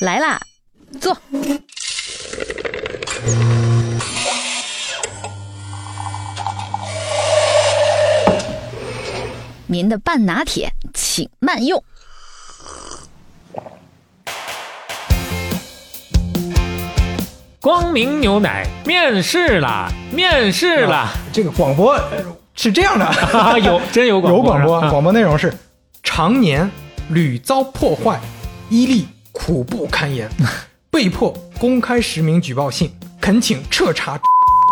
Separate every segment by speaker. Speaker 1: 来啦，坐。您的半拿铁，请慢用。
Speaker 2: 光明牛奶面试啦，面试啦！
Speaker 3: 这个广播是这样的，
Speaker 2: 啊，有真有广
Speaker 3: 有广播，
Speaker 2: 播，啊
Speaker 3: 广播内容是：常年屡遭破坏，伊利苦不 堪言，被迫公开实名举报信，恳请彻 查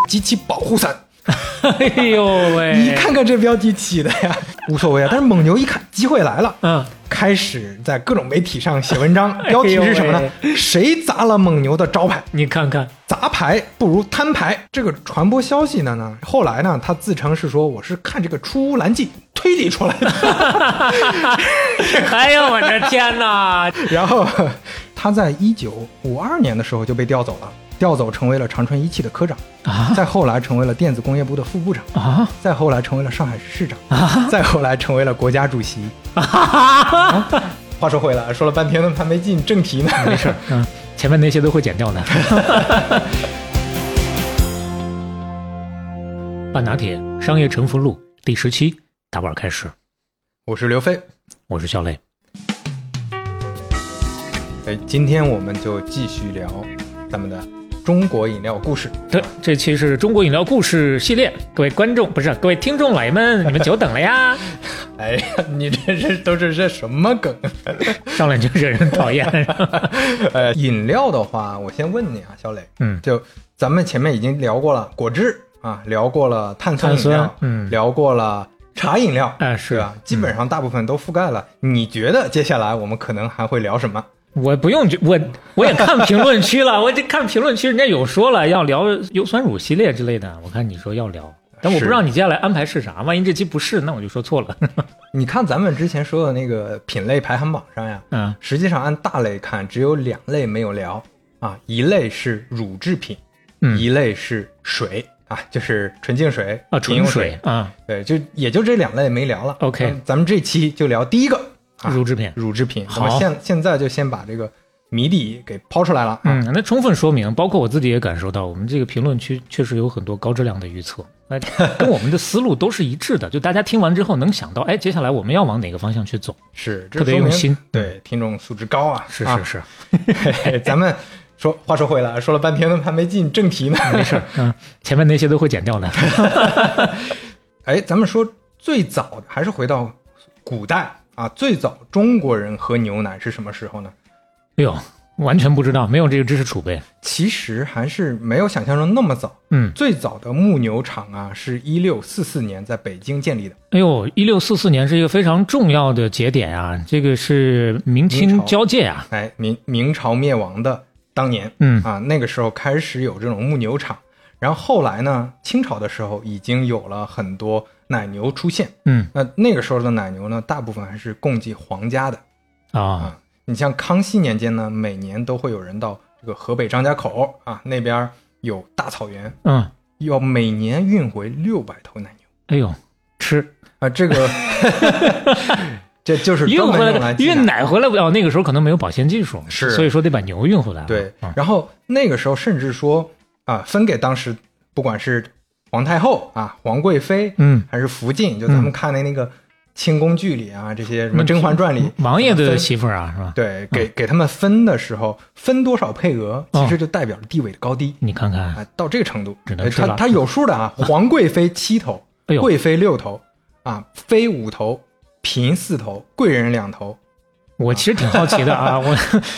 Speaker 3: 及其保护伞。
Speaker 2: 哎呦喂！
Speaker 3: 你看，看这标题起的呀，无所谓啊。但是蒙牛一看机会来了，
Speaker 2: 嗯，
Speaker 3: 开始在各种媒体上写文章，标题
Speaker 2: 哎呦
Speaker 3: 是什么呢？谁砸了蒙牛的招牌？
Speaker 2: 你看 看，
Speaker 3: 砸牌不如摊牌，这个传播消息的呢，后来呢，他自称是说我是看这个《出乌兰记》推理出来的，
Speaker 2: 哎呦我的天哪！
Speaker 3: 然后呵他在一九五二年的时候就被调走了，调走成为了长春一汽的科长，
Speaker 2: 啊
Speaker 3: 再后来成为了电子工业部的副部长，
Speaker 2: 啊
Speaker 3: 再后来成为了上海市市长，再后来成为了国家主席。
Speaker 2: 啊！
Speaker 3: 话说回来，说了半天呢，还没进正题呢，没事。
Speaker 2: 嗯，前面那些都会剪掉 的。半拿铁商业沉浮录第十期打板开始，
Speaker 3: 我是刘飞，
Speaker 2: 我是肖磊。
Speaker 3: 哎，今天我们就继续聊咱们的中国饮料故事。
Speaker 2: 对，这期是中国饮料故事系列，各位观众不是各位听众老爷们，你们久等了呀！
Speaker 3: 哎呀，你这是都是这什么梗？
Speaker 2: 上来就惹人讨 厌。
Speaker 3: 呃，饮料的话，我先问你啊，小磊，
Speaker 2: 嗯
Speaker 3: 就咱们前面已经聊过了果汁啊，聊过了碳酸饮
Speaker 2: 碳
Speaker 3: 料
Speaker 2: 酸，嗯
Speaker 3: 聊过了茶饮料，
Speaker 2: 哎是
Speaker 3: 对吧？基本上大部分都覆盖了。你觉得接下来我们可能还会聊什么？
Speaker 2: 我不用，我我也看评论区了，我 这看评论区人家有说了要聊优酸乳系列之类的，我看你说要聊，但我不知道你接下来安排是啥，万一这期不是，那我就说错了。
Speaker 3: 你看咱们之前说的那个品类排行榜上呀，
Speaker 2: 嗯，
Speaker 3: 实际上按大类看，只有两类没有聊啊，一类是乳制品，
Speaker 2: 嗯
Speaker 3: 一类是水啊，就是纯净水
Speaker 2: 啊，
Speaker 3: 饮
Speaker 2: 纯
Speaker 3: 用
Speaker 2: 水啊，
Speaker 3: 对，就也就这两类没聊了。
Speaker 2: OK
Speaker 3: 嗯咱们这期就聊第一个啊
Speaker 2: 乳制品。
Speaker 3: 乳制品。
Speaker 2: 好
Speaker 3: 那么现现在就先把这个谜底给抛出来了。啊
Speaker 2: 嗯，那充分说明，包括我自己也感受到，我们这个评论区确实有很多高质量的预测，哎， 跟我们的思路都是一致的。就大家听完之后能想到，哎，接下来我们要往哪个方向去走？
Speaker 3: 是，这
Speaker 2: 特别
Speaker 3: 说明
Speaker 2: 用心
Speaker 3: 对，听众素质高啊。
Speaker 2: 是
Speaker 3: 啊
Speaker 2: 是，是，
Speaker 3: 嘿咱们说，话说回来，说了半天还没进正题呢。没事。
Speaker 2: 嗯，前面那些都会剪掉的。
Speaker 3: 哎，咱们说最早的还是回到古代啊，最早中国人喝牛奶是什么时候呢？
Speaker 2: 哎呦，完全不知道，没有这个知识储备。
Speaker 3: 其实还是没有想象中那么早。
Speaker 2: 嗯，
Speaker 3: 最早的牧牛场啊，是一六四四年在北京建立的。
Speaker 2: 哎呦，一六四四年是一个非常重要的节点啊，这个是明
Speaker 3: 明
Speaker 2: 清
Speaker 3: 朝
Speaker 2: 交界啊。
Speaker 3: 哎，明明朝灭亡的当年
Speaker 2: 嗯
Speaker 3: 啊，那个时候开始有这种牧牛场，然后后来呢，清朝的时候已经有了很多奶牛出现。
Speaker 2: 嗯
Speaker 3: 那那个时候的奶牛呢，大部分还是供给皇家的。
Speaker 2: 啊，
Speaker 3: 你像康熙年间呢，每年都会有人到这个河北张家口啊那边有大草原，
Speaker 2: 嗯，
Speaker 3: 要每年运回六百头奶牛
Speaker 2: 哎呦，吃
Speaker 3: 啊，这个 这就是
Speaker 2: 运
Speaker 3: 专门
Speaker 2: 回
Speaker 3: 用来
Speaker 2: 来
Speaker 3: 挤
Speaker 2: 运奶回来不了，那个时候可能没有保鲜技术，
Speaker 3: 是
Speaker 2: 所以说得把牛运回来。
Speaker 3: 对
Speaker 2: 啊，
Speaker 3: 然后那个时候甚至说啊，分给当时不管是皇太后啊、皇贵妃，
Speaker 2: 嗯，
Speaker 3: 还是福晋，就咱们看的那个清宫剧里啊，这些什
Speaker 2: 嗯
Speaker 3: 么《甄嬛传》里，
Speaker 2: 王爷的
Speaker 3: 分
Speaker 2: 媳妇儿啊，是吧？
Speaker 3: 对给给他们分的时候，分多少配额，其实就代表着地位的高低。
Speaker 2: 你看看，
Speaker 3: 啊，到这个程度，
Speaker 2: 嗯只能
Speaker 3: 哎
Speaker 2: 吃
Speaker 3: 他
Speaker 2: 了
Speaker 3: 他有数 的啊，皇贵妃七头，
Speaker 2: 哎呦
Speaker 3: 贵妃六头，啊，妃五头，嫔四头，贵人两头，
Speaker 2: 我其实挺好奇的 啊，我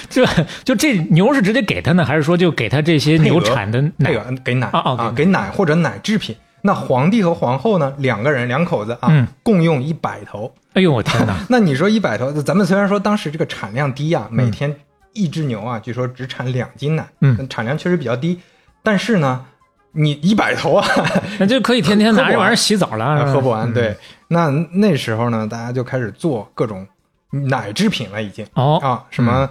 Speaker 2: 这就这牛是直接给他呢，还是说就给他这些
Speaker 3: 配额
Speaker 2: 牛产的奶
Speaker 3: 配？额给奶
Speaker 2: 啊哦
Speaker 3: 给奶或者奶制品。那皇帝和皇后呢，两个人两口子啊，
Speaker 2: 嗯
Speaker 3: 共用一百头。
Speaker 2: 哎呦，我天 哪！
Speaker 3: 那你说一百头，咱们虽然说当时这个产量低啊，每天一只牛啊，据说只产两斤奶，
Speaker 2: 嗯，
Speaker 3: 产量确实比较低，但是呢，你一百头啊，
Speaker 2: 那就可以天天拿
Speaker 3: 喝不
Speaker 2: 这
Speaker 3: 完
Speaker 2: 玩意儿洗澡了，是吧
Speaker 3: 喝不完。。
Speaker 2: 嗯
Speaker 3: 对，那那时候呢，大家就开始做各种奶制品了，已经
Speaker 2: 哦，
Speaker 3: 啊，什么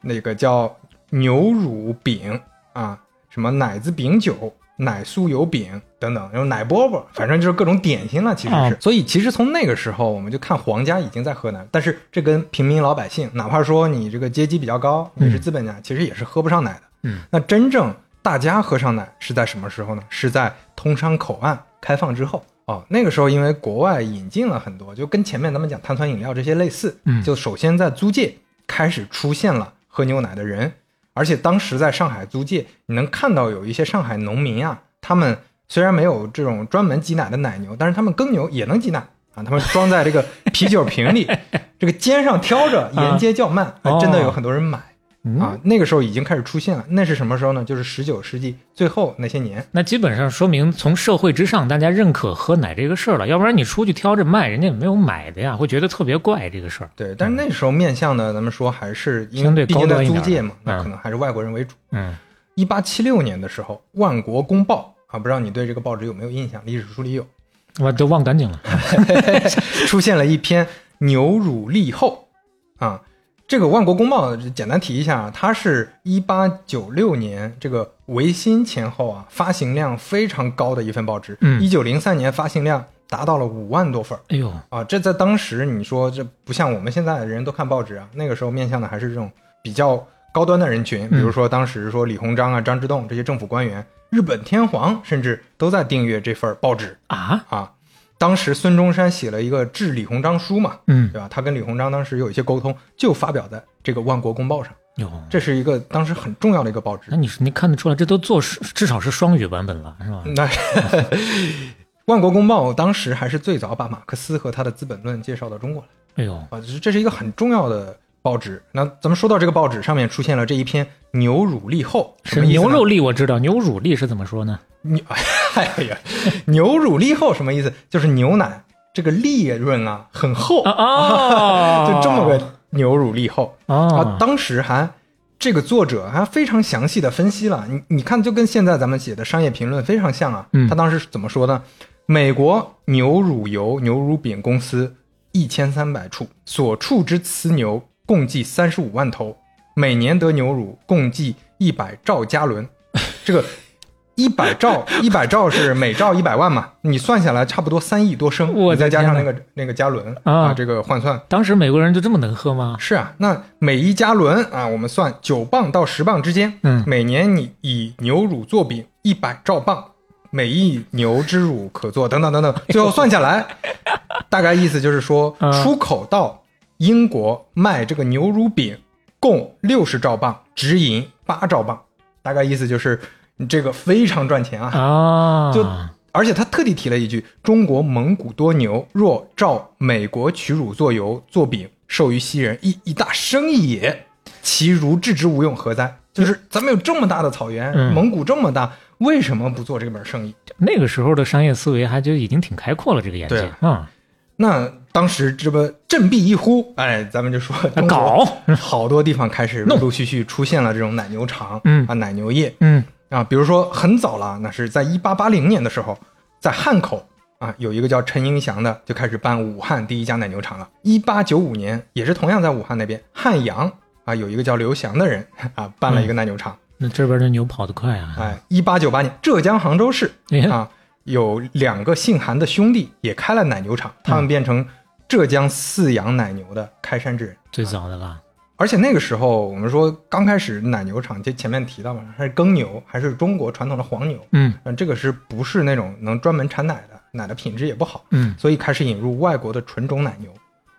Speaker 3: 那个叫牛乳饼啊，什么奶子饼酒、奶酥油饼等等，然后奶饽饽，反正就是各种点心了，其实是。
Speaker 2: 啊
Speaker 3: 所以其实从那个时候，我们就看皇家已经在喝奶，但是这跟平民老百姓，哪怕说你这个阶级比较高，你是资本家，其实也是喝不上奶的。
Speaker 2: 嗯，
Speaker 3: 那真正大家喝上奶是在什么时候呢？是在通商口岸开放之后。哦，那个时候因为国外引进了很多，就跟前面咱们讲碳酸饮料这些类似，
Speaker 2: 嗯
Speaker 3: 就首先在租界开始出现了喝牛奶的人，而且当时在上海租界，你能看到有一些上海农民啊，他们虽然没有这种专门挤奶的奶牛，但是他们耕牛也能挤奶啊，他们装在这个啤酒瓶 里，这个肩上挑着，
Speaker 2: 啊
Speaker 3: 沿街叫卖，还呃真的有很多人买。
Speaker 2: 嗯，
Speaker 3: 啊，那个时候已经开始出现了。那是什么时候呢？就是十九世纪最后那些年。
Speaker 2: 那基本上说明从社会之上大家认可喝奶这个事儿了，要不然你出去挑着卖，人家也没有买的呀，会觉得特别怪这个事儿。
Speaker 3: 对，但是那时候面向呢，咱们说还是
Speaker 2: 嗯
Speaker 3: 因
Speaker 2: 相对
Speaker 3: 为毕竟
Speaker 2: 高
Speaker 3: 在
Speaker 2: 端一
Speaker 3: 租
Speaker 2: 点
Speaker 3: 界
Speaker 2: 的
Speaker 3: 嘛，那
Speaker 2: 嗯
Speaker 3: 可能还是外国人为主。
Speaker 2: 嗯
Speaker 3: 一八七六年的时候，《万国公报》啊，不知道你对这个报纸有没有印象？历史书里有
Speaker 2: 我都忘干净了。
Speaker 3: 出现了一篇牛乳立后啊。这个《万国公报》简单提一下啊，它是一八九六年这个维新前后啊，发行量非常高的一份报纸。
Speaker 2: 嗯
Speaker 3: 一九零三年发行量达到了五万多份儿。
Speaker 2: 哎呦，
Speaker 3: 啊，这在当时你说这不像我们现在的人都看报纸啊，那个时候面向的还是这种比较高端的人群，比如说当时说李鸿章啊、张之洞这些政府官员，日本天皇甚至都在订阅这份儿报纸
Speaker 2: 啊，
Speaker 3: 啊。当时孙中山写了一个致李鸿章书嘛，
Speaker 2: 嗯，
Speaker 3: 对吧？他跟李鸿章当时有一些沟通，就发表在这个《万国公报》上，
Speaker 2: 有。
Speaker 3: 这是一个当时很重要的一个报纸
Speaker 2: 那。你说你看得出来，这都做是至少是双语版本了，是吧？
Speaker 3: 那 《万国公报》当时还是最早把马克思和他的《资本论》介绍到中国来。
Speaker 2: 哎呦，
Speaker 3: 啊，这这是一个很重要的报纸。那咱们说到这个报纸上面出现了这一篇牛乳立后，什
Speaker 2: 是
Speaker 3: 么意思呢
Speaker 2: 牛肉粒我知道，牛乳粒是怎么说呢？
Speaker 3: 牛， 哎呀，牛乳立后什么意思？就是牛奶这个利润啊很厚，
Speaker 2: 啊哦
Speaker 3: 就这么个牛乳立后啊
Speaker 2: 哦。，
Speaker 3: 当时还。这个作者还非常详细的分析了，你你看，就跟现在咱们写的商业评论非常像啊。
Speaker 2: 嗯
Speaker 3: 他当时是怎么说呢？美国牛乳油、牛乳饼公司一千三百处，所处之雌牛共计三十五万头，每年得牛乳共计一百兆加仑。这个一 百兆，一百兆是每兆一百万嘛？你算下来差不多三亿多升，
Speaker 2: 我
Speaker 3: 你再
Speaker 2: 的
Speaker 3: 加
Speaker 2: 天
Speaker 3: 上那
Speaker 2: 哪
Speaker 3: 个那个加仑
Speaker 2: 啊
Speaker 3: 这个换算，
Speaker 2: 当时美国人就这么能喝 吗？
Speaker 3: 是啊，那每一加仑啊，我们算九磅到十磅之间。
Speaker 2: 嗯
Speaker 3: 每年你以牛乳做饼一百兆磅，每一牛之乳可做等 等等等，最后算下来，大概意思就是说，
Speaker 2: 嗯
Speaker 3: 出口到英国卖这个牛乳饼共六十兆磅，直营八兆磅，大概意思就是你这个非常赚钱啊。
Speaker 2: 啊，
Speaker 3: 就而且他特地提了一句：“中国蒙古多牛若照美国取乳作油作饼，授于西人，亦一大生意也。其如置之无用，何哉？”就是咱们有这么大的草原，
Speaker 2: 嗯
Speaker 3: 蒙古这么大，为什么不做这门生意？
Speaker 2: 那个时候的商业思维还就已经挺开阔了，这个眼界
Speaker 3: 对
Speaker 2: 啊，
Speaker 3: 那当时这不振臂一呼，哎，咱们就说中国
Speaker 2: 搞，
Speaker 3: 好多地方开始陆陆续续出现了这种奶牛场，
Speaker 2: 嗯
Speaker 3: 啊，奶牛业，
Speaker 2: 嗯
Speaker 3: 啊，比如说很早了，那是在一八八零年的时候，在汉口啊，有一个叫陈英祥的就开始办武汉第一家奶牛场了。一八九五年，也是同样在武汉那边汉阳啊，有一个叫刘翔的人啊，办了一个奶牛场。
Speaker 2: 那这边的牛跑得快 啊，
Speaker 3: 哎，一八九八年，浙江杭州市
Speaker 2: 哎呀，
Speaker 3: 啊，有两个姓韩的兄弟也开了奶牛场，他们变成浙江饲养奶牛的开山之人。
Speaker 2: 最早的了，
Speaker 3: 而且那个时候，我们说刚开始奶牛场，就前面提到嘛，还是耕牛，还是中国传统的黄牛。
Speaker 2: 嗯
Speaker 3: 嗯，这个是不是那种能专门产奶的？奶的品质也不好，
Speaker 2: 嗯，
Speaker 3: 所以开始引入外国的纯种奶牛。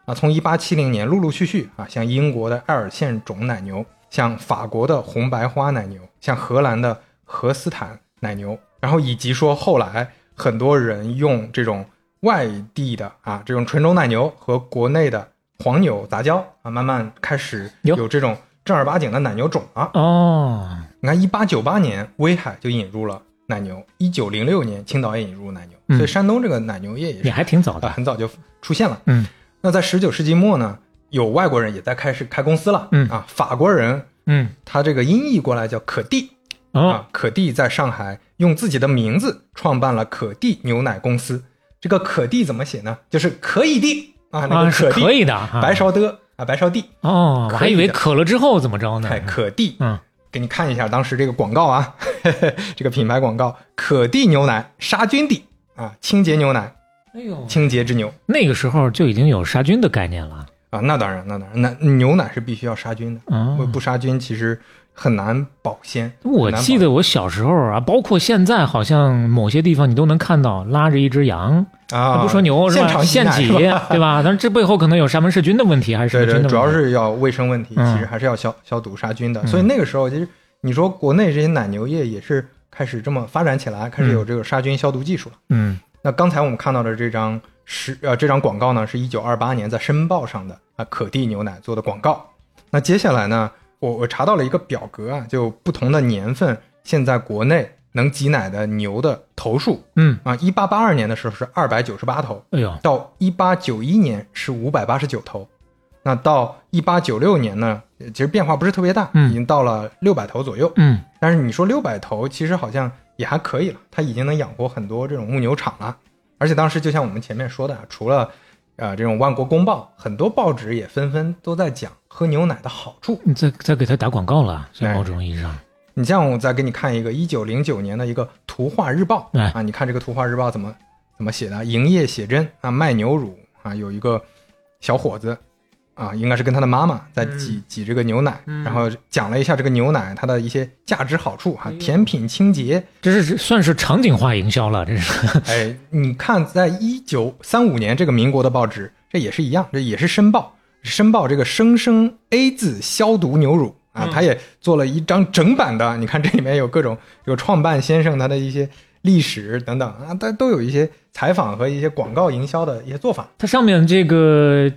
Speaker 3: 啊，从一八七零年陆陆续续啊，像英国的爱尔县种奶牛，像法国的红白花奶牛，像荷兰的荷斯坦奶牛，然后以及说后来很多人用这种外地的啊这种纯种奶牛和国内的黄牛杂交啊，慢慢开始
Speaker 2: 哟
Speaker 3: 有这种正儿八经的奶牛种啊了、
Speaker 2: 哦，
Speaker 3: 你看，一八九八年威海就引入了奶牛，一九零六年青岛也引入奶牛，
Speaker 2: 嗯
Speaker 3: 所以山东这个奶牛业也是
Speaker 2: 也还挺早
Speaker 3: 啊、
Speaker 2: 的，
Speaker 3: 很早就出现了。
Speaker 2: 嗯，
Speaker 3: 那在十九世纪末呢，有外国人也在开始开公司了。
Speaker 2: 嗯
Speaker 3: 啊，法国人
Speaker 2: 嗯
Speaker 3: 他这个音译过来叫可蒂
Speaker 2: 哦，
Speaker 3: 啊，可蒂在上海用自己的名字创办了可蒂牛奶公司。这个可蒂怎么写呢？就是可以的啊，那
Speaker 2: 啊
Speaker 3: 个
Speaker 2: 是
Speaker 3: 可蒂，
Speaker 2: 可以的，啊
Speaker 3: 白勺的啊，白勺地，
Speaker 2: 哦，我还以为渴了之后怎么着呢
Speaker 3: 哎，？可蒂
Speaker 2: 嗯
Speaker 3: 给你看一下当时这个广告啊，嘿嘿，这个品牌广告，可地牛奶杀菌底啊，清洁牛奶，
Speaker 2: 哎呦，
Speaker 3: 清洁之牛
Speaker 2: 那个时候就已经有杀菌的概念了
Speaker 3: 啊，那当然，那当然，那牛奶是必须要杀菌的，
Speaker 2: 啊
Speaker 3: 不！不杀菌其实很难保鲜。
Speaker 2: 我记得我小时候啊，包括现在，好像某些地方你都能看到拉着一只羊，
Speaker 3: 啊，
Speaker 2: 他不说牛是
Speaker 3: 现
Speaker 2: 吧？
Speaker 3: 场
Speaker 2: 现挤
Speaker 3: 挤奶是吧
Speaker 2: 对吧？但是这背后可能有沙门氏菌的问题，还是什么
Speaker 3: 对
Speaker 2: 菌的
Speaker 3: 对，
Speaker 2: 问题？
Speaker 3: 主要是要卫生问题，
Speaker 2: 嗯
Speaker 3: 其实还是要消消毒杀菌的。
Speaker 2: 嗯
Speaker 3: 所以那个时候，其实你说国内这些奶牛业也是开始这么发展起来，开始有这个杀菌消毒技术了。
Speaker 2: 嗯
Speaker 3: 那刚才我们看到的这张是呃这张广告呢，是一九二八年在《申报》上的啊可地牛奶做的广告。那接下来呢，我我查到了一个表格啊，就不同的年份，现在国内能挤奶的牛的头数
Speaker 2: 嗯，
Speaker 3: 啊，一八八二年的时候是二百九十八头，
Speaker 2: 哎呦，
Speaker 3: 到一八九一年是五百八十九头，那到一八九六年呢，呃其实变化不是特别大，
Speaker 2: 嗯
Speaker 3: 已经到了六百头左右。
Speaker 2: 嗯
Speaker 3: 但是你说六百头，其实好像也还可以了，它已经能养活很多这种牧牛场了。而且当时就像我们前面说的啊，除了呃这种万国公报，很多报纸也纷纷都在讲喝牛奶的好处。
Speaker 2: 你再再给他打广告了，在
Speaker 3: 哎
Speaker 2: 某种意义上，
Speaker 3: 你像我再给你看一个一九零九年的一个图画日报、
Speaker 2: 哎
Speaker 3: 啊，你看这个图画日报怎么怎么写的啊？营业写真啊，卖牛乳啊，有一个小伙子啊，应该是跟他的妈妈在挤、挤这个牛奶，
Speaker 2: 嗯
Speaker 3: 然后讲了一下这个牛奶它的一些价值好处啊
Speaker 2: 哎，呦
Speaker 3: 甜品清洁。
Speaker 2: 这是算是场景化营销了，这是。
Speaker 3: 哎，你看，在一九三五年这个民国的报纸，这也是一样，这也是《申报》，《申报》这个生生 A 字消毒牛乳啊
Speaker 2: 嗯，
Speaker 3: 它也做了一张整版的。你看这里面有各种有创办先生他的一些历史等等啊，它都有一些采访和一些广告营销的一些做法。
Speaker 2: 它上面这个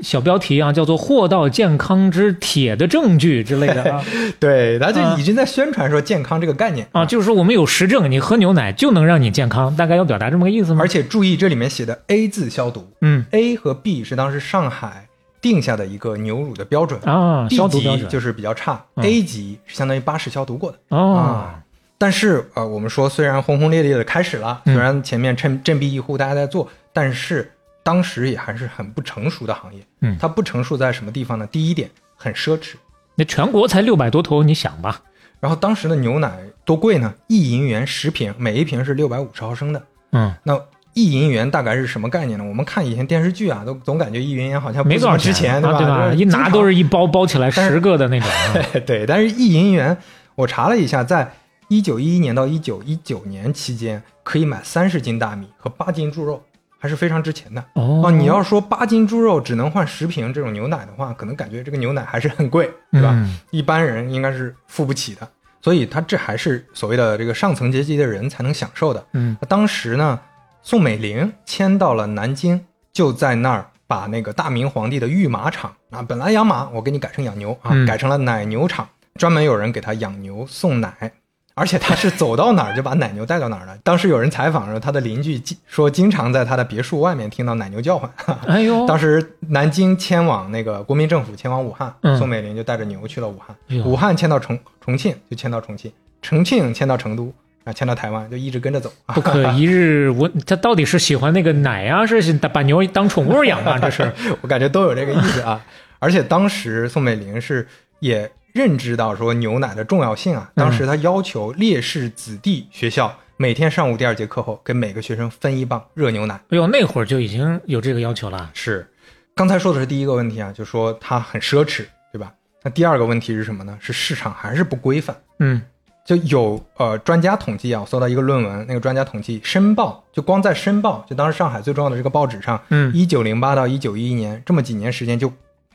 Speaker 2: 小标题啊，叫做“货到健康之铁的证据”之类的 啊
Speaker 3: 对，它
Speaker 2: 啊
Speaker 3: 就已经在宣传说健康这个概念
Speaker 2: 啊，就是说我们有实证，你喝牛奶就能让你健康，大概要表达这么个意思吗
Speaker 3: 而？且注意这里面写的 A 字消毒
Speaker 2: 嗯
Speaker 3: ，A 和 B 是当时上海定下的一个牛乳的标准。
Speaker 2: 啊，
Speaker 3: B
Speaker 2: 消毒标
Speaker 3: 级
Speaker 2: 准
Speaker 3: 就是比较差、
Speaker 2: 嗯
Speaker 3: a 级是相当于巴氏消毒过的。
Speaker 2: 哦
Speaker 3: 啊，但是呃，我们说虽然轰轰烈烈的开始了，
Speaker 2: 嗯
Speaker 3: 虽然前面振振臂一呼大家在做，但是当时也还是很不成熟的行业。
Speaker 2: 嗯
Speaker 3: 它不成熟在什么地方呢？第一点，很奢侈。
Speaker 2: 那全国才六百多头，你想吧，
Speaker 3: 然后当时的牛奶多贵呢？一银元十瓶，每一瓶是六百五十毫升的。
Speaker 2: 嗯，
Speaker 3: 那一银元大概是什么概念呢？我们看以前电视剧啊，都总感觉一银元好像不
Speaker 2: 没多
Speaker 3: 怎
Speaker 2: 少
Speaker 3: 么值钱，
Speaker 2: 啊
Speaker 3: 吧？
Speaker 2: 对吧？
Speaker 3: 就是
Speaker 2: 一拿
Speaker 3: 经
Speaker 2: 都
Speaker 3: 常
Speaker 2: 是一包包起来
Speaker 3: 但是
Speaker 2: 十个的那种 啊
Speaker 3: 对，但是一银元，我查了一下，在一九一一年到一九一九年期间，可以买三十斤大米和八斤猪肉，还是非常值钱的。
Speaker 2: 哦，
Speaker 3: 你要说八斤猪肉只能换十瓶这种牛奶的话，可能感觉这个牛奶还是很贵，对吧？
Speaker 2: 嗯
Speaker 3: 一般人应该是付不起的，所以他这还是所谓的这个上层阶级的人才能享受的。
Speaker 2: 嗯，
Speaker 3: 那当时呢，宋美龄迁到了南京，就在那儿把那个大明皇帝的御马场啊，本来养马，我给你改成养牛啊，
Speaker 2: 嗯
Speaker 3: 改成了奶牛场，专门有人给他养牛送奶。而且他是走到哪儿就把奶牛带到哪儿了。当时有人采访说，他的邻居经说经常在他的别墅外面听到奶牛叫唤。
Speaker 2: 哎呦，
Speaker 3: 当时南京迁往那个国民政府迁往武汉，
Speaker 2: 嗯
Speaker 3: 宋美龄就带着牛去了武汉，
Speaker 2: 哎呦
Speaker 3: 武汉迁到重重庆就迁到重庆，重庆迁到成都，啊，迁到台湾就一直跟着走。啊
Speaker 2: 不可一日无， 他到底是喜欢那个奶啊，是把牛当宠物养啊？这是
Speaker 3: 我感觉都有这个意思啊。而且当时宋美龄是也认知到说牛奶的重要性啊，当时她要求烈士子弟学校每天上午第二节课后给每个学生分一磅热牛奶。
Speaker 2: 哎呦，那会儿就已经有这个要求了。
Speaker 3: 是，刚才说的是第一个问题啊，就说它很奢侈，对吧？那第二个问题是什么呢？是市场还是不规范。
Speaker 2: 嗯
Speaker 3: 就有呃专家统计啊，我搜到一个论文，那个专家统计《申报》，就光在《申报》，就当时上海最重要的这个报纸上，
Speaker 2: 嗯，
Speaker 3: 一九零八到一九一一年这么几年时间就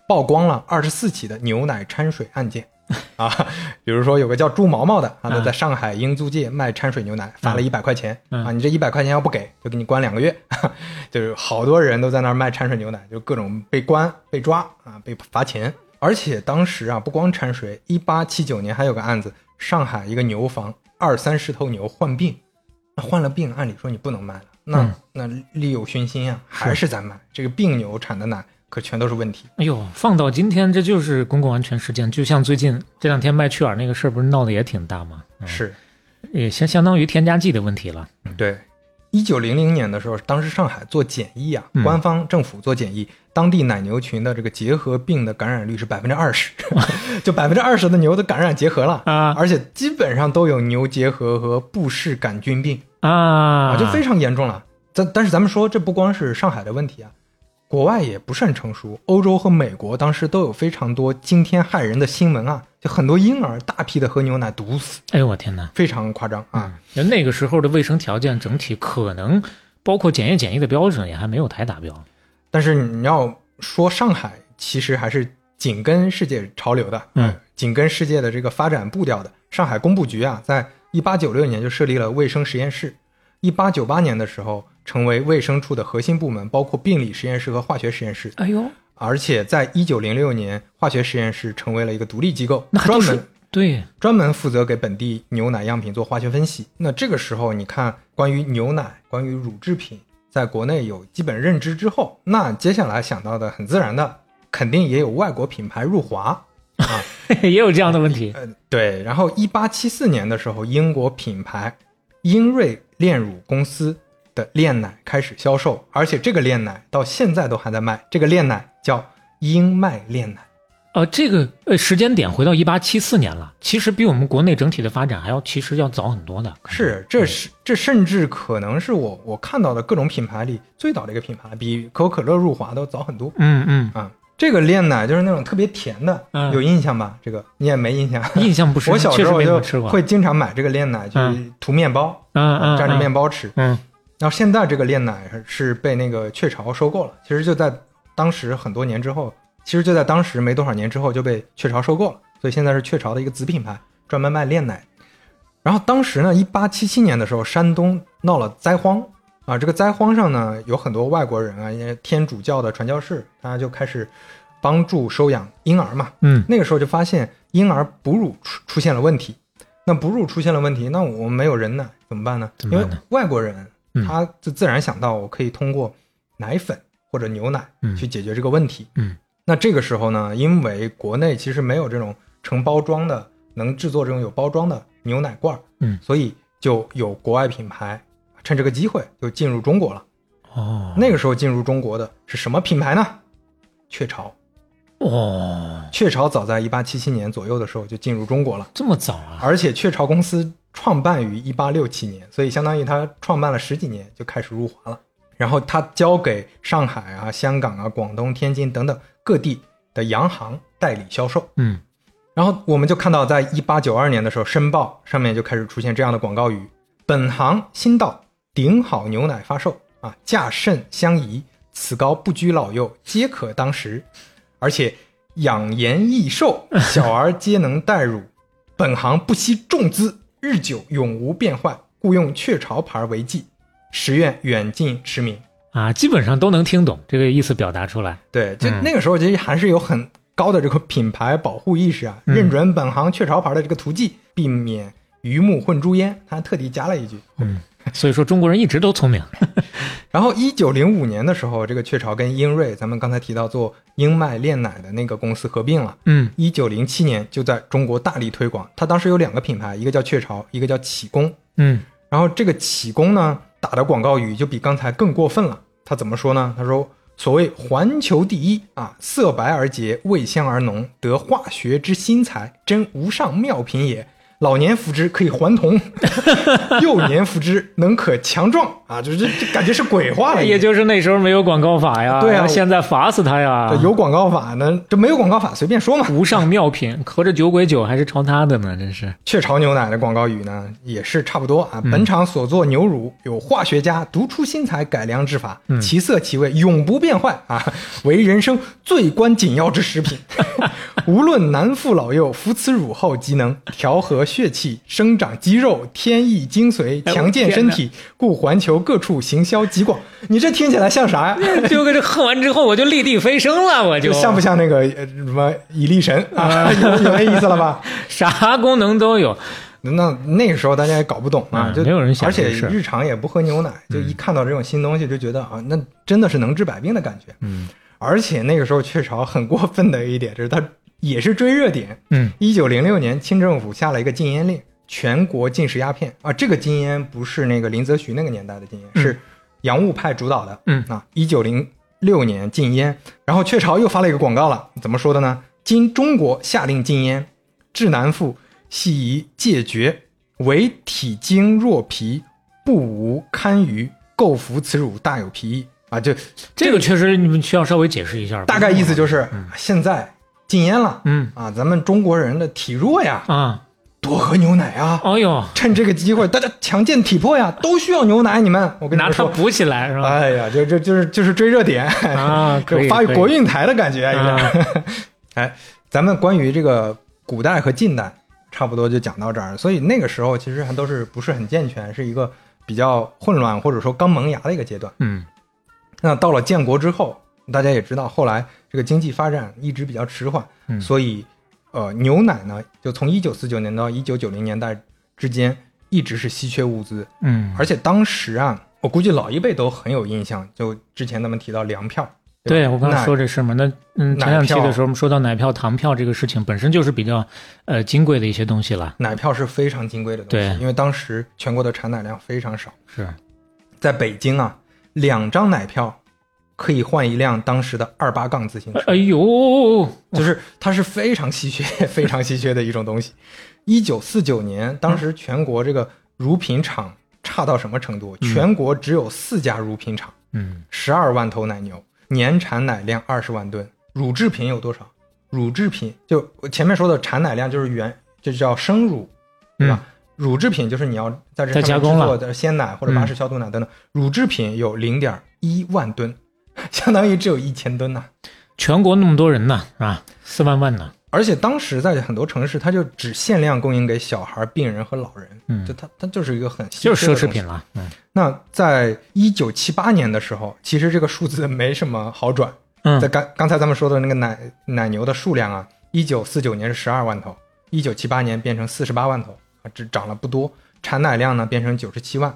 Speaker 3: 曝光了二十四起的牛奶掺水案件啊，比如说有个叫朱毛毛的啊，他
Speaker 2: 啊
Speaker 3: 在上海英租界卖掺水牛奶，罚了一百块钱
Speaker 2: 嗯
Speaker 3: 啊，你这一百块钱要不给，就给你关两个月， 就是好多人都在那儿卖掺水牛奶，就各种被关、被抓啊、被罚钱。而且当时啊，不光掺水，一八七九年还有个案子，上海一个牛房二三十头牛患病，那患了病，按理说你不能卖了，那、
Speaker 2: 嗯
Speaker 3: 那利有熏心呀、还是在卖。这个病牛产的奶可全都是问题。
Speaker 2: 哎呦，放到今天，这就是公共安全事件。就像最近这两天麦趣尔那个事儿，不是闹得也挺大吗？嗯、
Speaker 3: 是
Speaker 2: 也相相当于添加剂的问题了。
Speaker 3: 对，一九零零年的时候，当时上海做检疫啊，
Speaker 2: 嗯
Speaker 3: 官方政府做检疫，当地奶牛群的这个结核病的感染率是百分之二 十，就百分之二十的牛都感染结核了
Speaker 2: 啊
Speaker 3: 而且基本上都有牛结核和布氏杆菌病
Speaker 2: 啊
Speaker 3: 啊，就非常严重了。但但是咱们说，这不光是上海的问题啊，国外也不甚成熟，欧洲和美国当时都有非常多惊天骇人的新闻啊，就很多婴儿大批的喝牛奶毒死，
Speaker 2: 哎呦我天哪！
Speaker 3: 非常夸张啊。
Speaker 2: 那那个时候的卫生条件整体可能包括检验检疫的标准也还没有太达标。
Speaker 3: 但是你要说上海，其实还是紧跟世界潮流的，
Speaker 2: 嗯
Speaker 3: 呃，紧跟世界的这个发展步调的。上海工部局啊，在一八九六年就设立了卫生实验室，一八九八年的时候成为卫生处的核心部门，包括病理实验室和化学实验室。
Speaker 2: 哎呦，
Speaker 3: 而且在一九零六年，化学实验室成为了一个独立机构，
Speaker 2: 那还
Speaker 3: 专
Speaker 2: 都
Speaker 3: 门
Speaker 2: 是对，
Speaker 3: 专门负责给本地牛奶样品做化学分析。那这个时候，你看关于牛奶、关于乳制品，在国内有基本认知之后，那接下来想到的很自然的，肯定也有外国品牌入华。啊
Speaker 2: 也有这样的问题。
Speaker 3: 呃，对。然后，一八七四年的时候，英国品牌英瑞炼乳公司的炼奶开始销售，而且这个炼奶到现在都还在卖。这个炼奶叫英麦炼奶。
Speaker 2: 呃，这个呃时间点回到一八七四年了，其实比我们国内整体的发展还要其实要早很多的。可能
Speaker 3: 是，这是这甚至可能是我我看到的各种品牌里最早的一个品牌，比可口可乐入华都早很多
Speaker 2: 嗯
Speaker 3: 啊。这个炼奶就是那种特别甜的，
Speaker 2: 嗯
Speaker 3: 有印象吧？这个你也没印象。
Speaker 2: 嗯，印象不深，
Speaker 3: 我小
Speaker 2: 确
Speaker 3: 时
Speaker 2: 实
Speaker 3: 候
Speaker 2: 没怎
Speaker 3: 就
Speaker 2: 么吃过。
Speaker 3: 会经常买这个炼奶，就是涂面包，
Speaker 2: 嗯嗯，
Speaker 3: 蘸着面
Speaker 2: 包，
Speaker 3: 包吃。
Speaker 2: 嗯
Speaker 3: 然后现在这个炼奶是被那个雀巢收购了，其实就在当时很多年之后，其实就在当时没多少年之后就被雀巢收购了，所以现在是雀巢的一个子品牌，专门卖炼奶。然后当时呢，一八七七年的时候，山东闹了灾荒啊，这个灾荒上呢，有很多外国人啊，因为天主教的传教士，他就开始帮助收养婴儿嘛，
Speaker 2: 嗯
Speaker 3: 那个时候就发现婴儿哺乳出出现了问题，那哺乳出现了问题，那我们没有人奶怎么办呢？
Speaker 2: 怎
Speaker 3: 因
Speaker 2: 么
Speaker 3: 为
Speaker 2: 办呢
Speaker 3: 外国人
Speaker 2: 嗯
Speaker 3: 他就自然想到我可以通过奶粉或者牛奶
Speaker 2: 嗯
Speaker 3: 去解决这个问题。
Speaker 2: 嗯
Speaker 3: 那这个时候呢，因为国内其实没有这种成包装的，能制作这种有包装的牛奶罐儿，
Speaker 2: 嗯
Speaker 3: 所以就有国外品牌趁这个机会就进入中国了。
Speaker 2: 哦，
Speaker 3: 那个时候进入中国的是什么品牌呢？雀巢。
Speaker 2: 哦
Speaker 3: 雀巢早在一八七七年左右的时候就进入中国了，
Speaker 2: 这么早啊？
Speaker 3: 而且雀巢公司创办于一八六七年，所以相当于它创办了十几年就开始入华了。然后它交给上海啊、香港啊、广东、天津等等各地的洋行代理销售。
Speaker 2: 嗯
Speaker 3: 然后我们就看到，在一八九二年的时候，《申报》上面就开始出现这样的广告语：“本行新到，顶好牛奶发售啊，价甚相宜，此膏不拘老幼，皆可当食，而且养颜益寿，小儿皆能代乳。本行不惜重资，日久永无变坏，故用雀巢牌为记，实愿远近驰名。”
Speaker 2: 啊，基本上都能听懂这个意思表达出 来。
Speaker 3: 对，就
Speaker 2: 嗯
Speaker 3: 那个时候其实还是有很高的这个品牌保护意识啊，
Speaker 2: 嗯
Speaker 3: 认准本行雀巢牌的这个图记，避免鱼目混珠烟。他还特地加了一句。
Speaker 2: 嗯，所以说中国人一直都聪明。
Speaker 3: 然后，一九零五年的时候，这个雀巢跟英瑞，咱们刚才提到做英麦炼奶的那个公司合并了。
Speaker 2: 嗯
Speaker 3: 一九零七年就在中国大力推广，它当时有两个品牌，一个叫雀巢，一个叫启功。
Speaker 2: 嗯
Speaker 3: 然后这个启功呢打的广告语就比刚才更过分了，他怎么说呢？他说：“所谓环球第一啊，色白而洁，味香而浓，得化学之新材，真无上妙品也。老年服之可以还童， 幼年服之能可强壮啊！”就是这这感觉是鬼话了已经，
Speaker 2: 哎也就是那时候没有广告法呀，
Speaker 3: 哎对啊
Speaker 2: 要现在罚死他呀
Speaker 3: 这。有广告法呢，这没有广告法随便说嘛。
Speaker 2: 无上妙品，合着酒鬼酒还是抄他的呢，真是。
Speaker 3: 雀巢牛奶的广告语呢，也是差不多啊。
Speaker 2: 嗯
Speaker 3: 本厂所做牛乳有化学家独出心裁改良之法，
Speaker 2: 嗯
Speaker 3: 其色其味永不变坏啊， 为人生最关紧要之食 品。无论男妇老幼，服此乳后即能调和血气、生长肌肉、添益精髓、
Speaker 2: 哎我
Speaker 3: 强健身体，故环球各处行销极广。你这听起来像啥呀？
Speaker 2: 就跟这喝完之后，我就立地飞升了，我就
Speaker 3: 像不像那个呃什么以力神 啊？有有那意思了吧？
Speaker 2: 啥功能都有。
Speaker 3: 那那个时候大家也搞不懂啊，
Speaker 2: 嗯
Speaker 3: 就
Speaker 2: 没有人想
Speaker 3: 而且
Speaker 2: 这事儿嗯
Speaker 3: 日常也不喝牛奶，就一看到这种新东西就觉得啊，那真的是能治百病的感觉。
Speaker 2: 嗯
Speaker 3: 而且那个时候雀巢很过分的一点就是它也是追热点，
Speaker 2: 嗯
Speaker 3: 一九零六年清政府下了一个禁烟令，全国禁食鸦片啊，这个禁烟不是那个林则徐那个年代的禁烟，是洋务派主导的。
Speaker 2: 嗯
Speaker 3: 啊，一九零六年禁烟，然后雀巢又发了一个广告了，怎么说的呢？今中国下令禁烟，治南妇系宜戒绝，唯体精若皮，不无堪虞，构服此辱大有裨益啊！就
Speaker 2: 这个确实你们需要稍微解释一下吧。
Speaker 3: 大概意思就是、现在禁烟了
Speaker 2: 嗯
Speaker 3: 啊，咱们中国人的体弱呀，
Speaker 2: 啊，
Speaker 3: 多喝牛奶啊，
Speaker 2: 哦呦，
Speaker 3: 趁这个机会，大家强健体魄呀，都需要牛奶。你们，我跟你
Speaker 2: 拿
Speaker 3: 们
Speaker 2: 它
Speaker 3: 说，
Speaker 2: 补起来是吧？
Speaker 3: 哎呀，就就就是就是追热点，
Speaker 2: 啊，
Speaker 3: 就
Speaker 2: 可以
Speaker 3: 发
Speaker 2: 可以
Speaker 3: 国运台的感觉，有点。
Speaker 2: 啊，
Speaker 3: 哎，咱们关于这个古代和近代，差不多就讲到这儿。所以那个时候其实还都是不是很健全，是一个比较混乱或者说刚萌芽的一个阶段。
Speaker 2: 嗯
Speaker 3: 那到了建国之后，大家也知道，后来这个经济发展一直比较迟缓，
Speaker 2: 嗯
Speaker 3: 所以呃，牛奶呢，就从一九四九年到一九九零年代之间，一直是稀缺物资。
Speaker 2: 嗯，
Speaker 3: 而且当时啊，我估计老一辈都很有印象，就之前咱们提到粮票，
Speaker 2: 对
Speaker 3: 吧
Speaker 2: 我刚才
Speaker 3: 奶
Speaker 2: 说这事嘛，那嗯，前两期
Speaker 3: 奶票
Speaker 2: 的时候我们说到奶票、糖票这个事情，本身就是比较呃金贵的一些东西了。
Speaker 3: 奶票是非常金贵的东
Speaker 2: 对
Speaker 3: 西，因为当时全国的产奶量非常少，
Speaker 2: 是，
Speaker 3: 在北京啊，两张奶票可以换一辆当时的二八杠自行车。
Speaker 2: 哎呦，
Speaker 3: 就是它是非常稀缺、 非常稀缺的一种东西。一九四九年，当时全国这个乳品厂差到什么程度？
Speaker 2: 嗯
Speaker 3: 全国只有四家乳品厂，
Speaker 2: 嗯，
Speaker 3: 十二万头奶牛，年产奶量二十万吨。乳制品有多少？乳制品就我前面说的产奶量就是原，就叫生乳，对吧？乳制品就是你要在这
Speaker 2: 嗯再
Speaker 3: 上
Speaker 2: 加工
Speaker 3: 面制
Speaker 2: 了嗯
Speaker 3: 作的鲜奶或者巴氏消毒奶等等。乳制品有零点一万吨，相当于只有一千吨呐、
Speaker 2: 全国那么多人呢，啊，四万万呢，
Speaker 3: 而且当时在很多城市，它就只限量供应给小孩、病人和老人，
Speaker 2: 嗯
Speaker 3: 就它它就是一个很稀缺
Speaker 2: 就
Speaker 3: 的
Speaker 2: 是奢侈
Speaker 3: 东西
Speaker 2: 品。了。嗯
Speaker 3: 那在一九七八年的时候，其实这个数字没什么好转。在
Speaker 2: 嗯，
Speaker 3: 刚刚才咱们说的那个奶奶牛的数量啊，一九四九年是十二万头，一九七八年变成四十八万头，啊只涨了不多。产奶量呢变成九十七万，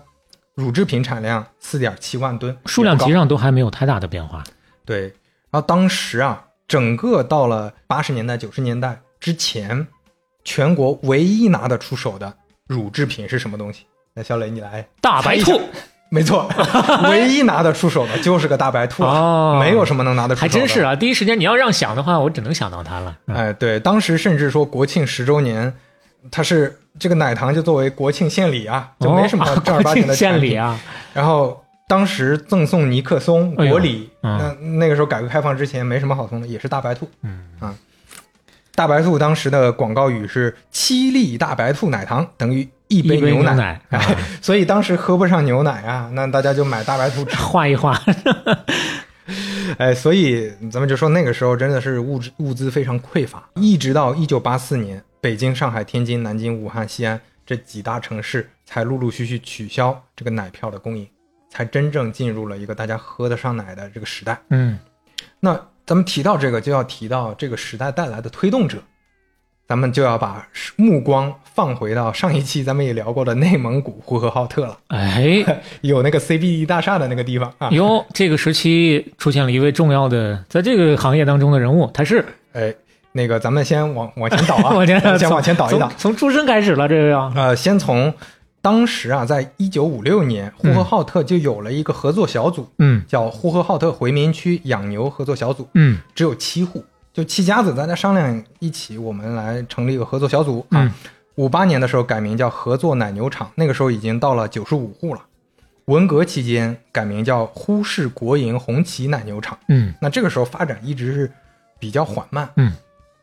Speaker 3: 乳制品产量四点七万吨，
Speaker 2: 数量
Speaker 3: 也不高
Speaker 2: 级上都还没有太大的变化。
Speaker 3: 对，然后当时啊，整个到了八十年代、九十年代之前，全国唯一拿得出手的乳制品是什么东西？那小磊，你来。
Speaker 2: 大白兔
Speaker 3: 猜一下没错， 唯一拿得出手的就是个大白兔了，
Speaker 2: 哦
Speaker 3: 没有什么能拿得出手
Speaker 2: 还
Speaker 3: 的。
Speaker 2: 真是。啊，第一时间你要让想的话，我只能想到它了。嗯
Speaker 3: 哎，对，当时甚至说国庆十周年，它是这个奶糖就作为国庆献礼啊，就没什么
Speaker 2: 哦
Speaker 3: 正儿八经的
Speaker 2: 国庆
Speaker 3: 产
Speaker 2: 献礼
Speaker 3: 品。
Speaker 2: 啊，
Speaker 3: 然后当时赠送尼克松、
Speaker 2: 哎呦
Speaker 3: 国礼，
Speaker 2: 嗯
Speaker 3: 那那个时候改革开放之前没什么好送的，也是大白兔。
Speaker 2: 嗯
Speaker 3: 啊，大白兔当时的广告语是“七粒大白兔奶糖等于一杯
Speaker 2: 一杯牛
Speaker 3: 牛 奶”
Speaker 2: 奶啊
Speaker 3: 哎所以当时喝不上牛奶啊，那大家就买大白兔吃。
Speaker 2: 画一画，
Speaker 3: 哎，所以咱们就说那个时候真的是物质物资非常匮乏，一直到一九八四年，北京、上海、天津、南京、武汉、西安这几大城市才陆陆续续取消这个奶票的供应，才真正进入了一个大家喝得上奶的这个时代。
Speaker 2: 嗯，
Speaker 3: 那咱们提到这个，就要提到这个时代带来的推动者，咱们就要把目光放回到上一期咱们也聊过的内蒙古呼和浩特了，
Speaker 2: 哎，
Speaker 3: 有那个 CBD 大厦的那个地方 啊。
Speaker 2: 哟，这个时期出现了一位重要的，在这个行业当中的人物，他是
Speaker 3: 哎，那个咱们先往 往前倒啊，
Speaker 2: 我觉得
Speaker 3: 先
Speaker 2: 从
Speaker 3: 往前倒一倒
Speaker 2: 从。从出生开始了，这个要
Speaker 3: 呃，先从当时啊，在一九五六年，呼和浩特就有了一个合作小组，
Speaker 2: 嗯
Speaker 3: 叫呼和浩特回民区养牛合作小组。
Speaker 2: 嗯
Speaker 3: 只有七户，就七家子，大家商量一起，我们来成立一个合作小组啊
Speaker 2: 嗯。
Speaker 3: 五八、年的时候改名叫合作奶牛场，那个时候已经到了九十五户了。文革期间改名叫呼市国营红旗奶牛场，
Speaker 2: 嗯
Speaker 3: 那这个时候发展一直是比较缓慢。
Speaker 2: 嗯，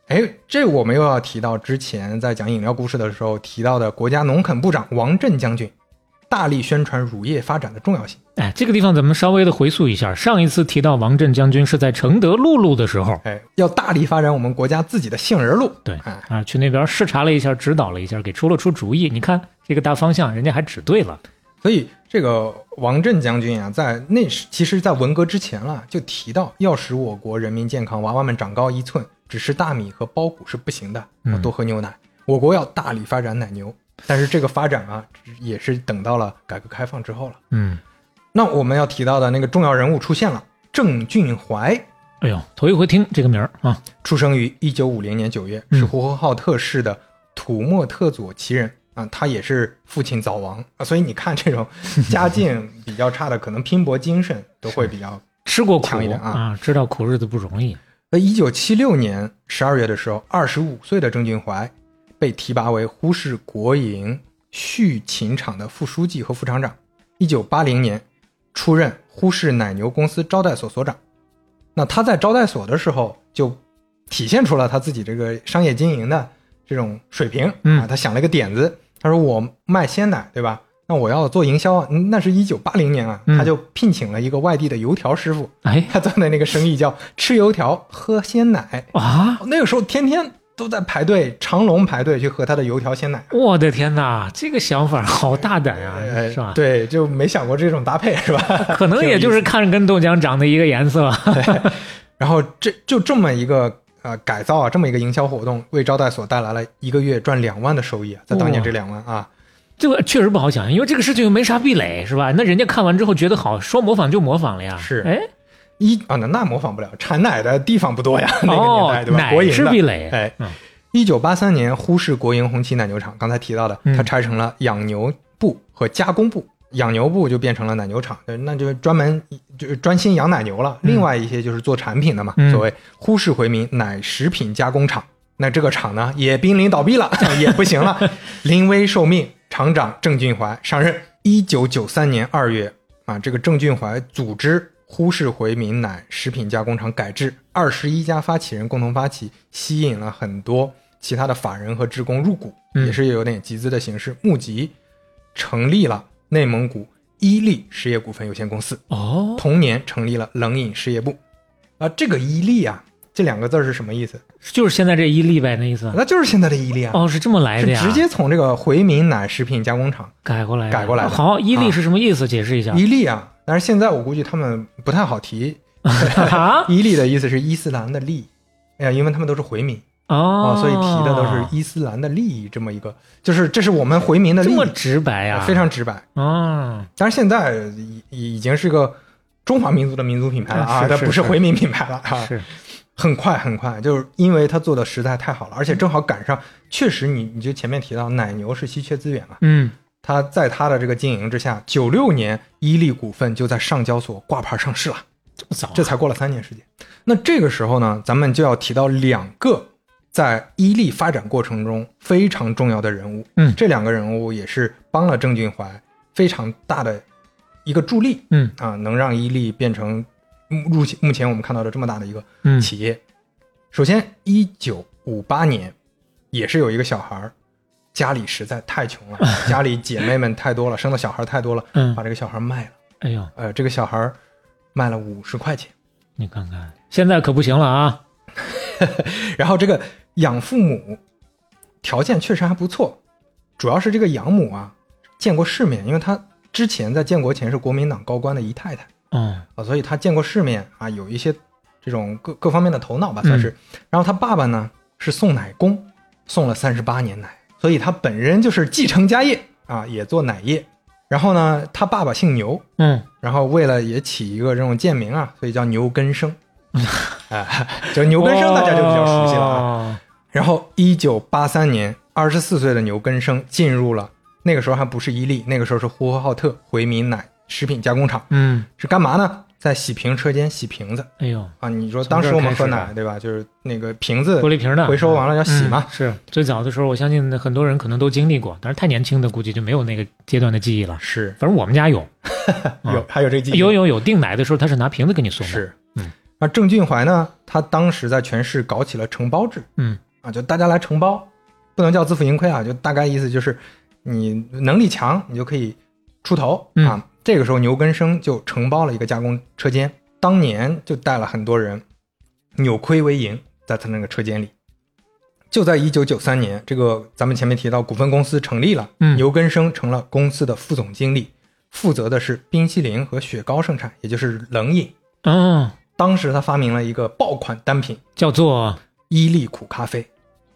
Speaker 3: 哎，这我们又要提到之前在讲饮料故事的时候提到的国家农垦部长王震将军，大力宣传乳业发展的重要性。
Speaker 2: 哎，这个地方咱们稍微的回溯一下，上一次提到王震将军是在承德陆路的时候，
Speaker 3: 哎，要大力发展我们国家自己的杏仁露。
Speaker 2: 对
Speaker 3: 哎，
Speaker 2: 啊，去那边视察了一下，指导了一下，给出了出主意。你看这个大方向，人家还指对了。
Speaker 3: 所以这个王震将军啊，在那时其实，在文革之前了，就提到要使我国人民健康，娃娃们长高一寸，只吃大米和苞谷是不行的，要
Speaker 2: 嗯
Speaker 3: 多喝牛奶。我国要大力发展奶牛，但是这个发展啊，也是等到了改革开放之后了。
Speaker 2: 嗯，
Speaker 3: 那我们要提到的那个重要人物出现了，郑俊怀，
Speaker 2: 哎呦，头一回听这个名儿啊，
Speaker 3: 出生于一九五零年九月，
Speaker 2: 嗯
Speaker 3: 是呼和浩特市的土默特左旗人。啊，他也是父亲早亡啊，所以你看这种 家境比较差的，可能拼搏精神都会比较。
Speaker 2: 吃过苦
Speaker 3: 强一点啊
Speaker 2: 啊，知道苦日子不容易。
Speaker 3: 呃，一九七六年十二月的时候，二十五岁的郑俊怀被提拔为呼市国营畜禽场的副书记和副厂长。一九八零年，出任呼市奶牛公司招待所所长。那他在招待所的时候，就体现出了他自己这个商业经营的这种水平
Speaker 2: 嗯
Speaker 3: 啊。他想了一个点子，他说：“我卖鲜奶，对吧？那我要做营销啊。嗯”那是一九八零年啊，
Speaker 2: 嗯
Speaker 3: 他就聘请了一个外地的油条师傅，
Speaker 2: 哎
Speaker 3: 他做的那个生意叫吃油条喝鲜奶。
Speaker 2: 啊，
Speaker 3: 那个时候天天都在排队长龙排队去喝他的油条鲜奶，
Speaker 2: 我的天哪，这个想法好大胆啊，
Speaker 3: 呃
Speaker 2: 是吧？
Speaker 3: 对，就没想过这种搭配是吧？
Speaker 2: 可能也就是看着跟豆浆长得一个颜色。
Speaker 3: 然后这就这么一个呃改造啊，这么一个营销活动，为招待所带来了一个月赚两万的收益啊，在当年
Speaker 2: 哇
Speaker 3: 这两万啊，
Speaker 2: 这个确实不好想象，因为这个事情又没啥壁垒，是吧？那人家看完之后觉得好，说模仿就模仿了呀。
Speaker 3: 是
Speaker 2: 哎，
Speaker 3: 一啊那那模仿不了，产奶的地方不多呀，那个年
Speaker 2: 哦
Speaker 3: 代，对吧？国
Speaker 2: 奶
Speaker 3: 营
Speaker 2: 是
Speaker 3: 的
Speaker 2: 壁垒，
Speaker 3: 哎
Speaker 2: 嗯，
Speaker 3: 一九八三年，呼市国营红旗奶牛场，刚才提到的，
Speaker 2: 嗯
Speaker 3: 它拆成了养牛部和加工部。养牛部就变成了奶牛场，呃那就专门就是专心养奶牛了。
Speaker 2: 嗯
Speaker 3: 另外一些就是做产品的嘛，
Speaker 2: 嗯
Speaker 3: 所谓呼市回民奶食品加工厂。那这个厂呢也濒临倒闭了， 也不行了。临危受命，厂长郑俊怀上任。一九九三年二月啊，这个郑俊怀组织呼市回民奶食品加工厂改制，二十一家发起人共同发起，吸引了很多其他的法人和职工入股，
Speaker 2: 嗯
Speaker 3: 也是有点集资的形式，募集成立了内蒙古伊利实业股份有限公司。
Speaker 2: 哦，
Speaker 3: 同年成立了冷饮事业部。啊，这个伊利啊，这两个字儿是什么意思？啊
Speaker 2: 就是现在这一例呗，那意思。
Speaker 3: 那就是现在的伊利啊，
Speaker 2: 哦，是这么来
Speaker 3: 是
Speaker 2: 的呀，
Speaker 3: 直接从这个回民奶食品加工厂
Speaker 2: 改过来的，
Speaker 3: 改过来的
Speaker 2: 好，伊利
Speaker 3: 啊
Speaker 2: 是什么意思？解释一下。
Speaker 3: 伊利啊，但是现在我估计他们不太好提。
Speaker 2: 啊
Speaker 3: 伊利的意思是伊斯兰的利，哎呀，因为他们都是回民啊、
Speaker 2: 哦
Speaker 3: 所以提的都是伊斯兰的利益这么一个，就是这是我们回民的
Speaker 2: 这
Speaker 3: 利益啊
Speaker 2: 么，直啊白呀，
Speaker 3: 非常直白。
Speaker 2: 啊，
Speaker 3: 但是现在已已经是个中华民族的民族品牌了
Speaker 2: 啊
Speaker 3: 啊，
Speaker 2: 是
Speaker 3: 它
Speaker 2: 是
Speaker 3: 不是
Speaker 2: 是
Speaker 3: 回民品牌了啊。
Speaker 2: 是
Speaker 3: 很快很快，就是因为它做的实在太好了，而且正好赶上，确实你你就前面提到奶牛是稀缺资源嘛，
Speaker 2: 嗯，
Speaker 3: 它在它的这个经营之下，九六年伊利股份就在上交所挂牌上市了，
Speaker 2: 这么早啊，
Speaker 3: 这才过了三年时间。那这个时候呢，咱们就要提到两个在伊利发展过程中非常重要的人物，
Speaker 2: 嗯
Speaker 3: 这两个人物也是帮了郑俊怀非常大的一个助力，
Speaker 2: 嗯
Speaker 3: 啊，能让伊利变成目前目前我们看到的这么大的一个
Speaker 2: 嗯
Speaker 3: 企业。首先，一九五八年，也是有一个小孩儿，家里实在太穷 了，家里姐妹们太多了，生的小孩太多了，
Speaker 2: 嗯
Speaker 3: 把，这个小孩卖了。
Speaker 2: 哎呦，
Speaker 3: 呃，这个小孩儿卖了五十块钱。
Speaker 2: 你看看，现在可不行了啊，
Speaker 3: 然后这个养父母条件确实还不错，主要是这个养母啊见过世面，因为她之前在建国前是国民党高官的姨太太。
Speaker 2: 嗯
Speaker 3: 啊，所以他见过世面啊，有一些这种各各方面的头脑吧，算是。然后他爸爸呢是送奶工，送了三十八年奶，所以他本人就是继承家业啊，也做奶业。然后呢，他爸爸姓牛，
Speaker 2: 嗯，
Speaker 3: 然后为了也起一个这种贱名啊，所以叫牛根生。哎，就牛根生大家就比较熟悉了啊。
Speaker 2: 啊，
Speaker 3: 然后，一九八三年，二十四岁的牛根生进入了那个时候还不是伊利，那个时候是呼和浩特回民奶食品加工厂。
Speaker 2: 嗯，
Speaker 3: 是干嘛呢？在洗瓶车间洗瓶子
Speaker 2: 哎呦，
Speaker 3: 啊！你说
Speaker 2: 从
Speaker 3: 当
Speaker 2: 这儿
Speaker 3: 时我们
Speaker 2: 开始
Speaker 3: 喝
Speaker 2: 啊
Speaker 3: 奶对吧？就是那个瓶子
Speaker 2: 玻璃瓶的
Speaker 3: 回收完了要洗嘛
Speaker 2: 嗯。是最早的时候，我相信很多人可能都经历过，但是太年轻的估计就没有那个阶段的记忆了。
Speaker 3: 嗯是
Speaker 2: 反正我们家有，嗯
Speaker 3: 有还有这记忆
Speaker 2: 有有有订奶的时候，他是拿瓶子给你送的。，
Speaker 3: 是
Speaker 2: 嗯。
Speaker 3: 那郑俊怀呢？他当时在全市搞起了承包制
Speaker 2: 嗯
Speaker 3: 啊，就大家来承包，不能叫自负盈亏啊，就大概意思就是你能力强，你就可以出头
Speaker 2: 嗯
Speaker 3: 啊。这个时候牛根生就承包了一个加工车间，当年就带了很多人，扭亏为盈，在他那个车间里。就在一九九三年，这个咱们前面提到股份公司成立了，
Speaker 2: 嗯
Speaker 3: 牛根生成了公司的副总经理，负责的是冰淇淋和雪糕生产，也就是冷饮。
Speaker 2: 嗯，
Speaker 3: 当时他发明了一个爆款单品
Speaker 2: 叫做
Speaker 3: 伊利苦咖啡，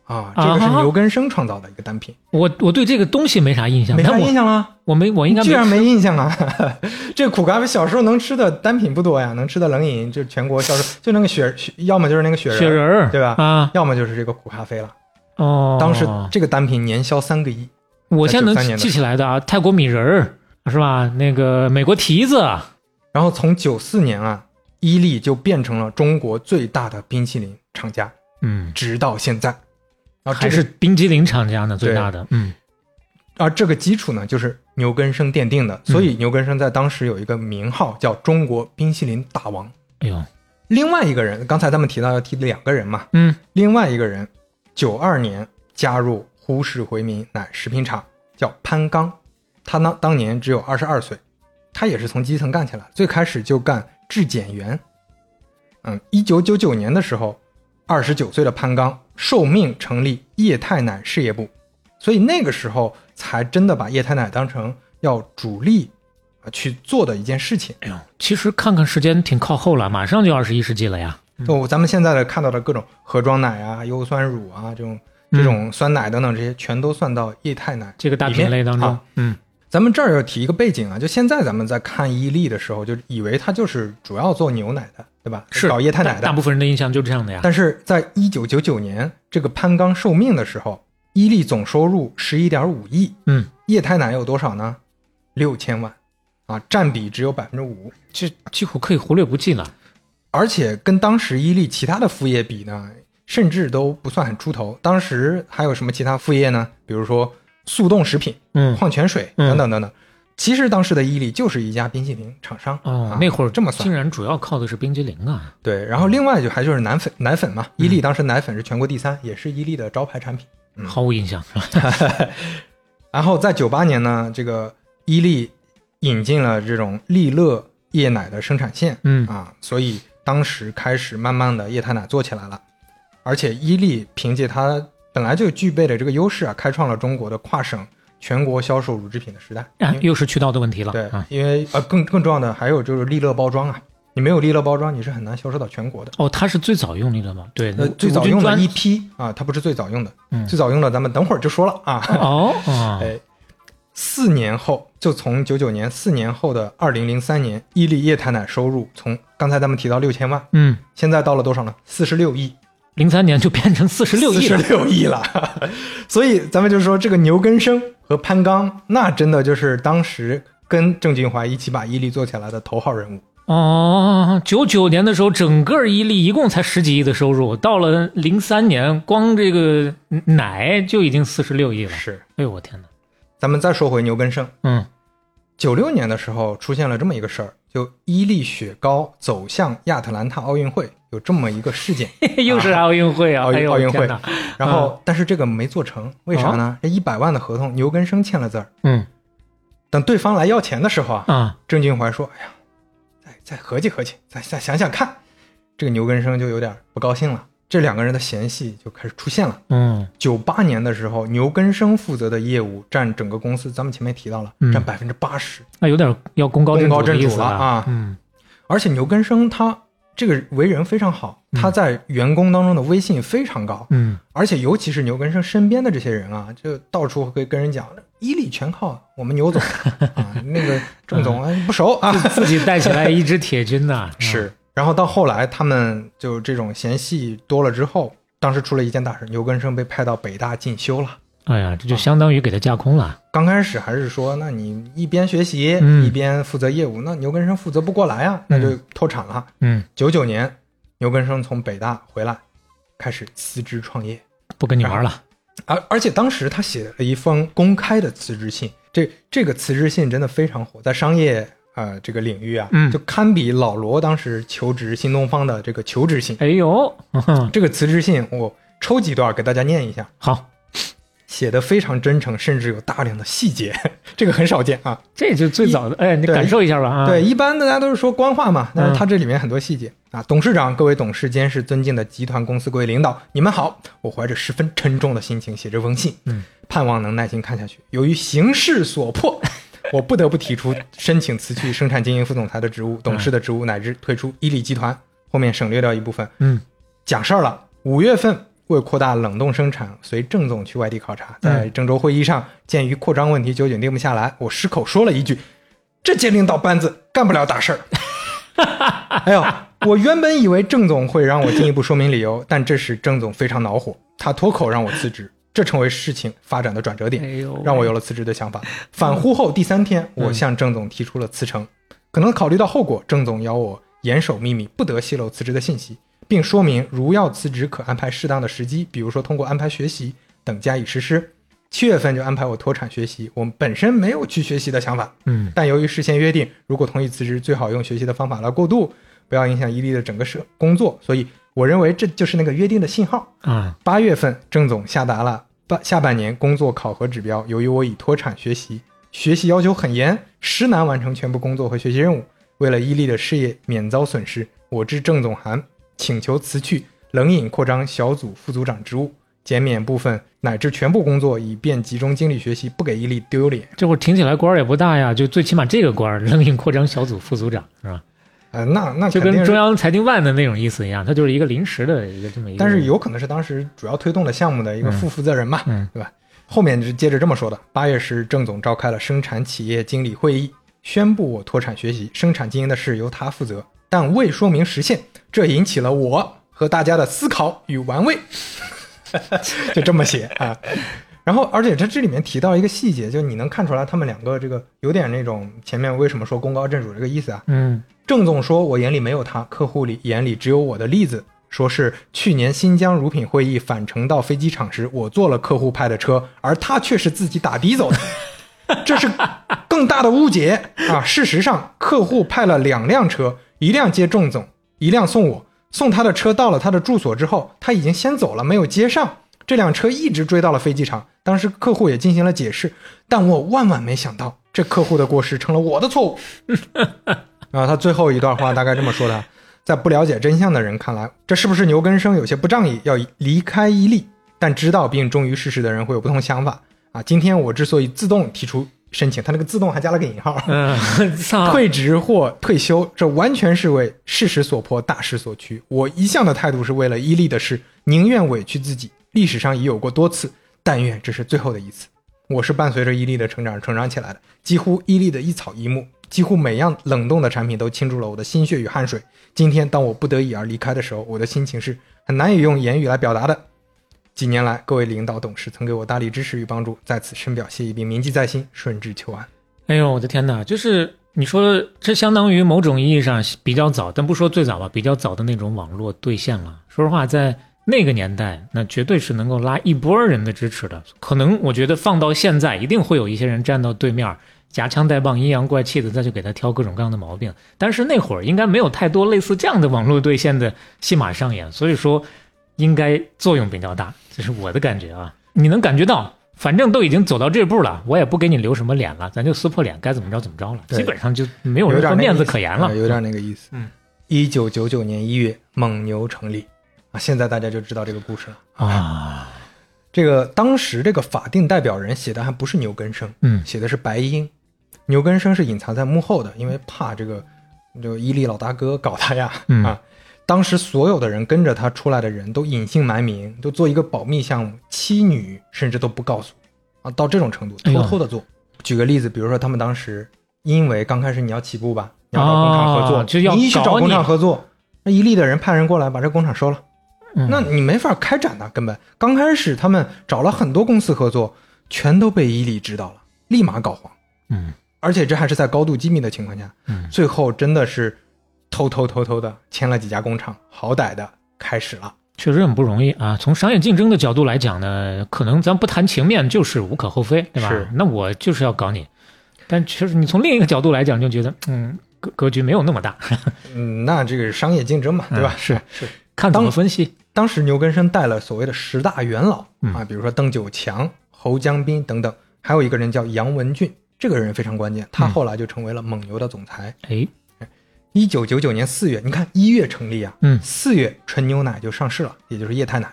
Speaker 3: 啊，这个是
Speaker 2: 啊哈
Speaker 3: 牛根生创造的一个单品，
Speaker 2: 我我对这个东西没啥印象，
Speaker 3: 没啥
Speaker 2: 但我
Speaker 3: 印象了，
Speaker 2: 我没我应该
Speaker 3: 居
Speaker 2: 没
Speaker 3: 然没印象啊！ 这苦咖啡小时候能吃的单品不多呀，能吃的冷饮就全国销售，就那个雪，雪要么就是那个雪人，
Speaker 2: 雪人儿
Speaker 3: 对吧
Speaker 2: 啊
Speaker 3: 要么就是这个苦咖啡了。
Speaker 2: 哦，
Speaker 3: 当时这个单品年销三个亿
Speaker 2: 我现在
Speaker 3: 93
Speaker 2: 能
Speaker 3: 年的
Speaker 2: 记起来的啊，泰国米仁儿是吧？那个美国提子，
Speaker 3: 然后从九四年啊，伊利就变成了中国最大的冰淇淋厂家，
Speaker 2: 嗯，
Speaker 3: 直到现在。啊，
Speaker 2: 还
Speaker 3: 这
Speaker 2: 是
Speaker 3: 个
Speaker 2: 冰激凌厂家呢最
Speaker 3: 对
Speaker 2: 大的，嗯
Speaker 3: 而啊这个基础呢，就是牛根生奠定的，
Speaker 2: 嗯
Speaker 3: 所以牛根生在当时有一个名号叫“中国冰淇淋大王
Speaker 2: 哎呦，”。
Speaker 3: 另外一个人，刚才咱们提到要提两个人嘛，
Speaker 2: 嗯，
Speaker 3: 另外一个人，九二年加入呼市回民奶食品厂，叫潘刚，他呢当年只有二十二岁，他也是从基层干起来，最开始就干质检员。嗯，一九九九年的时候，二十九岁的潘刚受命成立液态奶事业部，所以那个时候才真的把液态奶当成要主力啊去做的一件事情。
Speaker 2: 哎呦，其实看看时间挺靠后了，马上就二十一世纪了呀。
Speaker 3: 就咱们现在的看到的各种盒装奶啊、优酸乳啊这种这种酸奶等等这些，全都算到液态奶
Speaker 2: 嗯这个大品类当
Speaker 3: 里面
Speaker 2: 中
Speaker 3: 啊。，
Speaker 2: 嗯，
Speaker 3: 咱们这儿要提一个背景啊，就现在咱们在看伊利的时候，就以为它就是主要做牛奶的，对吧？
Speaker 2: 是
Speaker 3: 搞液态奶
Speaker 2: 大
Speaker 3: 的。
Speaker 2: 部分人的印象就这样的呀。
Speaker 3: 但是在一九九九年这个潘刚受命的时候，伊利总收入十一点五亿，
Speaker 2: 嗯，
Speaker 3: 液态奶有多少呢？六千万，啊，占比只有百分之五。
Speaker 2: 这几乎可以忽略不计了。
Speaker 3: 而且跟当时伊利其他的副业比呢，甚至都不算很出头。当时还有什么其他副业呢？比如说速冻食品、
Speaker 2: 嗯，
Speaker 3: 矿泉水
Speaker 2: 嗯
Speaker 3: 等等等等。其实当时的伊利就是一家冰淇淋厂商
Speaker 2: 哦
Speaker 3: 啊，
Speaker 2: 那会儿
Speaker 3: 这么
Speaker 2: 竟
Speaker 3: 算
Speaker 2: 然主要靠的是冰激凌啊。
Speaker 3: 对。然后另外就还就是奶粉，奶粉嘛，
Speaker 2: 嗯
Speaker 3: 伊利当时奶粉是全国第三，也是伊利的招牌产品。嗯
Speaker 2: 毫无印象。
Speaker 3: 然后在九八年呢，这个伊利引进了这种利乐液奶的生产线，
Speaker 2: 嗯
Speaker 3: 啊，所以当时开始慢慢的液态奶做起来了，而且伊利凭借它本来就具备的这个优势啊，开创了中国的跨省全国销售乳制品的时代。
Speaker 2: 啊
Speaker 3: 因为
Speaker 2: 又是渠道的问题了。
Speaker 3: 嗯对
Speaker 2: 啊，
Speaker 3: 因为呃更更重要的还有就是利乐包装啊，你没有利乐包装，你是很难销售到全国的。
Speaker 2: 哦，它是最早用力的吗？对，
Speaker 3: 呃，
Speaker 2: 吴
Speaker 3: 最早用的
Speaker 2: 吴
Speaker 3: 一
Speaker 2: 君
Speaker 3: 批啊，它不是最早用的，
Speaker 2: 嗯
Speaker 3: 最早用的咱们等会儿就说了啊。
Speaker 2: 专哦，哦
Speaker 3: 哎，四年后，就从九九年四年后的二零零三年，伊利液态奶收入从刚才咱们提到六千万，
Speaker 2: 嗯，
Speaker 3: 现在到了多少呢？四十六亿，
Speaker 2: 零三年就变成四十六亿
Speaker 3: 十
Speaker 2: 了。
Speaker 3: 六亿了。 所以咱们就说这个牛根生和潘刚，那真的就是当时跟郑俊怀一起把伊利做起来的头号人物。
Speaker 2: 哦，九九年的时候，整个伊利一共才十几亿的收入，到了零三年，光这个奶就已经四十六亿了。
Speaker 3: 是，
Speaker 2: 哎呦，我天哪！
Speaker 3: 咱们再说回牛根生，
Speaker 2: 嗯，
Speaker 3: 九六年的时候出现了这么一个事儿，就伊利雪糕走向亚特兰大奥运会有这么一个事件。
Speaker 2: 又是奥运会啊！
Speaker 3: 奥运
Speaker 2: 哎呦，
Speaker 3: 奥运会
Speaker 2: 天哪
Speaker 3: 然后，
Speaker 2: 嗯
Speaker 3: 但是这个没做成，为啥呢？
Speaker 2: 啊
Speaker 3: 这一百万的合同，牛根生签了字儿。
Speaker 2: 嗯
Speaker 3: 等对方来要钱的时候啊，
Speaker 2: 啊，
Speaker 3: 郑俊怀说：“哎呀，再再合计合计，再再想想看。”这个牛根生就有点不高兴了，这两个人的嫌隙就开始出现了。
Speaker 2: 嗯
Speaker 3: 九八年的时候，牛根生负责的业务占整个公司，咱们前面提到了，
Speaker 2: 嗯
Speaker 3: 占百分之八十。
Speaker 2: 那有点要功高
Speaker 3: 功高
Speaker 2: 的
Speaker 3: 震
Speaker 2: 意
Speaker 3: 主
Speaker 2: 思
Speaker 3: 了啊
Speaker 2: 嗯，
Speaker 3: 而且牛根生他这个为人非常好，他在员工当中的威信非常高。
Speaker 2: 嗯，
Speaker 3: 而且尤其是牛根生身边的这些人啊，就到处会跟人讲，伊利全靠我们牛总啊，那个郑总哎不熟啊，
Speaker 2: 自己带起来一支铁军呐。嗯，
Speaker 3: 是。然后到后来，他们就这种嫌隙多了之后，当时出了一件大事，牛根生被派到北大进修了。
Speaker 2: 哎呀，这就相当于给他架空了。
Speaker 3: 刚开始还是说，那你一边学习、
Speaker 2: 嗯
Speaker 3: 一边负责业务，那牛根生负责不过来啊，那就脱产了。
Speaker 2: 嗯，
Speaker 3: 九九、年，牛根生从北大回来，开始辞职创业。
Speaker 2: 不跟你玩了。
Speaker 3: 而而且当时他写了一封公开的辞职信，这这个辞职信真的非常火，在商业啊、呃这个领域啊，
Speaker 2: 嗯
Speaker 3: 就堪比老罗当时求职新东方的这个求职信。
Speaker 2: 哎呦， 呵呵
Speaker 3: 这个辞职信我抽几段给大家念一下，
Speaker 2: 好，
Speaker 3: 写的非常真诚，甚至有大量的细节， 这个很少见啊。
Speaker 2: 这就最早的，哎，你
Speaker 3: 对
Speaker 2: 感受一下吧啊。
Speaker 3: 对，，一般大家都是说官话嘛，
Speaker 2: 嗯
Speaker 3: 但是他这里面很多细节、啊。董事长，各位董事监事，尊敬的集团公司各位领导，你们好！我怀着十分沉重的心情写这封信，
Speaker 2: 嗯，
Speaker 3: 盼望能耐心看下去。由于形势 所迫，我不得不提出申请辞去生产经营副总裁的职务、董事的职务，乃至退出伊利集团。后面省略掉一部分，
Speaker 2: 嗯，
Speaker 3: 讲事儿了。五月份，为扩大冷冻生产，随郑总去外地考察，在郑州会议上，鉴于扩张问题久久定不下来，我失口说了一句：“这届领导班子干不了大事儿。”哎呦，我原本以为郑总会让我进一步说明理由，但这时郑总非常恼火，他脱口让我辞职。这成为事情发展的转折
Speaker 2: 哎
Speaker 3: 点，
Speaker 2: 呦，
Speaker 3: 让我有了辞职的想法。反呼后第三天，我向郑总提出了辞呈。可能考虑到后果，郑总要我严守秘密，不得泄露辞职的信息，并说明如要辞职，可安排适当的时机，比如说通过安排学习等加以实施。七月份就安排我脱产学习，我们本身没有去学习的想法，
Speaker 2: 嗯
Speaker 3: 但由于事先约定，如果同意辞职，最好用学习的方法来过渡，不要影响伊利的整个社工作。所以，我认为这就是那个约定的信号。
Speaker 2: 啊，
Speaker 3: 八月份，郑总下达了半下半年工作考核指标。由于我已脱产学习，学习要求很严，实难完成全部工作和学习任务。为了伊利的事业免遭损失，我致郑总函请求辞去，冷饮扩张小组副组长职务，减免部分乃至全部工作，以便集中精力学习，不给伊利丢脸。
Speaker 2: 这会儿听起来官儿也不大呀，就最起码这个官儿， 冷饮扩张小组副组长是吧？
Speaker 3: 呃，那那
Speaker 2: 就
Speaker 3: 肯定
Speaker 2: 跟
Speaker 3: 是
Speaker 2: 中央财经办的那种意思一样，它就是一个临时的一个这么一个。
Speaker 3: 但是有可能是当时主要推动的项目的一个副负责人嘛，
Speaker 2: 嗯嗯
Speaker 3: 对吧？后面就接着这么说的：八月时，郑总召开了生产企业经理会议，宣布我脱产学习，生产经营的事由他负责，但未说明时限，这引起了我和大家的思考与玩味。 就这么写啊。然后，而且他这里面提到一个细节，就你能看出来他们两个这个有点那种前面为什么说功高震主这个意思啊？
Speaker 2: 嗯
Speaker 3: 郑总说：“我眼里没有他，客户里眼里只有我的例子。”说是去年新疆乳品会议返程到飞机场时，我坐了客户派的车，而他却是自己打的走的，这是更大的误解啊！事实上，客户派了两辆车，一辆接郑总，一辆送我。送他的车到了他的住所之后，他已经先走了，没有接上。这辆车一直追到了飞机场，当时客户也进行了解释，但我万万没想到，这客户的过失成了我的错误。 啊，他最后一段话大概这么说的：在不了解真相的人看来，这是不是牛根生有些不仗义，要离开伊利？但知道并忠于事实的人会有不同想法啊。今天我之所以自动提出申请，他那个自动还加了个引号，
Speaker 2: 嗯，操，
Speaker 3: 退职或退休，这完全是为事实所迫，大势所趋。我一向的态度是为了伊利的事，宁愿委屈自己。历史上已有过多次，但愿这是最后的一次。我是伴随着伊利的成长成长起来的，几乎伊利的一草一木，几乎每样冷冻的产品都倾注了我的心血与汗水。今天当我不得已而离开的时候，我的心情是很难以用言语来表达的。几年来，各位领导、董事曾给我大力支持与帮助，在此深表谢意，并铭记在心，顺治求安。
Speaker 2: 哎呦，我的天哪！就是你说，这相当于某种意义上比较早，但不说最早吧，比较早的那种网络兑现了。说实话，在那个年代，那绝对是能够拉一波人的支持的。可能我觉得放到现在，一定会有一些人站到对面，夹枪带棒、阴阳怪气的再去给他挑各种各样的毛病。但是那会儿应该没有太多类似这样的网络兑现的戏码上演，所以说应该作用比较大，这是我的感觉啊。你能感觉到，反正都已经走到这步了，我也不给你留什么脸了，咱就撕破脸，该怎么着怎么着了，
Speaker 3: 对
Speaker 2: 基本上就没有
Speaker 3: 有
Speaker 2: 任
Speaker 3: 点
Speaker 2: 何
Speaker 3: 那
Speaker 2: 面
Speaker 3: 个
Speaker 2: 子
Speaker 3: 意思
Speaker 2: 可言了
Speaker 3: 啊。有点那个意思。
Speaker 2: 嗯，
Speaker 3: 一九九九年一月，蒙牛成立啊，现在大家就知道这个故事了。
Speaker 2: 啊，
Speaker 3: 这个当时这个法定代表人写的还不是牛根生，
Speaker 2: 嗯
Speaker 3: 写的是白鹰。牛根生是隐藏在幕后的，因为怕这个这个伊利老大哥搞他呀、
Speaker 2: 嗯
Speaker 3: 啊。当时所有的人跟着他出来的人都隐姓埋名，都做一个保密项目，妻女甚至都不告诉啊，到这种程度，
Speaker 2: 哎呦
Speaker 3: 偷偷的做。举个例子，比如说他们当时因为刚开始你要起步吧，你要找工厂合作，
Speaker 2: 啊就要
Speaker 3: 你一去找
Speaker 2: 搞
Speaker 3: 工厂
Speaker 2: 你
Speaker 3: 合作，那伊利的人派人过来把这工厂收了。
Speaker 2: 嗯
Speaker 3: 那你没法开展呐、根本刚开始他们找了很多公司合作，全都被伊利知道了，立马搞黄，
Speaker 2: 嗯
Speaker 3: 而且这还是在高度机密的情况下，
Speaker 2: 嗯
Speaker 3: 最后真的是偷偷偷偷的签了几家工厂，好歹的开始了。
Speaker 2: 确实很不容易啊。从商业竞争的角度来讲呢，可能咱不谈情面，就是无可厚非，对吧
Speaker 3: 是？
Speaker 2: 那我就是要搞你，但确实你从另一个角度来讲，就觉得嗯，格格局没有那 么大，
Speaker 3: 嗯，那这个是商业竞争嘛，对吧？
Speaker 2: 嗯是是，看怎么
Speaker 3: 当
Speaker 2: 分析。
Speaker 3: 当时牛根生带了所谓的十大元老
Speaker 2: 嗯
Speaker 3: 啊，比如说邓九强、侯江斌等等，还有一个人叫杨文俊，这个人非常关键，他
Speaker 2: 嗯
Speaker 3: 后来就成为了蒙牛的总裁。
Speaker 2: 哎，
Speaker 3: 一九九九年四月，你看一月成立啊，
Speaker 2: 嗯
Speaker 3: 四月纯牛奶就上市了，也就是液态奶；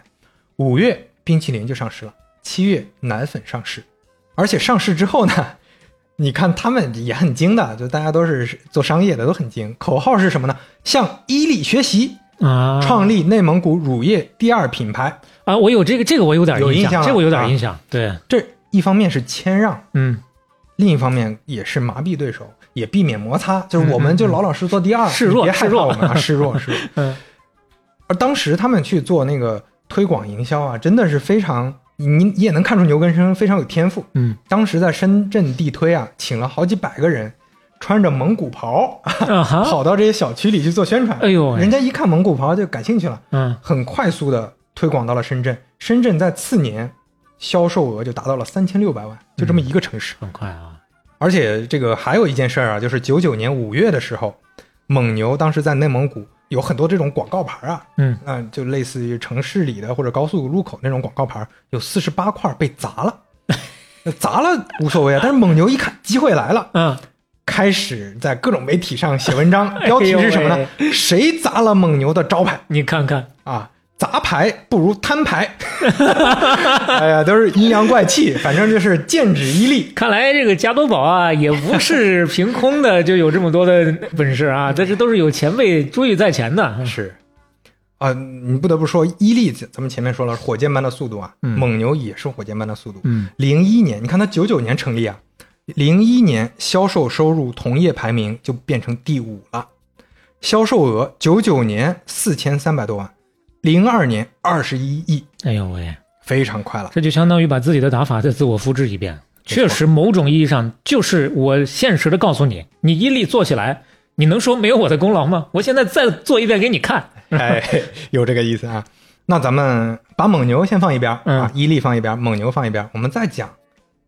Speaker 3: 五月冰淇淋就上市了，七月奶粉上市，而且上市之后呢，你看他们也很精的，就大家都是做商业的都很精，口号是什么呢？向伊利学习，
Speaker 2: 啊，
Speaker 3: 创立内蒙古乳业第二品牌。
Speaker 2: 啊，我有这个，这个我有点
Speaker 3: 有印
Speaker 2: 印
Speaker 3: 象了
Speaker 2: 这我有点
Speaker 3: 啊
Speaker 2: 印象。对，
Speaker 3: 这一方面是谦让，
Speaker 2: 嗯，
Speaker 3: 另一方面也是麻痹对手，也避免摩擦，就是我们就老老实实做第二，
Speaker 2: 嗯示弱
Speaker 3: 你别害
Speaker 2: 示
Speaker 3: 怕
Speaker 2: 弱
Speaker 3: 我们啊，示弱示弱。
Speaker 2: 嗯
Speaker 3: 而当时他们去做那个推广营销啊，真的是非常你你也能看出牛根生非常有天赋。
Speaker 2: 嗯，
Speaker 3: 当时在深圳地推啊，请了好几百个人，穿着蒙古袍，
Speaker 2: 啊哈，
Speaker 3: 跑到这些小区里去做宣传。
Speaker 2: 哎呦喂
Speaker 3: 人家一看蒙古袍就感兴趣了，
Speaker 2: 嗯，
Speaker 3: 很快速的推广到了深圳。深圳在次年销售额就达到了三千六百万，就这么一个城市。
Speaker 2: 很快啊，
Speaker 3: 而且这个还有一件事儿啊，就是九九年五月的时候，蒙牛当时在内蒙古有很多这种广告牌啊，
Speaker 2: 嗯，
Speaker 3: 嗯、就类似于城市里的或者高速路口那种广告牌，有四十八块被砸 了。那砸了无所谓啊，但是蒙牛一看机会来了，
Speaker 2: 嗯，
Speaker 3: 开始在各种媒体上写文章，标题是什么
Speaker 2: 哎
Speaker 3: 呢？谁砸了蒙牛的招牌
Speaker 2: 你看看，
Speaker 3: 啊？砸牌不如摊牌， 哎呀，都是阴阳怪气，反正就是剑指伊利。
Speaker 2: 看来这个加多宝啊， 也不是凭空的就有这么多的本事啊，但是都是有前辈追忆在前的。
Speaker 3: 是，啊、你不得不说，伊利咱咱们前面说了，火箭般的速度啊，
Speaker 2: 嗯
Speaker 3: 蒙牛也是火箭般的速度。
Speaker 2: 嗯，
Speaker 3: 零一年，你看它九九年成立啊，零一年销售收入同业排名就变成第五了，销售额九九年四千三百多万，零二年二十一亿，
Speaker 2: 哎呦喂，
Speaker 3: 非常快了。
Speaker 2: 这就相当于把自己的打法再自我复制一遍。确实，某种意义上就是我现实的告诉你，你伊利做起来，你能说没有我的功劳吗？我现在再做一遍给你看。
Speaker 3: 哎，有这个意思啊。那咱们把蒙牛先放一边儿、
Speaker 2: 嗯
Speaker 3: 啊，伊利放一边儿，蒙牛放一边儿，我们再讲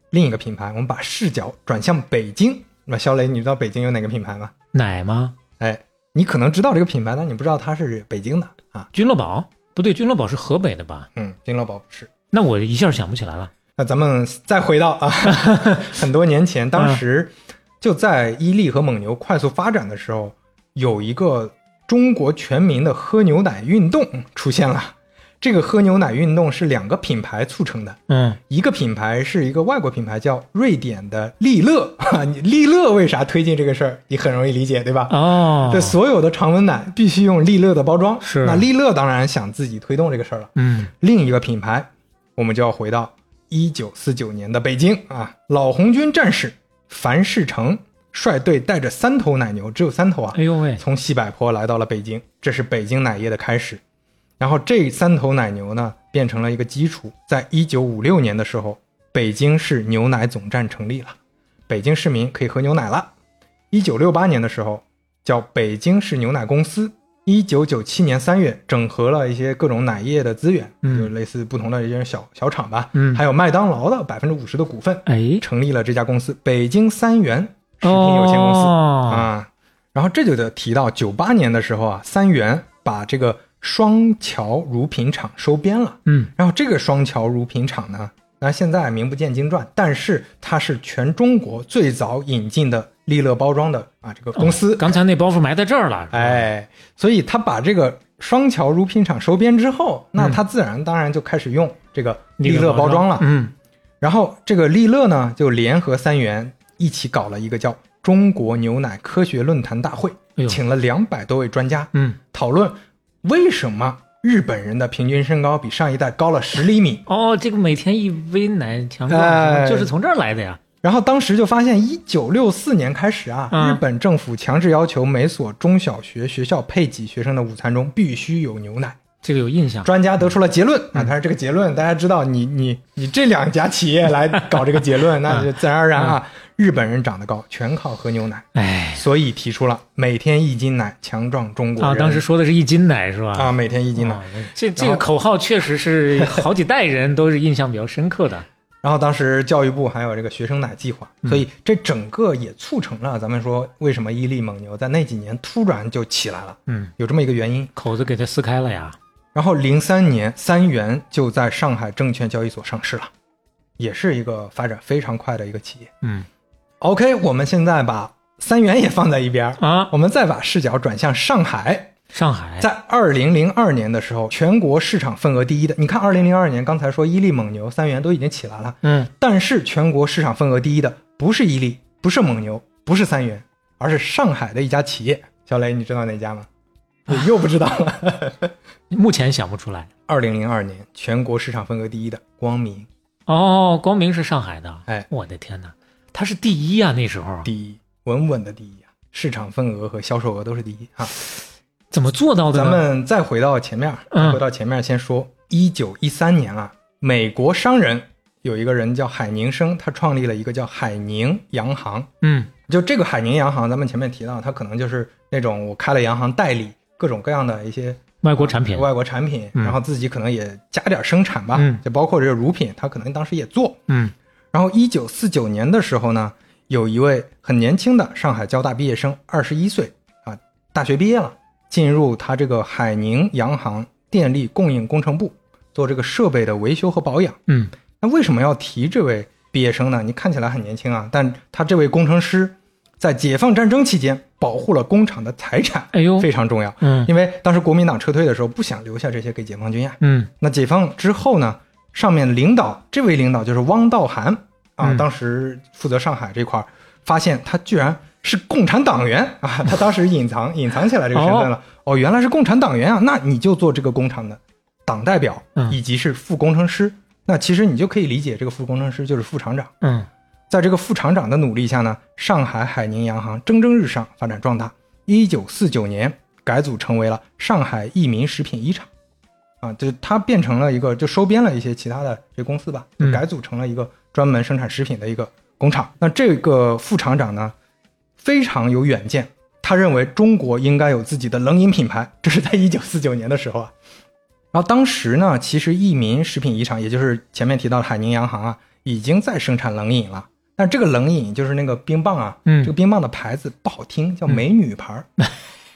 Speaker 3: 另一个品牌。我们把视角转向北京。那肖雷，你知道北京有哪个品牌吗？
Speaker 2: 奶吗？
Speaker 3: 哎，你可能知道这个品牌，但你不知道它是北京的啊。
Speaker 2: 君乐宝？不对，君乐宝是河北的吧？
Speaker 3: 嗯，君乐宝不是。
Speaker 2: 那我一下想不起来了。
Speaker 3: 那咱们再回到 啊，很多年前，当时就在伊利和蒙牛快速发展的时候，有一个中国全民的喝牛奶运动出现了。这个喝牛奶运动是两个品牌促成的，
Speaker 2: 嗯，
Speaker 3: 一个品牌是一个外国品牌，叫瑞典的利乐。 啊，你利乐为啥推进这个事儿？你很容易理解，对吧？
Speaker 2: 哦，
Speaker 3: 对，所有的常温奶必须用利乐的包装。
Speaker 2: 是
Speaker 3: 那利乐当然想自己推动这个事儿了。
Speaker 2: 嗯，
Speaker 3: 另一个品牌，我们就要回到一九四九年的北京啊，老红军战士樊世成率队带着三头奶牛，只有三头啊
Speaker 2: 哎，呦喂，
Speaker 3: 从西柏坡来到了北京，这是北京奶业的开始。然后这三头奶牛呢，变成了一个基础，在一九五六年的时候，北京市牛奶总站成立了，北京市民可以喝牛奶了。一九六八年的时候，叫北京市牛奶公司。一九九七年三月，整合了一些各种奶业的资源，
Speaker 2: 嗯
Speaker 3: 就类似不同的一些小小厂吧，
Speaker 2: 嗯
Speaker 3: 还有麦当劳的百分之五十的股份，
Speaker 2: 哎，
Speaker 3: 成立了这家公司——北京三元食品有限公司。
Speaker 2: 哦，
Speaker 3: 啊。然后这就得提到九八年的时候啊，三元把这个双桥乳品厂收编了。
Speaker 2: 嗯，
Speaker 3: 然后这个双桥乳品厂呢，那现在名不见经传，但是它是全中国最早引进的利乐包装的啊这个公司。
Speaker 2: 哦刚才那包袱埋在这儿了。是吧，
Speaker 3: 哎，所以他把这个双桥乳品厂收编之后，那他自然当然就开始用这个利乐包装了。
Speaker 2: 嗯，
Speaker 3: 然后这个利乐呢，就联合三元一起搞了一个叫中国牛奶科学论坛大会，
Speaker 2: 哎呦，
Speaker 3: 请了两百多位专家
Speaker 2: 嗯，
Speaker 3: 讨论为什么日本人的平均身高比上一代高了十厘米。
Speaker 2: 哦，这个每天一杯奶强壮、
Speaker 3: 哎
Speaker 2: 就是从这儿来的呀。
Speaker 3: 然后当时就发现，一九六四年开始啊，
Speaker 2: 嗯
Speaker 3: 日本政府强制要求每所中小学学校配给学生的午餐中必须有牛奶。
Speaker 2: 这个有印象。
Speaker 3: 专家得出了结
Speaker 2: 嗯
Speaker 3: 论啊，但是这个结论大家知道你，你你这两家企业来搞这个结论，
Speaker 2: 嗯
Speaker 3: 那就自然而然啊，日本人长得高全靠喝牛奶，
Speaker 2: 哎，
Speaker 3: 所以提出了每天一斤奶强壮中国人
Speaker 2: 啊，当时说的是一斤奶是吧？
Speaker 3: 啊，每天一斤奶
Speaker 2: 啊。，这这个口号确实是好几代人都是印象比较深刻的。
Speaker 3: 然后当时教育部还有这个学生奶计划，
Speaker 2: 嗯
Speaker 3: 所以这整个也促成了咱们说为什么伊利蒙牛在那几年突然就起来了，
Speaker 2: 嗯，
Speaker 3: 有这么一个原因。
Speaker 2: 口子给它撕开了呀。
Speaker 3: 然后零三年三元就在上海证券交易所上市了，也是一个发展非常快的一个企业。
Speaker 2: 嗯
Speaker 3: OK，我们现在把三元也放在一边儿，
Speaker 2: 啊，
Speaker 3: 我们再把视角转向上海。
Speaker 2: 上海
Speaker 3: 在二零零二年的时候，全国市场份额第一的，你看二零零二年，刚才说伊利、蒙牛、三元都已经起来了，
Speaker 2: 嗯
Speaker 3: 但是全国市场份额第一的不是伊利，不是蒙牛，不是三元，而是上海的一家企业。小雷，你知道哪家吗？你又不知道了。
Speaker 2: 目前想不出来。
Speaker 3: 二零零二年全国市场份额第一的光明
Speaker 2: 哦，光明是上海的。
Speaker 3: 哎
Speaker 2: 我的天哪，他是第一啊！那时候
Speaker 3: 第一，稳稳的第一啊，市场份额和销售额都是第一啊。
Speaker 2: 怎么做到的
Speaker 3: 咱
Speaker 2: 呢？
Speaker 3: 们再回到前面，
Speaker 2: 嗯
Speaker 3: 回到前面先说，一九一三年啊，美国商人有一个人叫海宁生，他创立了一个叫海宁洋行。
Speaker 2: 嗯
Speaker 3: 就这个海宁洋行，咱们前面提到，它可能就是那种我开了洋行代理各种各样的一些
Speaker 2: 外国产品，
Speaker 3: 外国产品，
Speaker 2: 嗯
Speaker 3: 然后自己可能也加点生产吧，
Speaker 2: 嗯
Speaker 3: 就包括这个乳品，他可能当时也做。
Speaker 2: 嗯
Speaker 3: 然后一九四九年的时候呢，有一位很年轻的上海交大毕业生，二十一岁啊，大学毕业了，进入他这个海宁洋行电力供应工程部做这个设备的维修和保养。
Speaker 2: 嗯
Speaker 3: 那为什么要提这位毕业生呢？你看起来很年轻啊，但他这位工程师在解放战争期间保护了工厂的财产，
Speaker 2: 哎呦
Speaker 3: 非常重要。
Speaker 2: 嗯
Speaker 3: 因为当时国民党撤退的时候，不想留下这些给解放军呀。
Speaker 2: 嗯
Speaker 3: 那解放之后呢，上面领导这位领导就是汪道涵啊，
Speaker 2: 嗯
Speaker 3: 当时负责上海这块儿，发现他居然是共产党员啊，他当时隐藏 隐藏起来这个身份了。哦，原来是共产党员啊，那你就做这个工厂的党代表
Speaker 2: 嗯
Speaker 3: 以及是副工程师。那其实你就可以理解，这个副工程师就是副厂长。
Speaker 2: 嗯
Speaker 3: 在这个副厂长的努力下呢，上海海宁洋行蒸蒸日上，发展壮大。一九四九年改组成为了上海益民食品一厂，啊，就它变成了一个就收编了一些其他的这公司吧，就
Speaker 2: 嗯
Speaker 3: 改组成了一个专门生产食品的一个工厂。那这个副厂长呢，非常有远见，他认为中国应该有自己的冷饮品牌， 这是在一九四九年的时候啊。然后当时呢，其实益民食品一厂，也就是前面提到的海宁洋行啊，已经在生产冷饮了。但这个冷饮就是那个冰棒啊，
Speaker 2: 嗯
Speaker 3: 这个冰棒的牌子不好听，叫美女牌 儿。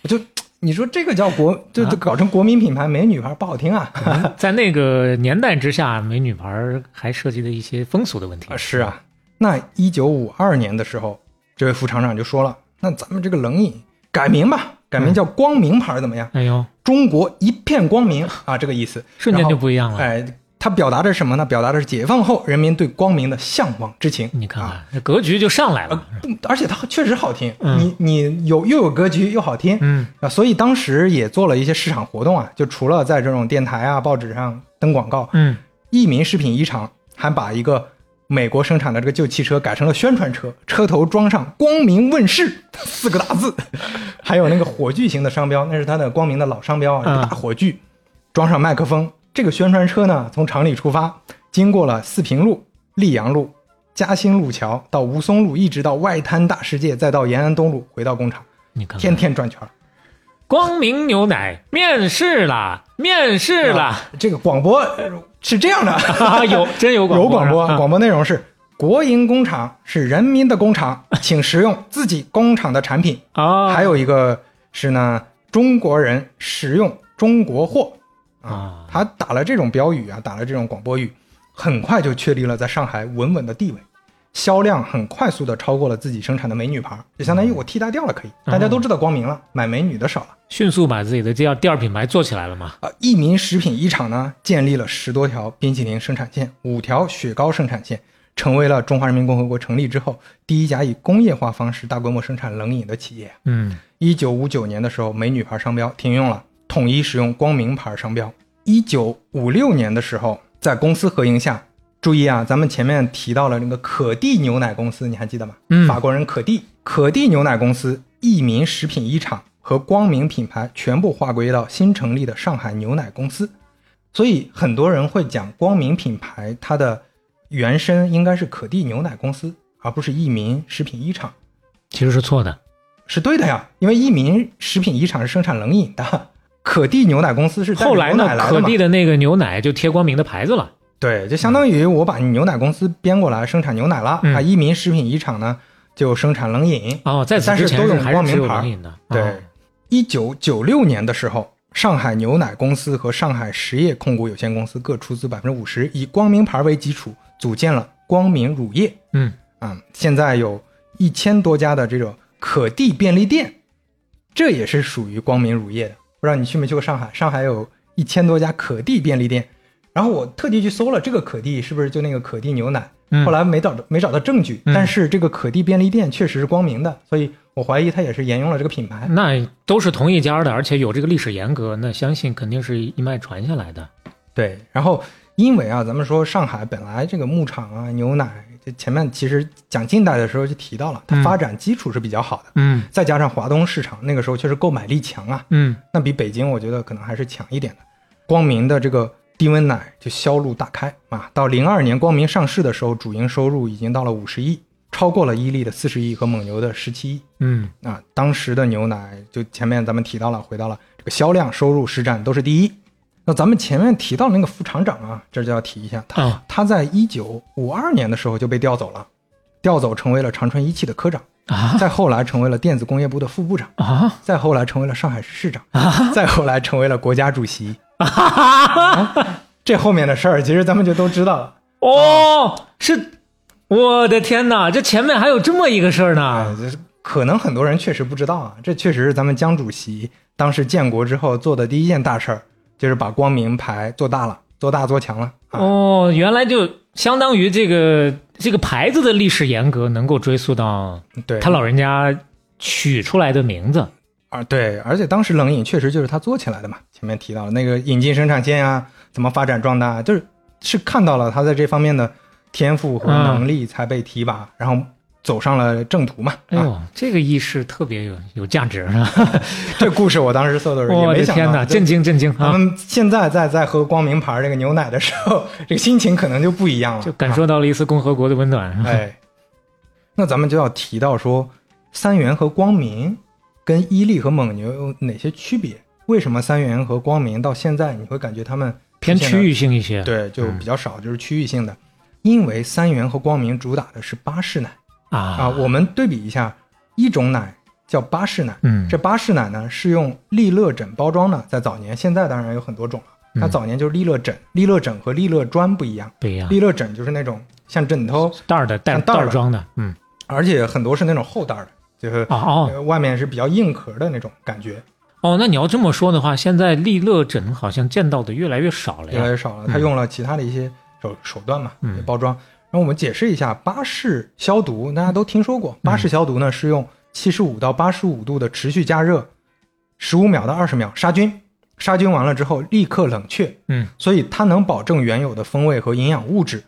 Speaker 3: 我就你说这个叫国，就就搞成国民品牌美女牌儿不好听啊。
Speaker 2: 嗯，在那个年代之下，美女牌儿还涉及了一些风俗的问题
Speaker 3: 啊， 是，啊。那一九五二年的时候，这位副厂长就说了：“那咱们这个冷饮改名吧，改名叫光明牌儿怎么样？
Speaker 2: 哎呦，
Speaker 3: 中国一片光明啊，这个意思。”
Speaker 2: 瞬间
Speaker 3: 然后
Speaker 2: 就不一样了。
Speaker 3: 哎，他表达的是什么呢？表达的是解放后人民对光明的向往之情。
Speaker 2: 你看
Speaker 3: 啊，
Speaker 2: 看，这格局就上来了。
Speaker 3: 不而且它确实好听，
Speaker 2: 嗯
Speaker 3: 你你有又有格局又好听。
Speaker 2: 嗯
Speaker 3: 啊，所以当时也做了一些市场活动啊，就除了在这种电台啊、报纸上登广告，
Speaker 2: 嗯，
Speaker 3: 益民食品一厂还把一个美国生产的这个旧汽车改成了宣传车，车头装上“光明问世” 四个大字，还有那个火炬型的商标，那是它的光明的老商标啊，一个大火炬，装上麦克风。这个宣传车呢，从厂里出发，经过了四平路、溧阳路、嘉兴路桥到吴淞路，一直到外滩大世界，再到延安东路，回到工厂，
Speaker 2: 你看看，
Speaker 3: 天天转圈儿。
Speaker 2: 光明牛奶面试啦，面试啦，
Speaker 3: 这个广播呃是这样的，
Speaker 2: 有真有广
Speaker 3: 啊有广播，
Speaker 2: 啊
Speaker 3: 广播内 容是：国营工厂是人民的工厂，请食用自己工厂的产品。
Speaker 2: 啊，
Speaker 3: 还有一个是呢，中国人食用中国货
Speaker 2: 啊
Speaker 3: 他打了这种标语啊，打了这种广播语，很快就确立了在上海稳稳的地位，销量很快速的超过了自己生产的美女牌，就相当于
Speaker 2: 嗯
Speaker 3: 我替代掉了，可以，大家都知道光明了，买美女的少了。
Speaker 2: 迅速把自己的第二第二品牌做起来了嘛。
Speaker 3: 啊，益民食品一厂呢，建立了十多条冰淇淋生产线，五条雪糕生产线，成为了中华人民共和国成立之后第一家以工业化方式大规模生产冷饮的企业。
Speaker 2: 嗯
Speaker 3: 一九五九年的时候，美女牌商标停用了，统一使用光明牌商标。一九五六年的时候，在公司合营下，注意啊，咱们前面提到了那个可蒂牛奶公司，你还记得吗？
Speaker 2: 嗯
Speaker 3: 法国人可蒂，可蒂牛奶公司、益民食品一厂和光明品牌全部划归到新成立的上海牛奶公司。所以很多人会讲光明品牌，它的原身应该是可蒂牛奶公司，而不是益民食品一厂。
Speaker 2: 其实是错的。
Speaker 3: 是对的呀，因为益民食品一厂是生产冷饮的，可蒂牛奶公司是带着
Speaker 2: 后来
Speaker 3: 牛奶
Speaker 2: 呢，
Speaker 3: 来
Speaker 2: 可
Speaker 3: 的嘛
Speaker 2: 蒂？的那个牛奶就贴光明的牌子了。
Speaker 3: 对，就相当于我把牛奶公司编过来生产牛奶了，
Speaker 2: 嗯
Speaker 3: 啊，益民食品一厂呢就生产冷饮。
Speaker 2: 哦，在此
Speaker 3: 但是
Speaker 2: 之前
Speaker 3: 都用
Speaker 2: 还
Speaker 3: 光
Speaker 2: 是
Speaker 3: 明
Speaker 2: 只有
Speaker 3: 牌儿
Speaker 2: 冷饮的。
Speaker 3: 对
Speaker 2: 哦，
Speaker 3: 一九九六年的时候，上海牛奶公司和上海实业控股有限公司各出资百分之五十，以光明牌为基础，组建了光明乳业。
Speaker 2: 嗯
Speaker 3: 啊、现在有一千多家的这种可地便利店，这也是属于光明乳业的。不知道你去没去过上海？上海有一千多家可地便利店。然后我特地去搜了这个可地是不是就那个可地牛奶，
Speaker 2: 嗯
Speaker 3: 后来没找没找到证据，
Speaker 2: 嗯
Speaker 3: 但是这个可地便利店确实是光明的，所以我怀疑它也是沿用了这个品牌。
Speaker 2: 那都是同一家的，而且有这个历史沿革，那相信肯定是一脉传下来的。
Speaker 3: 对，然后因为啊，咱们说上海本来这个牧场啊、牛奶，这前面其实讲近代的时候就提到了，它
Speaker 2: 嗯
Speaker 3: 发展基础是比较好的，
Speaker 2: 嗯
Speaker 3: 再加上华东市场那个时候确实购买力强啊，
Speaker 2: 嗯
Speaker 3: 那比北京我觉得可能还是强一点的。光明的这个低温奶就销路大开啊！到零二年光明上市的时候，主营收入已经到了五十亿，超过了伊利的四十亿和蒙牛的十七亿。
Speaker 2: 嗯
Speaker 3: 啊，当时的牛奶就前面咱们提到了，回到了这个销量、收入、实战都是第一。那咱们前面提到那个副厂长啊，这就要提一下，他、
Speaker 2: 啊
Speaker 3: 他在一九五二年的时候就被调走了，调走成为了长春一汽的科长，
Speaker 2: 啊
Speaker 3: 再后来成为了电子工业部的副部长，
Speaker 2: 啊
Speaker 3: 再后来成为了上海市市长，再后来成为了国家主 席。啊这后面的事儿，其实咱们就都知道了。啊
Speaker 2: 哦，是，我的天哪，这前面还有这么一个事儿
Speaker 3: 啊
Speaker 2: 呢，，
Speaker 3: 就是可能很多人确实不知道啊，这确实是咱们江主席当时建国之后做的第一件大事儿，就是把光明牌做大了，做大做强了啊。
Speaker 2: 哦，原来就相当于这个这个牌子的历史沿革能够追溯到
Speaker 3: 对，
Speaker 2: 他老人家取出来的名字
Speaker 3: 啊，对，而且当时冷饮确实就是他做起来的嘛。前面提到了那个引进生产线啊，怎么发展壮大，就是是看到了他在这方面的天赋
Speaker 2: 嗯
Speaker 3: 和能力才被提拔，然后走上了正途嘛。
Speaker 2: 哎
Speaker 3: 啊，
Speaker 2: 呦，这个意识特别有有价值啊！
Speaker 3: 这故事我当时搜的时候也
Speaker 2: 我
Speaker 3: 没
Speaker 2: 的
Speaker 3: 想
Speaker 2: 天
Speaker 3: 到，嗯
Speaker 2: 哪，震惊震惊
Speaker 3: 咱
Speaker 2: 啊！
Speaker 3: 们现在在在喝光明牌这个牛奶的时候，这个心情可能就不一样了，
Speaker 2: 就感受到了一丝共和国的温暖。
Speaker 3: 啊。哎，那咱们就要提到说，三元和光明跟伊利和蒙牛有哪些区别？为什么三元和光明到现在你会感觉他们
Speaker 2: 偏
Speaker 3: 出现
Speaker 2: 区
Speaker 3: 的
Speaker 2: 域嗯性一些。
Speaker 3: 对就比较少，就是区域性的？因为三元和光明主打的是巴氏奶
Speaker 2: 啊
Speaker 3: 啊，我们对比一下，一种奶叫巴氏奶，
Speaker 2: 嗯
Speaker 3: 这巴氏奶呢是用利乐枕包装的，在早年，现在当然有很多种了。
Speaker 2: 嗯
Speaker 3: 它
Speaker 2: 啊
Speaker 3: 早年就是利乐枕，利乐枕和利乐砖不一样，
Speaker 2: 不一样，
Speaker 3: 利乐枕就是那种像枕头，
Speaker 2: 袋儿的袋
Speaker 3: 像袋
Speaker 2: 袋
Speaker 3: 儿
Speaker 2: 儿
Speaker 3: 的
Speaker 2: 装的，嗯
Speaker 3: 而且很多是那种厚袋儿的，就是、
Speaker 2: 哦哦
Speaker 3: 呃外面是比较硬壳的那种感觉，
Speaker 2: 哦，那你要这么说的话，现在利乐枕好像见到的越来越少了
Speaker 3: 越来
Speaker 2: 呀。
Speaker 3: 越少了。它用了其他的一些手手段嘛，
Speaker 2: 嗯
Speaker 3: 包装。然后我们解释一下巴氏消毒，大家都听
Speaker 2: 嗯
Speaker 3: 说过，巴氏消毒呢是用七十五到八十五度的持续加热，十五秒到二十秒杀菌，杀菌完了之后立刻冷却，
Speaker 2: 嗯，
Speaker 3: 所以它能保证原有的风味和营养物质，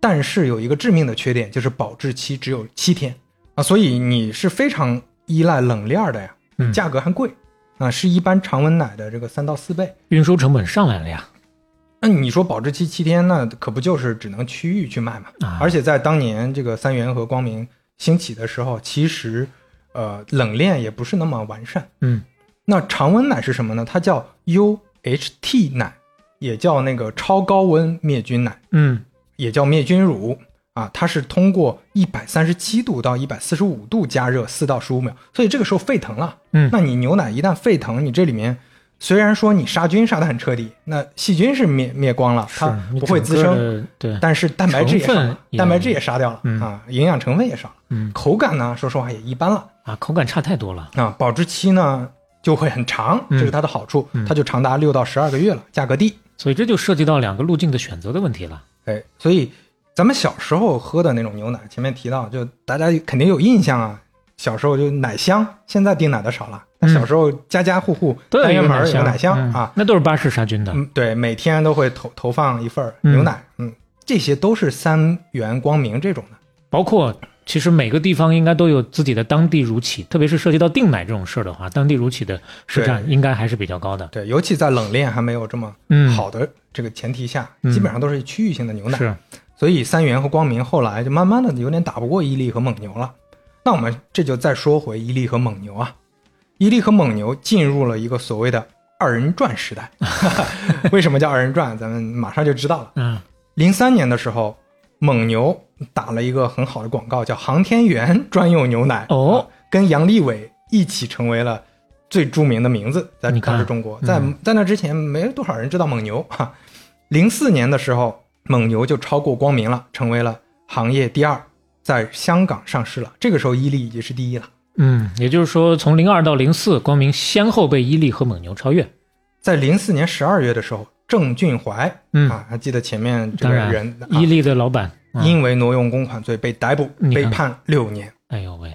Speaker 3: 但是有一个致命的缺点，就是保质期只有七天啊，所以你是非常依赖冷链儿的呀，
Speaker 2: 嗯
Speaker 3: 价格还贵啊，是一般常温奶的这个三到四倍。
Speaker 2: 运输成本上来了呀。
Speaker 3: 那你说保质期七天，那可不就是只能区域去卖嘛？
Speaker 2: 啊
Speaker 3: 而且在当年这个三元和光明兴起的时候，其实呃冷链也不是那么完善。
Speaker 2: 嗯，
Speaker 3: 那常温奶是什么呢？它叫 UHT 奶，也叫那个超高温灭菌奶，
Speaker 2: 嗯
Speaker 3: 也叫灭菌乳啊。它是通过一百三十七度到一百四十五度加热四到十五秒，所以这个时候沸腾了。
Speaker 2: 嗯
Speaker 3: 那你牛奶一旦沸腾，你这里面虽然说你杀菌杀得很彻底，那细菌是灭灭光了，它
Speaker 2: 是你
Speaker 3: 不会
Speaker 2: 整
Speaker 3: 滋
Speaker 2: 个
Speaker 3: 生，
Speaker 2: 的对，
Speaker 3: 但是蛋白质也
Speaker 2: 成
Speaker 3: 少
Speaker 2: 分
Speaker 3: 了，
Speaker 2: 也
Speaker 3: 蛋白质也杀掉了、
Speaker 2: 嗯
Speaker 3: 啊，营养成分也少了，
Speaker 2: 嗯
Speaker 3: 口感呢，说实话也一般了
Speaker 2: 啊，口感差太多了。
Speaker 3: 啊，保质期呢就会很长，
Speaker 2: 嗯
Speaker 3: 这是它的好处，
Speaker 2: 嗯
Speaker 3: 它就长达六到十二个月了，价格低，
Speaker 2: 所以这就涉及到两个路径的选择的问题了。
Speaker 3: 哎，所以咱们小时候喝的那种牛奶，前面提到，就大家肯定有印象啊。小时候就奶香，现在订奶的少了。但
Speaker 2: 嗯
Speaker 3: 小时候家家户户
Speaker 2: 都
Speaker 3: 单元门儿
Speaker 2: 有嗯
Speaker 3: 有奶香啊，，
Speaker 2: 那都是巴氏杀菌的。
Speaker 3: 嗯，对，每天都会投投放一份儿
Speaker 2: 嗯
Speaker 3: 牛奶，嗯这些都是三元光明这种的。
Speaker 2: 包括其实每个地方应该都有自己的当地乳企，特别是涉及到定奶这种事儿的话，当地乳企的市占应该还是比较高的。
Speaker 3: 对，尤其在冷链还没有这么
Speaker 2: 嗯，，
Speaker 3: 好的这个前提下，
Speaker 2: 嗯
Speaker 3: 基本上都是区域性的牛奶。
Speaker 2: 是
Speaker 3: 所以三元和光明后来就慢慢的有点打不过伊利和蒙牛了。那我们这就再说回伊利和蒙牛啊，伊利和蒙牛进入了一个所谓的二人转时代。 为什么叫二人转？咱们马上就知道了。
Speaker 2: 嗯，
Speaker 3: 零三年的时候，蒙牛打了一个很好的广告，叫“航天员专用牛奶”，
Speaker 2: 哦
Speaker 3: 啊跟杨利伟一起成为了最著名的名字，在
Speaker 2: 你看
Speaker 3: 当时中国，
Speaker 2: 嗯
Speaker 3: 在在那之前没多少人知道蒙牛哈。零四年的时候，蒙牛就超过光明了，成为了行业第二，在香港上市了。这个时候，伊利已经是第一了。
Speaker 2: 嗯，也就是说，从零二到零四，光明先后被伊利和蒙牛超越。
Speaker 3: 在零四年十二月的时候，郑俊怀、
Speaker 2: 嗯，
Speaker 3: 啊，还记得前面这
Speaker 2: 当
Speaker 3: 个
Speaker 2: 然
Speaker 3: 人，啊
Speaker 2: 伊利的老板，啊
Speaker 3: 因为挪用公款罪被逮捕，
Speaker 2: 你
Speaker 3: 被
Speaker 2: 看
Speaker 3: 判六年。
Speaker 2: 哎呦喂，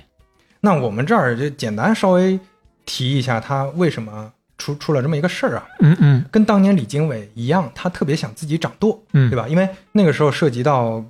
Speaker 3: 那我们这儿就简单稍微提一下，他为什么出出了这么一个事儿啊？
Speaker 2: 嗯嗯
Speaker 3: 跟当年李经纬一样，他特别想自己掌舵，
Speaker 2: 嗯，
Speaker 3: 对吧？因为那个时候涉及到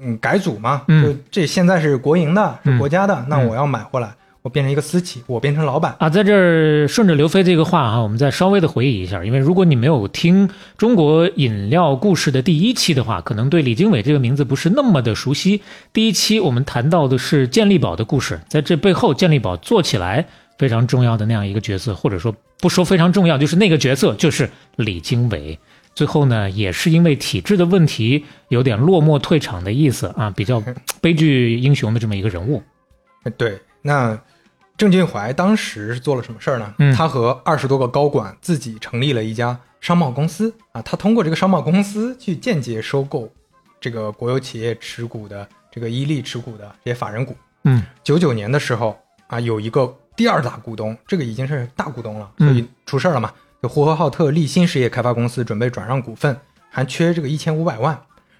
Speaker 3: 嗯改组嘛，
Speaker 2: 嗯嗯
Speaker 3: 就这现在是国营的，是国家的，那我要买回来，我变成一个私企，我变成老板。
Speaker 2: 啊，在这儿顺着刘飞这个话哈、我们再稍微的回忆一下，因为如果你没有听《中国饮料故事》的第一期的话，可能对李经纬这个名字不是那么的熟悉。第一期我们谈到的是健力宝的故事，在这背后，健力宝做起来非常重要的那样一个角色，或者说不说非常重要，就是那个角色就是李经纬。最后呢，也是因为体制的问题，有点落寞退场的意思啊，比 较悲剧英雄的这么一个人物。
Speaker 3: 对，那郑俊怀当时是做了什么事儿呢？
Speaker 2: 嗯
Speaker 3: 他和二十多个高管自己成立了一家商贸公司啊，他通过这个商贸公司去间接收购这个国有企业持股的这个伊利持股的这些法人股。
Speaker 2: 嗯
Speaker 3: 九九年的时候啊，有一个第二大股东，这个已经是大股东了，
Speaker 2: 嗯
Speaker 3: 所以出事儿了嘛。就呼和浩特立新实业开发公司准备转让股份，还缺这个一千五百万。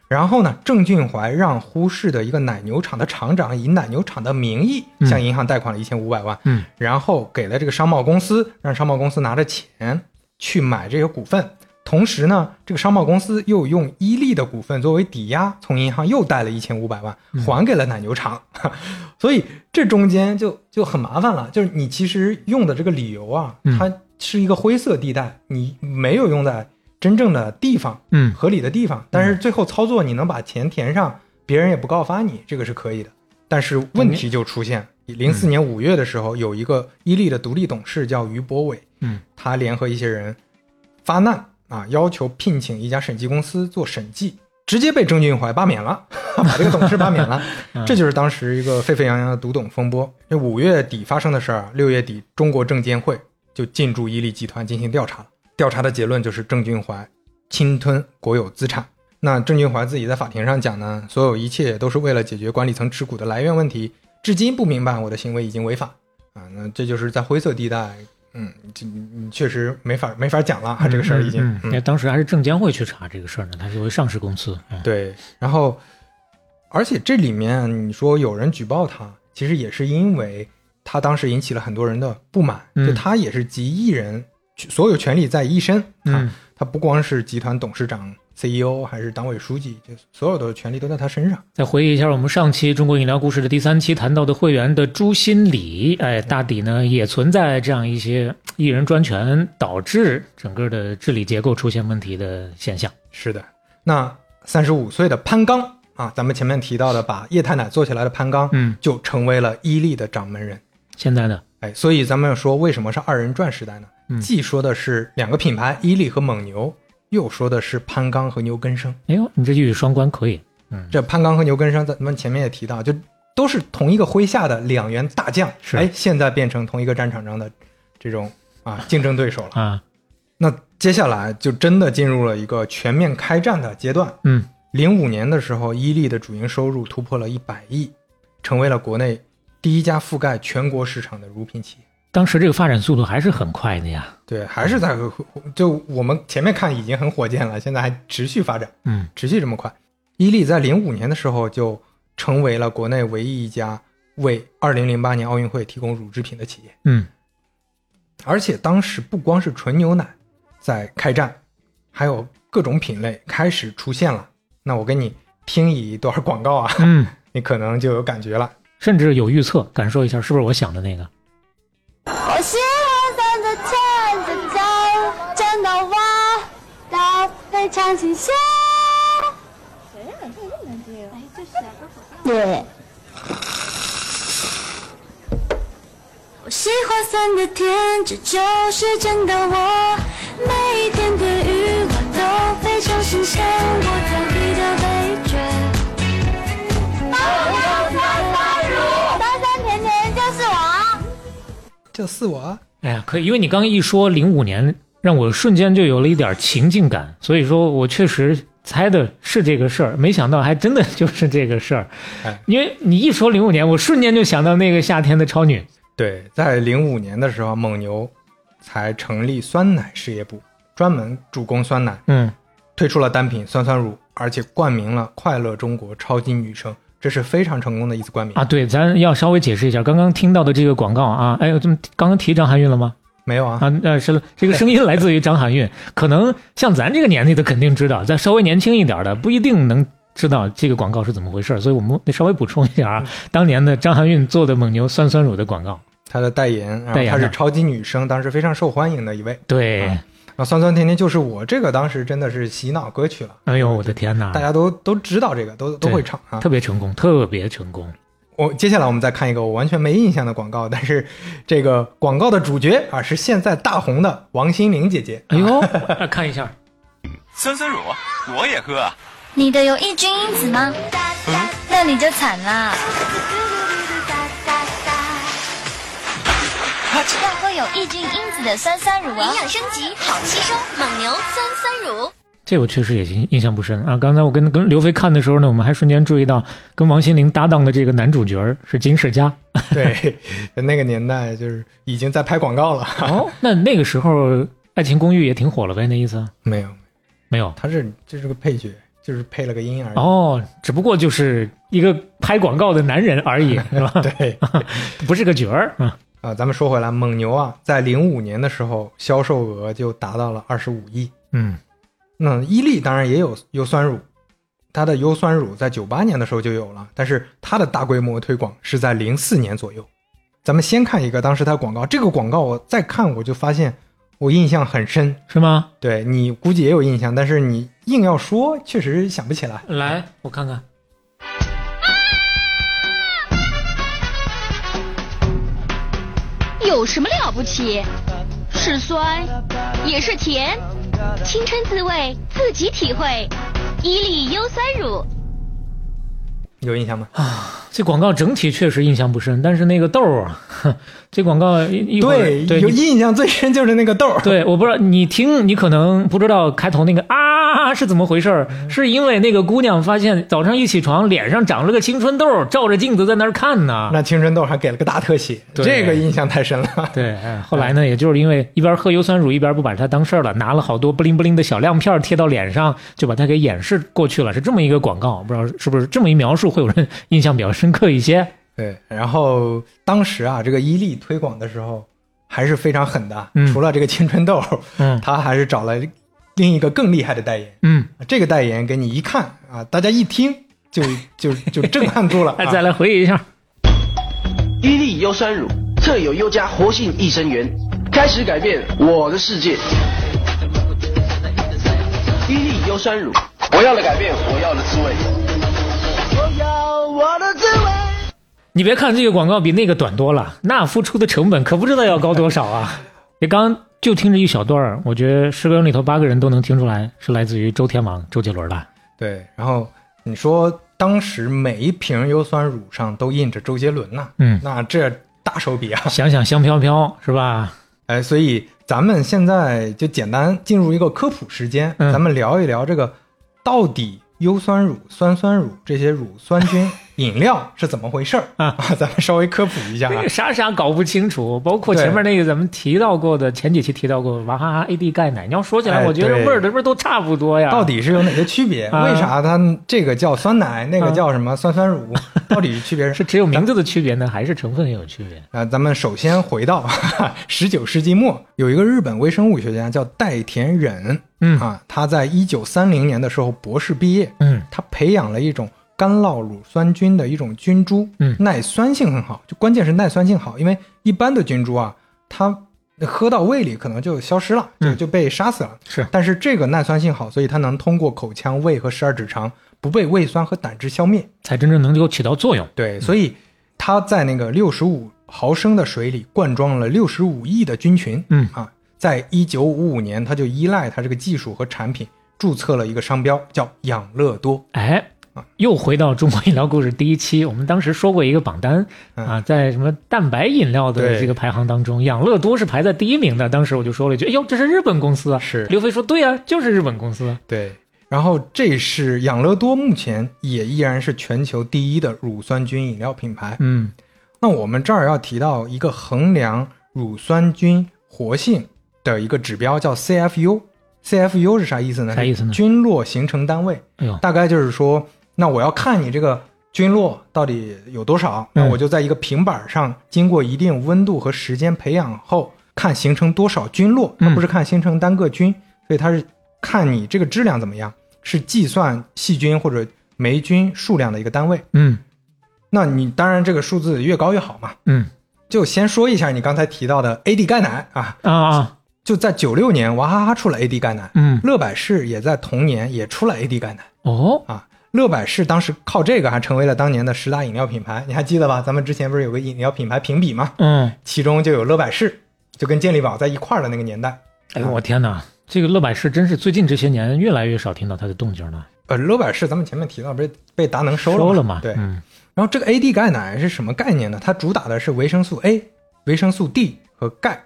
Speaker 3: 然后呢，郑俊怀让呼市的一个奶牛场的厂长以奶牛场的名义
Speaker 2: 嗯
Speaker 3: 向银行贷款了一千五百万，
Speaker 2: 嗯
Speaker 3: 然后给了这个商贸公司，让商贸公司拿着钱去买这个股份。同时呢，这个商贸公司又用伊利的股份作为抵押，从银行又贷了一千五百万，
Speaker 2: 嗯
Speaker 3: 还给了奶牛场。 所以这中间就就很麻烦了，就是你其实用的这个理由啊，
Speaker 2: 嗯
Speaker 3: 它是一个灰色地带，你没有用在真正的地方、
Speaker 2: 嗯，
Speaker 3: 合理的地方，但是最后操作你能把钱填上，别人也不告发你，这个是可以的。但是问题就出现，
Speaker 2: 嗯
Speaker 3: 零四年五月的时候，有一个伊利的独立董事叫于博伟，
Speaker 2: 嗯，
Speaker 3: 他联合一些人发难啊，要求聘请一家审计公司做审计，直接被郑俊怀罢免了， 把这个董事罢 免了。
Speaker 2: 嗯
Speaker 3: 这就是当时一个沸沸扬扬的独董风波。这五月底发生的事儿啊，六月底中国证监会就进驻伊利集团进行调查了。调查的结论就是郑俊怀侵吞国有资产。那郑俊怀自己在法庭上讲呢，所有一切都是为了解决管理层持股的来源问题，至今不明白我的行为已经违法啊。那这就是在灰色地带，嗯，这你确实没法没法讲了，这个事儿已经。
Speaker 2: 嗯，
Speaker 3: 嗯
Speaker 2: 因为当时还是证监会去查这个事儿呢，它是为上市公司。嗯，
Speaker 3: 对，然后，而且这里面你说有人举报他，其实也是因为他当时引起了很多人的不满，
Speaker 2: 嗯
Speaker 3: 就他也是集一人所有权利在一身，
Speaker 2: 嗯
Speaker 3: 啊，他不光是集团董事长、CEO，还是党委书记，就所有的权利都在他身上。
Speaker 2: 再回忆一下我们上期《中国饮料故事》的第三期谈到的会员的朱新礼，哎，大抵呢也存在这样一些一人专权导致整个的治理结构出现问题的现象。
Speaker 3: 是的，那三十五岁的潘刚啊，咱们前面提到的把液态奶做起来的潘刚，
Speaker 2: 嗯，
Speaker 3: 就成为了伊利的掌门人。
Speaker 2: 现在呢，
Speaker 3: 哎，所以咱们要说为什么是二人转时代呢？
Speaker 2: 嗯
Speaker 3: 既说的是两个品牌伊利和蒙牛，又说的是潘刚和牛根生。
Speaker 2: 哎呦，你这一语双关可以。
Speaker 3: 这潘刚和牛根生，咱们前面也提到，就都是同一个麾下的两员大将。
Speaker 2: 是
Speaker 3: 哎，现在变成同一个战场上的这种啊竞争对手了。
Speaker 2: 啊，
Speaker 3: 那接下来就真的进入了一个全面开战的阶段。
Speaker 2: 嗯，
Speaker 3: 零五年的时候，伊利的主营收入突破了一百亿，成为了国内第一家覆盖全国市场的乳品企业。
Speaker 2: 当时这个发展速度还是很快的呀。
Speaker 3: 对，还是在就我们前面看已经很火箭了，现在还持续发展，
Speaker 2: 嗯
Speaker 3: 持续这么快。伊利在零五年的时候就成为了国内唯一一家为二零零八年奥运会提供乳制品的企业，
Speaker 2: 嗯，
Speaker 3: 而且当时不光是纯牛奶在开战，还有各种品类开始出现了。那我给你听一段广告啊，
Speaker 2: 嗯，
Speaker 3: 你可能就有感觉了。
Speaker 2: 甚至有预测，感受一下是不是我想的那个。
Speaker 4: 我喜欢跟着牵着走，真的我哎都非常新鲜。谁让你唱这么难听？哎，就是对。我喜欢酸的甜，这就是真的我。每一天的欲望都非常新鲜，我调皮的味觉。酸酸甜甜就是我。
Speaker 3: 就是我啊，
Speaker 2: 哎呀，可以，因为你刚刚一说零五年，让我瞬间就有了一点情境感，所以说我确实猜的是这个事儿，没想到还真的就是这个事儿
Speaker 3: 哎。
Speaker 2: 因为你一说零五年，我瞬间就想到那个夏天的超女。
Speaker 3: 对，在零五年的时候，蒙牛才成立酸奶事业部，专门主攻酸奶，
Speaker 2: 嗯，
Speaker 3: 推出了单品酸酸乳，而且冠名了“快乐中国超级女声”，这是非常成功的一次冠名。
Speaker 2: 啊，对，咱要稍微解释一下刚刚听到的这个广告啊，哎，我怎么刚刚提张含韵了吗？
Speaker 3: 没有啊，
Speaker 2: 啊，那是这个声音来自于张含韵，可能像咱这个年纪的肯定知道，再稍微年轻一点的不一定能知道这个广
Speaker 3: 嗯
Speaker 2: 告是怎么回事儿，所以我们得稍微补充一下啊，当年的张含韵做的蒙牛酸酸乳的广告，
Speaker 3: 她的代言，然
Speaker 2: 代
Speaker 3: 后
Speaker 2: 言
Speaker 3: 她是
Speaker 2: 的
Speaker 3: 超级女声，当时非常受欢迎的一位。
Speaker 2: 对，
Speaker 3: 啊然后酸酸甜甜就是我，这个当时真的是洗脑歌曲了，
Speaker 2: 哎呦我的天哪
Speaker 3: 大，家都都知道这个，都都
Speaker 2: 对
Speaker 3: 会唱啊。
Speaker 2: 特别成功，特别成功，
Speaker 3: 我接下来我们再看一个我完全没印象的广告，但是这个广告的主角啊是现在大红的王心凌姐姐。
Speaker 2: 哎 呦，啊看一下，
Speaker 5: 酸酸乳我也喝。
Speaker 4: 你的有抑菌因子吗？
Speaker 1: 嗯
Speaker 4: 那你就惨啦。要喝有抑菌因子的酸酸乳哦，
Speaker 1: 哎
Speaker 4: 营养升级，好吸收。蒙牛酸酸乳。
Speaker 2: 这我确实也印印象不深啊。刚才我跟跟刘飞看的时候呢，我们还瞬间注意到跟王心凌搭档的这个男主角儿是金世佳。
Speaker 3: 对，那个年代就是已经在拍广告了。
Speaker 2: 哦，那那个时候《爱情公寓》也挺火了呗？那意思
Speaker 3: 没有，
Speaker 2: 没有？
Speaker 3: 她是这是个配角，就是配了个音而已。
Speaker 2: 哦，只不过就是一个拍广告的男人而 已，是吧？
Speaker 3: 对
Speaker 2: 不是个角儿。嗯，
Speaker 3: 啊，咱们说回来，蒙牛啊，在零五年的时候销售额就达到了二十五亿。
Speaker 2: 嗯，
Speaker 3: 那伊利当然也有优酸乳，它的优酸乳在九八年的时候就有了，但是它的大规模推广是在零四年左右。咱们先看一个当时它的广告，这个广告我再看我就发现我印象很深，
Speaker 2: 是吗？
Speaker 3: 对你估计也有印象，但是你硬要说，确实想不起来。
Speaker 2: 来，我看看。
Speaker 6: 有什么了不起？是酸，也是甜，青春滋味自己体会。伊利优酸乳，
Speaker 3: 有印象吗？
Speaker 2: 啊这广告整体确实印象不深，但是那个豆儿啊， 哼这广告一一会儿
Speaker 3: 对，
Speaker 2: 对
Speaker 3: 有
Speaker 2: 你
Speaker 3: 印象最深就是那个豆儿。
Speaker 2: 对，我不知道你听，你可能不知道开头那个啊是怎么回事儿，
Speaker 3: 嗯
Speaker 2: 是因为那个姑娘发现早上一起床脸上长了个青春痘，照着镜子在那儿看呢。
Speaker 3: 那青春痘还给了个大特写，
Speaker 2: 对
Speaker 3: 这个印象太深了。
Speaker 2: 对，哎后来呢，也就是因为一边喝优酸乳一边不把它当事儿了，拿了好多不灵不灵的小亮片儿贴到脸上，就把它给掩饰过去了，是这么一个广告，不知道是不是这么一描述会有人 印象比较深刻一些。
Speaker 3: 对，然后当时啊，这个伊利推广的时候还是非常狠的，
Speaker 2: 嗯
Speaker 3: 除了这个青春痘，
Speaker 2: 嗯
Speaker 3: 他还是找了另一个更厉害的代言。
Speaker 2: 嗯，
Speaker 3: 这个代言给你一看啊，大家一听就 就就震撼住 了、
Speaker 2: 哎，
Speaker 3: 啊
Speaker 2: 再来回忆一下，
Speaker 7: 伊利优酸乳特有优加活性益生元，开始改变我的世界。伊利优酸乳，我要的改变，我要的滋味。我要我的滋味。
Speaker 2: 你别看这个广告比那个短多了，那付出的成本可不知道要高多少啊！你刚就听着一小段儿，我觉得十个人里头八个人都能听出来是来自于周天王、周杰伦的。
Speaker 3: 对，然后你说当时每一瓶优酸乳上都印着周杰伦呐、
Speaker 2: 嗯
Speaker 3: 那这大手笔啊！
Speaker 2: 想想香飘飘是吧？
Speaker 3: 哎，所以咱们现在就简单进入一个科普时间，
Speaker 2: 嗯
Speaker 3: 咱们聊一聊这个到底优酸乳、酸酸乳这些乳酸 菌饮料是怎么回事儿
Speaker 2: 啊？
Speaker 3: 咱们稍微科普一下啊
Speaker 2: 这。个啥啥搞不清楚，包括前面那个咱们提到过的，前几期提到过娃哈哈 AD 钙奶，你要说起
Speaker 3: 哎
Speaker 2: 来，我觉得
Speaker 3: 对
Speaker 2: 味儿的味儿都差不多呀。
Speaker 3: 到底是有哪些区别？
Speaker 2: 啊
Speaker 3: 为啥它这个叫酸奶，那个叫什么酸 酸乳？到底区别
Speaker 2: 是
Speaker 3: 是？
Speaker 2: 只有名字的区别呢，还是成分也有区别？
Speaker 3: 啊，咱们首先回到 十九世纪末，有一个日本微生物学家叫代田忍，
Speaker 2: 嗯
Speaker 3: 啊，他在一九三零年的时候博士毕业，
Speaker 2: 嗯
Speaker 3: 他培养了一种干酪乳酸菌的一种菌株，
Speaker 2: 嗯
Speaker 3: 耐酸性很好，就关键是耐酸性好，因为一般的菌株啊，它喝到胃里可能就消失了，就
Speaker 2: 嗯
Speaker 3: 就被杀死了。
Speaker 2: 是
Speaker 3: 但是这个耐酸性好，所以它能通过口腔、胃和十二指肠不被胃酸和胆汁消灭。
Speaker 2: 才真正能够起到作用。
Speaker 3: 对，所以它在那个六十五毫升的水里灌装了六十五亿的菌群。
Speaker 2: 嗯
Speaker 3: 啊，在一九五五年，它就依赖它这个技术和产品注册了一个商标，叫养乐多。
Speaker 2: 哎，又回到中国医疗故事第一期，我们当时说过一个榜单
Speaker 3: 嗯
Speaker 2: 啊，在什么蛋白饮料的
Speaker 3: 对
Speaker 2: 这个排行当中，养乐多是排在第一名的。当时我就说了一句：“哎呦，这是日本公司啊！”
Speaker 3: 是
Speaker 2: 刘飞说：“对啊，就是日本公司啊。
Speaker 3: 对，然后这是养乐多目前也依然是全球第一的乳酸菌饮料品牌”。
Speaker 2: 嗯，
Speaker 3: 那我们这儿要提到一个衡量乳酸菌活性的一个指标，叫 CFU。CFU 是啥意思呢？
Speaker 2: 啥意思呢
Speaker 3: 是菌落形成单位，
Speaker 2: 哎呦，
Speaker 3: 大概就是说，那我要看你这个菌落到底有多少，那
Speaker 2: 嗯
Speaker 3: 我就在一个平板上，经过一定温度和时间培养后，看形成多少菌落，
Speaker 2: 嗯
Speaker 3: 它不是看形成单个菌，所以它是看你这个质量怎么样，是计算细菌或者霉菌数量的一个单位。
Speaker 2: 嗯
Speaker 3: 那你当然这个数字越高越好嘛。
Speaker 2: 嗯，
Speaker 3: 就先说一下你刚才提到的 AD 钙奶啊，
Speaker 2: 啊啊，
Speaker 3: 就在九六年，娃哈哈出了 AD 钙奶，
Speaker 2: 嗯，
Speaker 3: 乐百氏也在同年也出了 AD 钙奶
Speaker 2: 哦，
Speaker 3: 啊。乐百氏当时靠这个还成为了当年的十大饮料品牌，你还记得吧？咱们之前不是有个饮料品牌评比吗？
Speaker 2: 嗯，
Speaker 3: 其中就有乐百氏，就跟健力宝在一块儿的那个年代。
Speaker 2: 哎呦我天哪，这个乐百氏真是最近这些年越来越少听到它的动静了，
Speaker 3: 呃，乐百氏咱们前面提到不是被达能收了
Speaker 2: 收了
Speaker 3: 嘛？
Speaker 2: 嘛，
Speaker 3: 对。
Speaker 2: 嗯
Speaker 3: 然后这个 AD 钙奶是什么概念呢？它主打的是维生素 A、维生素 D 和钙，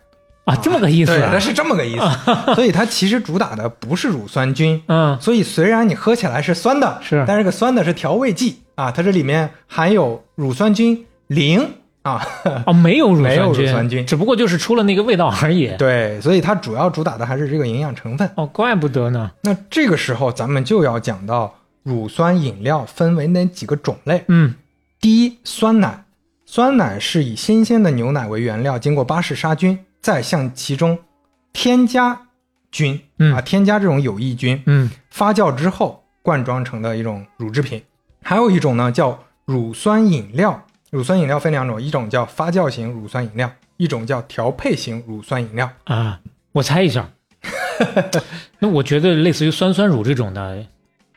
Speaker 2: 啊，这么个意思
Speaker 3: 对，
Speaker 2: 啊
Speaker 3: 它，是这么个意 思。所以它其实主打的不是乳酸菌，
Speaker 2: 嗯，
Speaker 3: 所以虽然你喝起来是酸的，
Speaker 2: 是
Speaker 3: 但是这个酸的是调味剂啊，它这里面含有乳酸菌零啊，
Speaker 2: 哦，没有乳
Speaker 3: 没有
Speaker 2: 酸
Speaker 3: 乳
Speaker 2: 菌，
Speaker 3: 酸菌
Speaker 2: 只不过就是出了那个味 道而已。
Speaker 3: 对，所以它主要主打的还是这个营养成分。
Speaker 2: 哦，怪不得呢。
Speaker 3: 那这个时候咱们就要讲到乳酸饮料分为哪几个种类？
Speaker 2: 嗯，
Speaker 3: 第一，酸奶，酸奶是以新鲜的牛奶为原料，经过巴氏杀菌，再向其中添加菌，
Speaker 2: 嗯
Speaker 3: 啊，添加这种有益菌，
Speaker 2: 嗯，
Speaker 3: 发酵之后灌装成的一种乳制品。还有一种呢叫乳酸饮料，乳酸饮料分两种，一种叫发酵型乳酸饮料，一种叫调配型乳酸饮料。
Speaker 2: 啊，我猜一 下，那我觉得类似于酸酸乳这种的，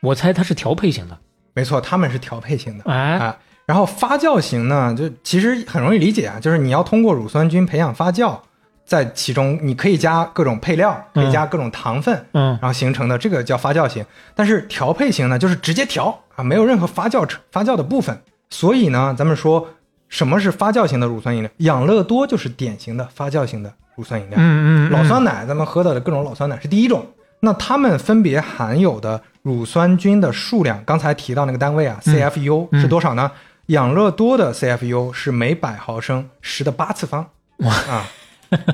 Speaker 2: 我猜它是调配型的。
Speaker 3: 没错，它们是调配型的。
Speaker 2: 哎，
Speaker 3: 啊。然后发酵型呢，就其实很容易理解啊，就是你要通过乳酸菌培养发酵，在其中你可以加各种配料，可
Speaker 2: 嗯
Speaker 3: 以加各种糖分，
Speaker 2: 嗯
Speaker 3: 然后形成的这个叫发酵型。但是调配型呢，就是直接调啊，没有任何发酵成发酵的部分。所以呢，咱们说什么是发酵型的乳酸饮料？养乐多就是典型的发酵型的乳酸饮料。
Speaker 2: 嗯嗯，
Speaker 3: 老酸
Speaker 2: 奶
Speaker 3: 奶，咱们喝到的各种老酸奶是第一种。那它们分别含有的乳酸菌的数量，刚才提到那个单位啊，CFU、
Speaker 2: 嗯
Speaker 3: 是多少呢？养乐多的 CFU 是每百毫升十的八次方。啊！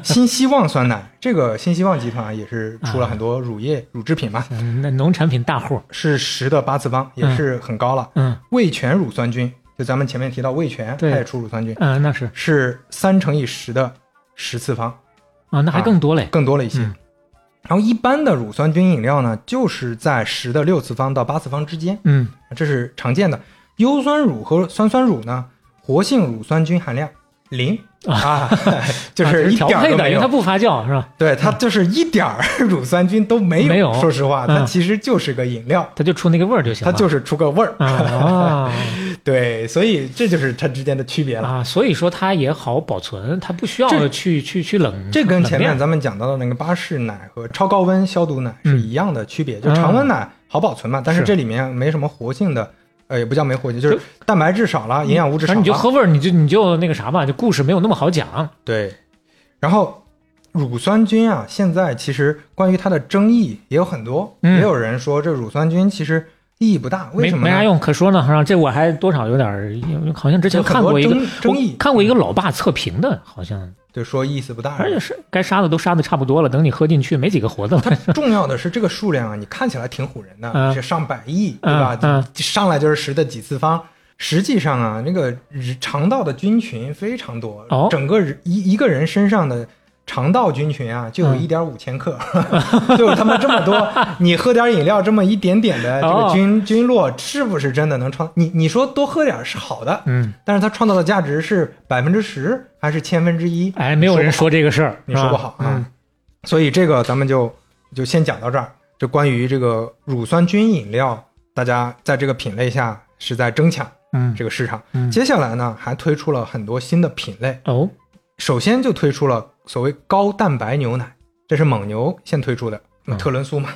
Speaker 3: 新希望酸奶， 这个新希望集团啊也是出了很多乳业、乳制品嘛，，
Speaker 2: 嗯那农产品大户。
Speaker 3: 是十的八次方，也是很高了。
Speaker 2: 嗯
Speaker 3: 味全乳酸菌，就咱们前面提到味全，它
Speaker 2: 对
Speaker 3: 也出乳酸菌，
Speaker 2: 嗯，那是
Speaker 3: 是三乘以十的十次方。
Speaker 2: 啊，那还更多嘞。
Speaker 3: 更多了一些。
Speaker 2: 嗯
Speaker 3: 然后一般的乳酸菌饮料呢，就是在十的六次方到八次方之间，
Speaker 2: 嗯
Speaker 3: 这是常见的。优酸乳和酸酸乳呢，活性乳酸菌含量零 啊，就是
Speaker 2: 啊
Speaker 3: 一
Speaker 2: 调
Speaker 3: 点儿
Speaker 2: 配
Speaker 3: 都
Speaker 2: 的，
Speaker 3: 没
Speaker 2: 因为它
Speaker 3: 有。
Speaker 2: 不发酵是吧？
Speaker 3: 对，它就是一 点儿乳酸菌都没有。
Speaker 2: 没有
Speaker 3: 说实话，它
Speaker 2: 嗯
Speaker 3: 其实就是个饮料，
Speaker 2: 它就出那个味儿就行
Speaker 3: 它
Speaker 2: 了。
Speaker 3: 就是出个味儿。
Speaker 2: 啊
Speaker 3: 对，所以这就是它之间的区别了。
Speaker 2: 啊，所以说它也好保存，它不需
Speaker 3: 这
Speaker 2: 要去去去冷。
Speaker 3: 这跟前
Speaker 2: 冷
Speaker 3: 面
Speaker 2: 链
Speaker 3: 咱们讲到的那个巴氏奶和超高温消毒奶是一样的区别，
Speaker 2: 嗯
Speaker 3: 就常温奶好保存嘛，但是这里面没什么活性的，呃，也不叫没活性，就是
Speaker 2: 就嗯
Speaker 3: 蛋白质少了，营养物质
Speaker 2: 反
Speaker 3: 少
Speaker 2: 正你就
Speaker 3: 了，
Speaker 2: 喝味儿，你就你就那个啥吧，就故事没有那么好讲。
Speaker 3: 对。然后乳酸菌啊，现在其实关于它的争议也有很多，
Speaker 2: 嗯
Speaker 3: 也有人说这乳酸菌其实意义不大，为
Speaker 2: 没
Speaker 3: 什么
Speaker 2: 没
Speaker 3: 呢？
Speaker 2: 啥用可说呢，让这我还多少有点儿，好像之前
Speaker 3: 有很
Speaker 2: 看
Speaker 3: 多
Speaker 2: 过一个
Speaker 3: 争争议
Speaker 2: 我看过一个老爸测评的，好像
Speaker 3: 对，说意思不大。
Speaker 2: 而且是该杀的都杀的差不多了，等你喝进去没几个活的了。
Speaker 3: 重要的是这个数量啊，你看起来挺唬人的，
Speaker 2: 嗯
Speaker 3: 是上百亿，对吧？
Speaker 2: 嗯
Speaker 3: 上来就是十的几次方。实际上啊，那个人肠道的菌群非常多，
Speaker 2: 哦
Speaker 3: 整个人一一个人身上的肠道菌群啊，就有
Speaker 2: 嗯
Speaker 3: 一点五千克， 就他妈这么多。你喝点饮料，这么一点点的这个
Speaker 2: 哦
Speaker 3: 菌、菌落，是不是真的能创？你你说多喝点是好的，
Speaker 2: 嗯，
Speaker 3: 但是它创造的价值是百分之十还是千分之一？
Speaker 2: 哎，没有人说这个事儿，
Speaker 3: 你说
Speaker 2: 是
Speaker 3: 不
Speaker 2: 吧
Speaker 3: 好啊。
Speaker 2: 嗯
Speaker 3: 所以这个咱们就就先讲到这儿。就关于这个乳酸菌饮料，大家在这个品类下是在争抢
Speaker 2: 嗯
Speaker 3: 这个市场。
Speaker 2: 嗯
Speaker 3: 接下来呢，还推出了很多新的品类。
Speaker 2: 哦
Speaker 3: 首先就推出了所谓高蛋白牛奶，这是蒙牛先推出的。那
Speaker 2: 嗯
Speaker 3: 特仑苏嘛，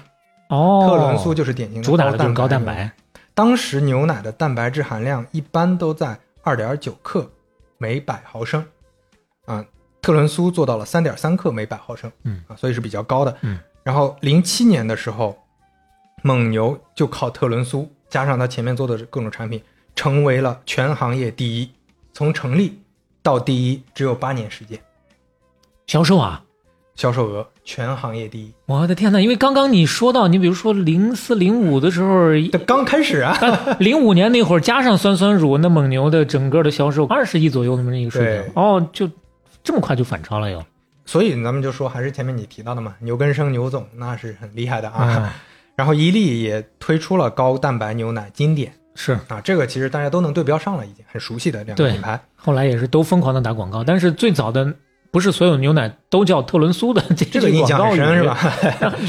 Speaker 2: 哦，
Speaker 3: 特仑苏就是典型的
Speaker 2: 主打的就是高蛋
Speaker 3: 牛奶。
Speaker 2: 白，
Speaker 3: 当时牛奶的蛋白质含量一般都在二点九克每百毫升，啊，特仑苏做到了三点三克每百毫升，
Speaker 2: 嗯
Speaker 3: 啊，所以是比较高的。
Speaker 2: 嗯，
Speaker 3: 然后零七年的时候，蒙牛就靠特仑苏加上它前面做的各种产品，成为了全行业第一。从成立到第一只有八年时间，
Speaker 2: 销售啊。
Speaker 3: 销售额全行业第一。
Speaker 2: 我的天呐！因为刚刚你说到，你比如说零四零五的时候，
Speaker 3: 这刚开始啊，
Speaker 2: 零五年那会儿加上酸酸乳，那蒙牛的整个的销售二十亿左右那么一个水
Speaker 3: 对
Speaker 2: 平，哦，就这么快就反超了又。
Speaker 3: 所以咱们就说还是前面你提到的嘛，牛根生牛 总那是很厉害的啊。
Speaker 2: 嗯
Speaker 3: 然后伊利也推出了高蛋白牛奶经典，
Speaker 2: 是
Speaker 3: 啊，这个其实大家都能对标上了，已经很熟悉的两个
Speaker 2: 对
Speaker 3: 品牌。
Speaker 2: 后来也是都疯狂的打广告，但是最早的不是所有牛奶都叫特仑苏的，这这
Speaker 3: 这个
Speaker 2: 句
Speaker 3: 印
Speaker 2: 广
Speaker 3: 象
Speaker 2: 告
Speaker 3: 很
Speaker 2: 语
Speaker 3: 深是吧？？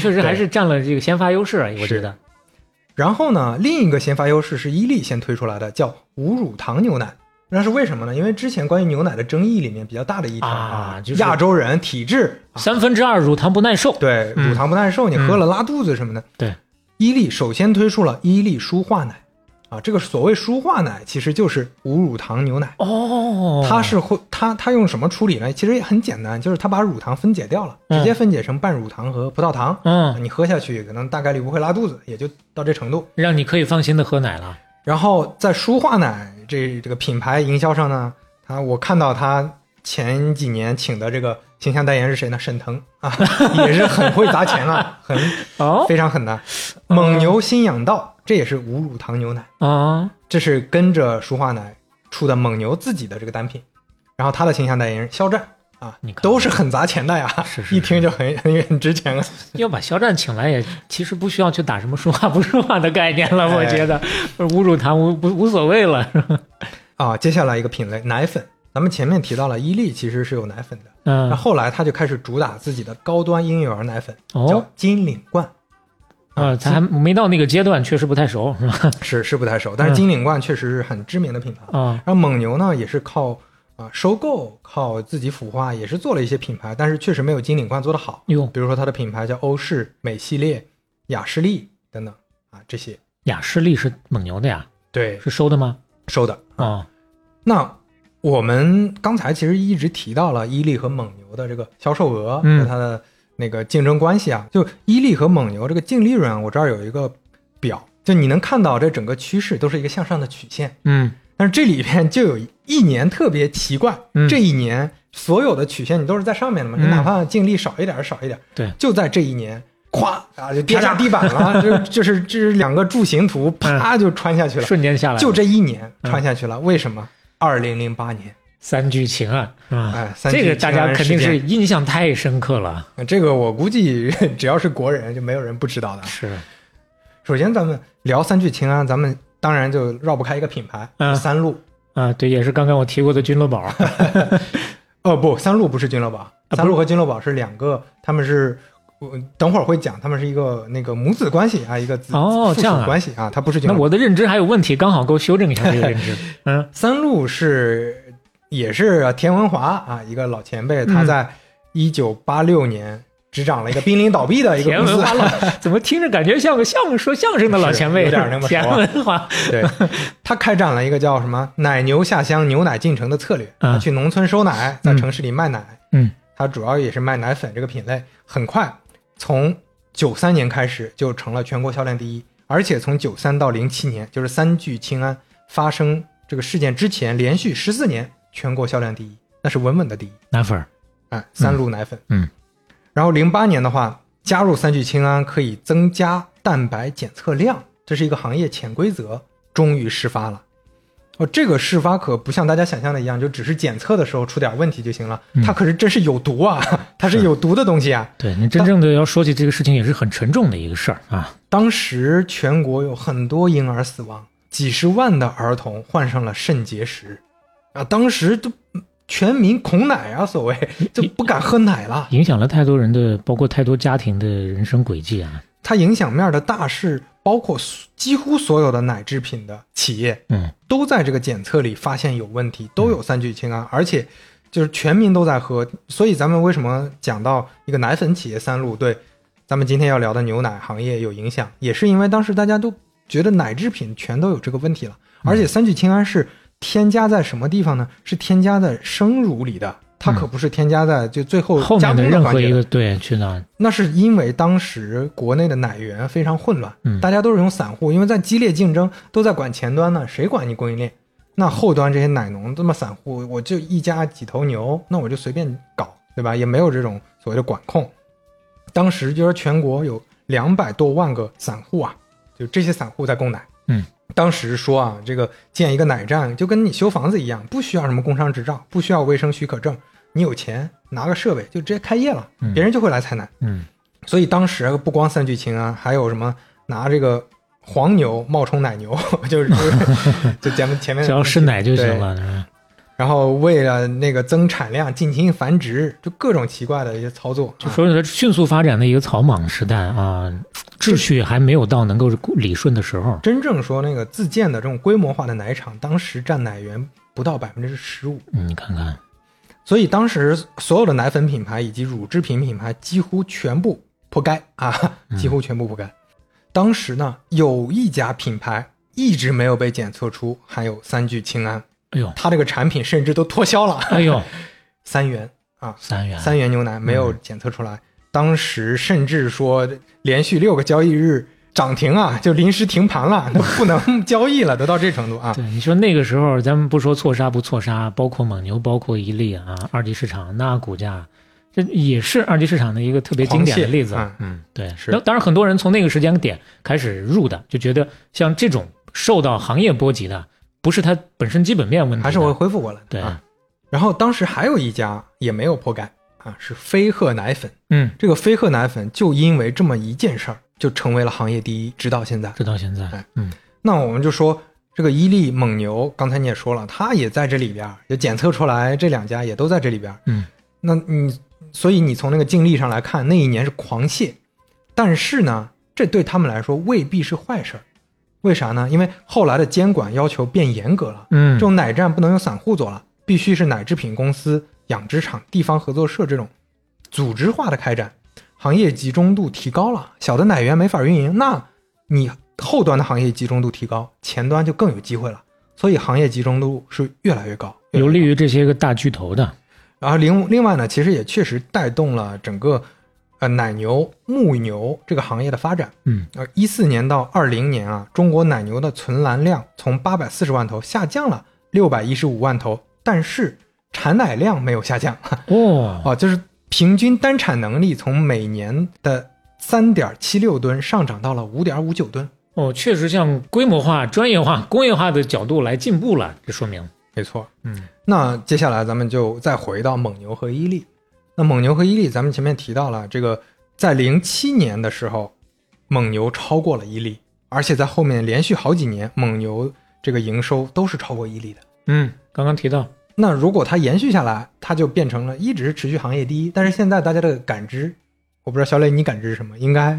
Speaker 2: 确实还是占了这个先发优势啊，我觉得。
Speaker 3: 然后呢，另一个先发优势是伊利先推出来的，叫无乳糖牛奶。那是为什么呢？因为之前关于牛奶的争议里面比较大的一条
Speaker 2: 啊就是
Speaker 3: 亚洲人体质，啊
Speaker 2: 三分之二乳糖不耐受，
Speaker 3: 对
Speaker 2: 嗯
Speaker 3: 乳糖不耐受，你喝了拉肚子什么的。
Speaker 2: 对，
Speaker 3: 伊利首先推出了伊利舒化奶，啊，这个所谓舒化奶其实就是无乳糖牛奶。
Speaker 2: 哦，
Speaker 3: 它是会，它它用什么处理呢？其实也很简单，就是它把乳糖分解掉了，
Speaker 2: 嗯
Speaker 3: 直接分解成半乳糖和葡萄糖。啊
Speaker 2: 嗯，
Speaker 3: 你喝下去可能大概率不会拉肚子，也就到这程度。
Speaker 2: 让你可以放心的喝奶了。
Speaker 3: 然后在舒化奶这这个品牌营销上呢，他我看到他前几年请的这个形象代言是谁呢？沈腾啊， 也是很会砸钱了，很
Speaker 2: 哦呃
Speaker 3: 非常狠的。蒙牛新氧道，这也是无乳糖牛奶，
Speaker 2: 啊，
Speaker 3: 这是跟着舒化奶出的蒙牛自己的这个单品。然后他的形象代言人肖战啊
Speaker 2: 你，看
Speaker 3: 都是很砸钱的呀，
Speaker 2: 是是
Speaker 3: 一听就很很很值钱啊。
Speaker 2: 要把肖战请来也其实不需要去打什么说话不说话的概念
Speaker 3: 哎
Speaker 2: 了，我觉得不是无乳糖无不无所谓了。
Speaker 3: 啊，接下来一个品类奶粉，咱们前面提到了伊利其实是有奶粉的，那
Speaker 2: 嗯，
Speaker 3: 后来他就开始主打自己的高端婴幼儿奶粉，
Speaker 2: 哦
Speaker 3: 叫金领冠，
Speaker 2: 啊，咱还没到那个阶段，确实不太熟，是吧？
Speaker 3: 是是不太熟，
Speaker 2: 嗯
Speaker 3: 但是金领冠确实是很知名的品牌。
Speaker 2: 啊，
Speaker 3: 然后蒙牛呢，也是靠啊、收购，靠自己孵化，也是做了一些品牌，但是确实没有金领冠做得好。
Speaker 2: 哟，
Speaker 3: 比如说它的品牌叫欧式、美系列、雅诗丽等等啊，这些
Speaker 2: 雅诗丽是蒙牛的呀，
Speaker 3: 对
Speaker 2: 是收的吗？
Speaker 3: 收的啊。
Speaker 2: 啊，
Speaker 3: 那我们刚才其实一直提到了伊利和蒙牛的这个销售额
Speaker 2: 嗯
Speaker 3: 和它的那个竞争关系啊，就伊利和蒙牛这个净利润啊，我这儿有一个表，就你能看到这整个趋势都是一个向上的曲线，
Speaker 2: 嗯，
Speaker 3: 但是这里边就有一年特别奇怪，
Speaker 2: 嗯
Speaker 3: 这一年所有的曲线你都是在上面的嘛，你
Speaker 2: 嗯
Speaker 3: 哪怕净利少一点儿少一点儿，
Speaker 2: 对
Speaker 3: 就在这一年。咵啊，就跌下地板 了，就就是这是两个柱形图，啪就穿下去了，
Speaker 2: 瞬间嗯下来了嗯
Speaker 3: 就这一年穿下去了，为什么？二零零八年，
Speaker 2: 三聚氰胺，啊，
Speaker 3: 哎，三
Speaker 2: 这个
Speaker 3: 聚氰
Speaker 2: 大家
Speaker 3: 胺
Speaker 2: 肯
Speaker 3: 事
Speaker 2: 定是
Speaker 3: 件
Speaker 2: 印象太深刻了。
Speaker 3: 啊这个，我估计 只要是国人就没有人不知道的。
Speaker 2: 是，
Speaker 3: 首先，咱们聊三聚氰胺，咱们当然就绕不开一个品牌，
Speaker 2: 嗯
Speaker 3: 三鹿。
Speaker 2: 啊，对，也是刚刚我提过的君乐 宝，
Speaker 3: 哦，不，三鹿不是君乐宝，
Speaker 2: 啊
Speaker 3: 三鹿和君乐宝是两个，他们是。我等会儿会讲，他们是一个那个母子关系啊，一个子
Speaker 2: 哦
Speaker 3: 父
Speaker 2: 这样
Speaker 3: 属
Speaker 2: 啊
Speaker 3: 关系啊，它不是君
Speaker 2: 那
Speaker 3: 乐宝。
Speaker 2: 我的认知还有问题，刚好给我修正一下这个认知。嗯
Speaker 3: 三鹿是也是田文华啊，一个老前辈，他
Speaker 2: 嗯
Speaker 3: 在一九八六年执掌了一个濒临倒闭的一个
Speaker 2: 田
Speaker 3: 公司
Speaker 2: 文，华老，怎么听着感觉像个相声说相声的老前辈？
Speaker 3: 是有点那么熟
Speaker 2: 田
Speaker 3: 啊
Speaker 2: 文华，
Speaker 3: 对，他开展了一个叫什么“奶牛下乡，牛奶进城”的策略，
Speaker 2: 啊
Speaker 3: 他去农村收奶，在
Speaker 2: 嗯
Speaker 3: 城市里卖奶。
Speaker 2: 嗯，
Speaker 3: 他主要也是卖奶粉这个品类。很快，从九三年开始就成了全国销量第一，而且从九三到零七年，就是三聚氰胺发生这个事件之前，连续十四年全国销量第一，那是稳稳的第一。
Speaker 2: 奶粉儿，
Speaker 3: 哎，三鹿奶粉。
Speaker 2: 嗯
Speaker 3: 然后零八年的话，加入三聚氰胺可以增加蛋白检测量，这是一个行业潜规则，终于事发了。哦，这个事发可不像大家想象的一样，就只是检测的时候出点问题就行了，
Speaker 2: 嗯
Speaker 3: 它可是真是有毒啊， 它是有毒的东西啊。
Speaker 2: 对你真正的要说起这个事情，也是很沉重的一个事儿啊。
Speaker 3: 当时全国有很多婴儿死亡，几十万的儿童患上了肾结石，啊，当时都全民恐奶啊，所谓就不敢喝奶了。
Speaker 2: 影响了太多人的，包括太多家庭的人生轨迹啊。
Speaker 3: 它影响面的大是包括所几乎所有的奶制品的企业
Speaker 2: 嗯，
Speaker 3: 都在这个检测里发现有问题，都有三聚氰胺，而且就是全民都在喝。所以咱们为什么讲到一个奶粉企业三鹿对咱们今天要聊的牛奶行业有影响，也是因为当时大家都觉得奶制品全都有这个问题了，
Speaker 2: 嗯
Speaker 3: 而且三聚氰胺是添加在什么地方呢？是添加在生乳里的。它可不是添加在就最后
Speaker 2: 后
Speaker 3: 加
Speaker 2: 面的
Speaker 3: 工的
Speaker 2: 任
Speaker 3: 环
Speaker 2: 何
Speaker 3: 节
Speaker 2: 一
Speaker 3: 的
Speaker 2: 个对去哪，
Speaker 3: 那是因为当时国内的奶源非常混乱，
Speaker 2: 嗯
Speaker 3: 大家都是用散户，因为在激烈竞争，都在管前端呢，谁管你供应链？那后端这些奶农这么散户，我就一家几头牛，那我就随便搞，对吧？也没有这种所谓的管控。当时就是全国有两百多万个散户啊，就这些散户在供奶。
Speaker 2: 嗯，
Speaker 3: 当时说啊，这个建一个奶站就跟你修房子一样，不需要什么工商执照，不需要卫生许可证，你有钱拿个设备就直接开业了，
Speaker 2: 嗯
Speaker 3: 别人就会来采奶。
Speaker 2: 嗯
Speaker 3: 啊所以当时不光三聚氰胺，还有什么拿这个黄牛冒充奶牛， 就是就是就咱们前面
Speaker 2: 只要是奶就行了。
Speaker 3: 然后为了那个增产量、近亲繁殖，就各种奇怪的一些操作。啊
Speaker 2: 就说起来，迅速发展的一个草莽时代啊，秩序还没有到能够理顺的时候。
Speaker 3: 真正说那个自建的这种规模化的奶厂，当时占奶源不到百分之十五，
Speaker 2: 嗯你看看，
Speaker 3: 所以当时所有的奶粉品牌以及乳制品品牌几乎全部铺盖啊，几乎全部铺盖。当时呢，有一家品牌一直没有被检测出含有三聚氰胺，
Speaker 2: 哎呦，
Speaker 3: 它这个产品甚至都脱销了。
Speaker 2: 哎呦，
Speaker 3: 三元啊，
Speaker 2: 三元，
Speaker 3: 三元牛奶没有检测出来。当时甚至说连续六个交易日涨停啊，就临时停盘了， 都不能交易了，都到这程度啊。
Speaker 2: 对，你说那个时候，咱们不说错杀不错杀，包括蒙牛，包括伊利啊，二级市场那股价，这也是二级市场的一个特别经典的例子。
Speaker 3: 狂泻啊
Speaker 2: 嗯，对，
Speaker 3: 是
Speaker 2: 那当然，很多人从那个时间点开始入的，就觉得像这种受到行业波及的，不是它本身基本面嗯问题的，
Speaker 3: 还是我恢复过来的。
Speaker 2: 对
Speaker 3: 啊。然后当时还有一家也没有破盖啊，是飞鹤奶粉。
Speaker 2: 嗯，
Speaker 3: 这个飞鹤奶粉就因为这么一件事儿，就成为了行业第一，直到现在。
Speaker 2: 直到现在
Speaker 3: 哎，
Speaker 2: 嗯，
Speaker 3: 那我们就说这个伊利、蒙牛，刚才你也说了，它也在这里边儿，也检测出来这两家也都在这里边。
Speaker 2: 嗯，
Speaker 3: 那你所以你从那个净利上来看，那一年是狂泻，但是呢，这对他们来说未必是坏事儿。为啥呢？因为后来的监管要求变严格了，
Speaker 2: 嗯
Speaker 3: 这种奶站不能有散户做了，必须是奶制品公司、养殖场、地方合作社这种组织化的开展，行业集中度提高了，小的奶源没法运营，那你后端的行业集中度提高，前端就更有机会了。所以行业集中度是越来越高，越来
Speaker 2: 有
Speaker 3: 越
Speaker 2: 利
Speaker 3: 高
Speaker 2: 于这些个大巨头
Speaker 3: 嗯
Speaker 2: 的，
Speaker 3: 然后另另外呢，其实也确实带动了整个呃奶牛、牧牛这个行业的发展。
Speaker 2: 嗯，
Speaker 3: 呃，一四年到二零年啊，中国奶牛的存栏量从八百四十万头下降了六百一十五万头，但是产奶量没有下降
Speaker 2: 哦，
Speaker 3: 哦，就是平均单产能力从每年的三点七六吨上涨到了五点五九吨。
Speaker 2: 哦，确实像规模化、专业化、工业化的角度来进步了，这说明，
Speaker 3: 没错，
Speaker 2: 嗯，
Speaker 3: 那接下来咱们就再回到蒙牛和伊利。那蒙牛和伊利，咱们前面提到了，这个在零七年的时候，蒙牛超过了伊利，而且在后面连续好几年，蒙牛这个营收都是超过伊利的。
Speaker 2: 嗯，刚刚提到，
Speaker 3: 那如果它延续下来，它就变成了一直持续行业第一。但是现在大家的感知，我不知道小磊你感知是什么？应 该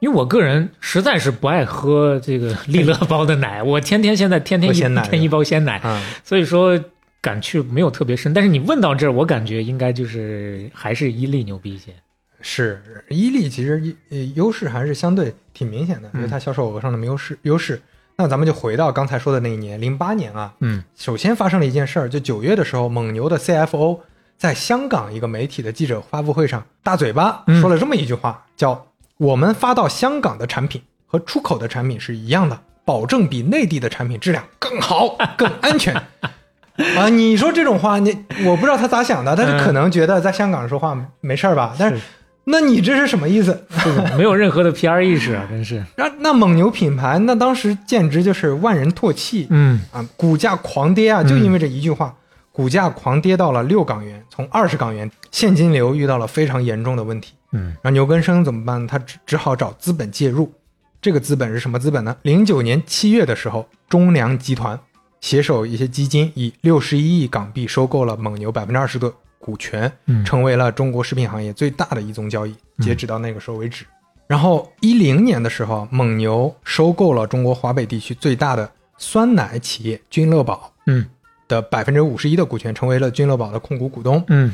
Speaker 2: 因为我个人实在是不爱喝这个利乐包的 奶，我天天现在天天
Speaker 3: 喝
Speaker 2: 一
Speaker 3: 鲜奶
Speaker 2: 一天一包鲜奶，
Speaker 3: 啊，
Speaker 2: 所以说感去没有特别深。但是你问到这儿，我感觉应该就是还是伊利牛逼 一些。
Speaker 3: 是伊利其实呃优势还是相对挺明显的，
Speaker 2: 嗯
Speaker 3: 因为它销售额上的优势优势。那咱们就回到刚才说的那一年，零八年啊，
Speaker 2: 嗯，
Speaker 3: 首先发生了一件事儿，就九月的时候，蒙牛的 CFO 在香港一个媒体的记者发布会上大嘴巴
Speaker 2: 嗯
Speaker 3: 说了这么一句话，叫“我们发到香港的产品和出口的产品是一样的，保证比内地的产品质量更好、更安全” 啊，你说这种话，你我不知道他咋想的，但是可能觉得在香港说话没事儿吧？但是，那你这是什么意思？
Speaker 2: 这个没有任何的 PR 意识啊，真是。
Speaker 3: 那那蒙牛品牌，那当时简直就是万人唾弃，
Speaker 2: 嗯，
Speaker 3: 啊，股价狂跌啊，就因为这一句话，股价狂跌到了六港元，从二十港元，现金流遇到了非常严重的问题。
Speaker 2: 嗯，
Speaker 3: 然后牛根生怎么办？他只只好找资本介入。这个资本是什么资本呢？零九年七月的时候，中粮集团携手一些基金，以六十一亿港币收购了蒙牛百分之二十的股权，
Speaker 2: 嗯
Speaker 3: 成为了中国食品行业最大的一宗交易，截止到那个时候为止。然后一零年的时候，蒙牛收购了中国华北地区最大的酸奶企业君乐宝，
Speaker 2: 嗯
Speaker 3: 的百分之五十一的股权，成为了君乐宝的控股股东。
Speaker 2: 嗯，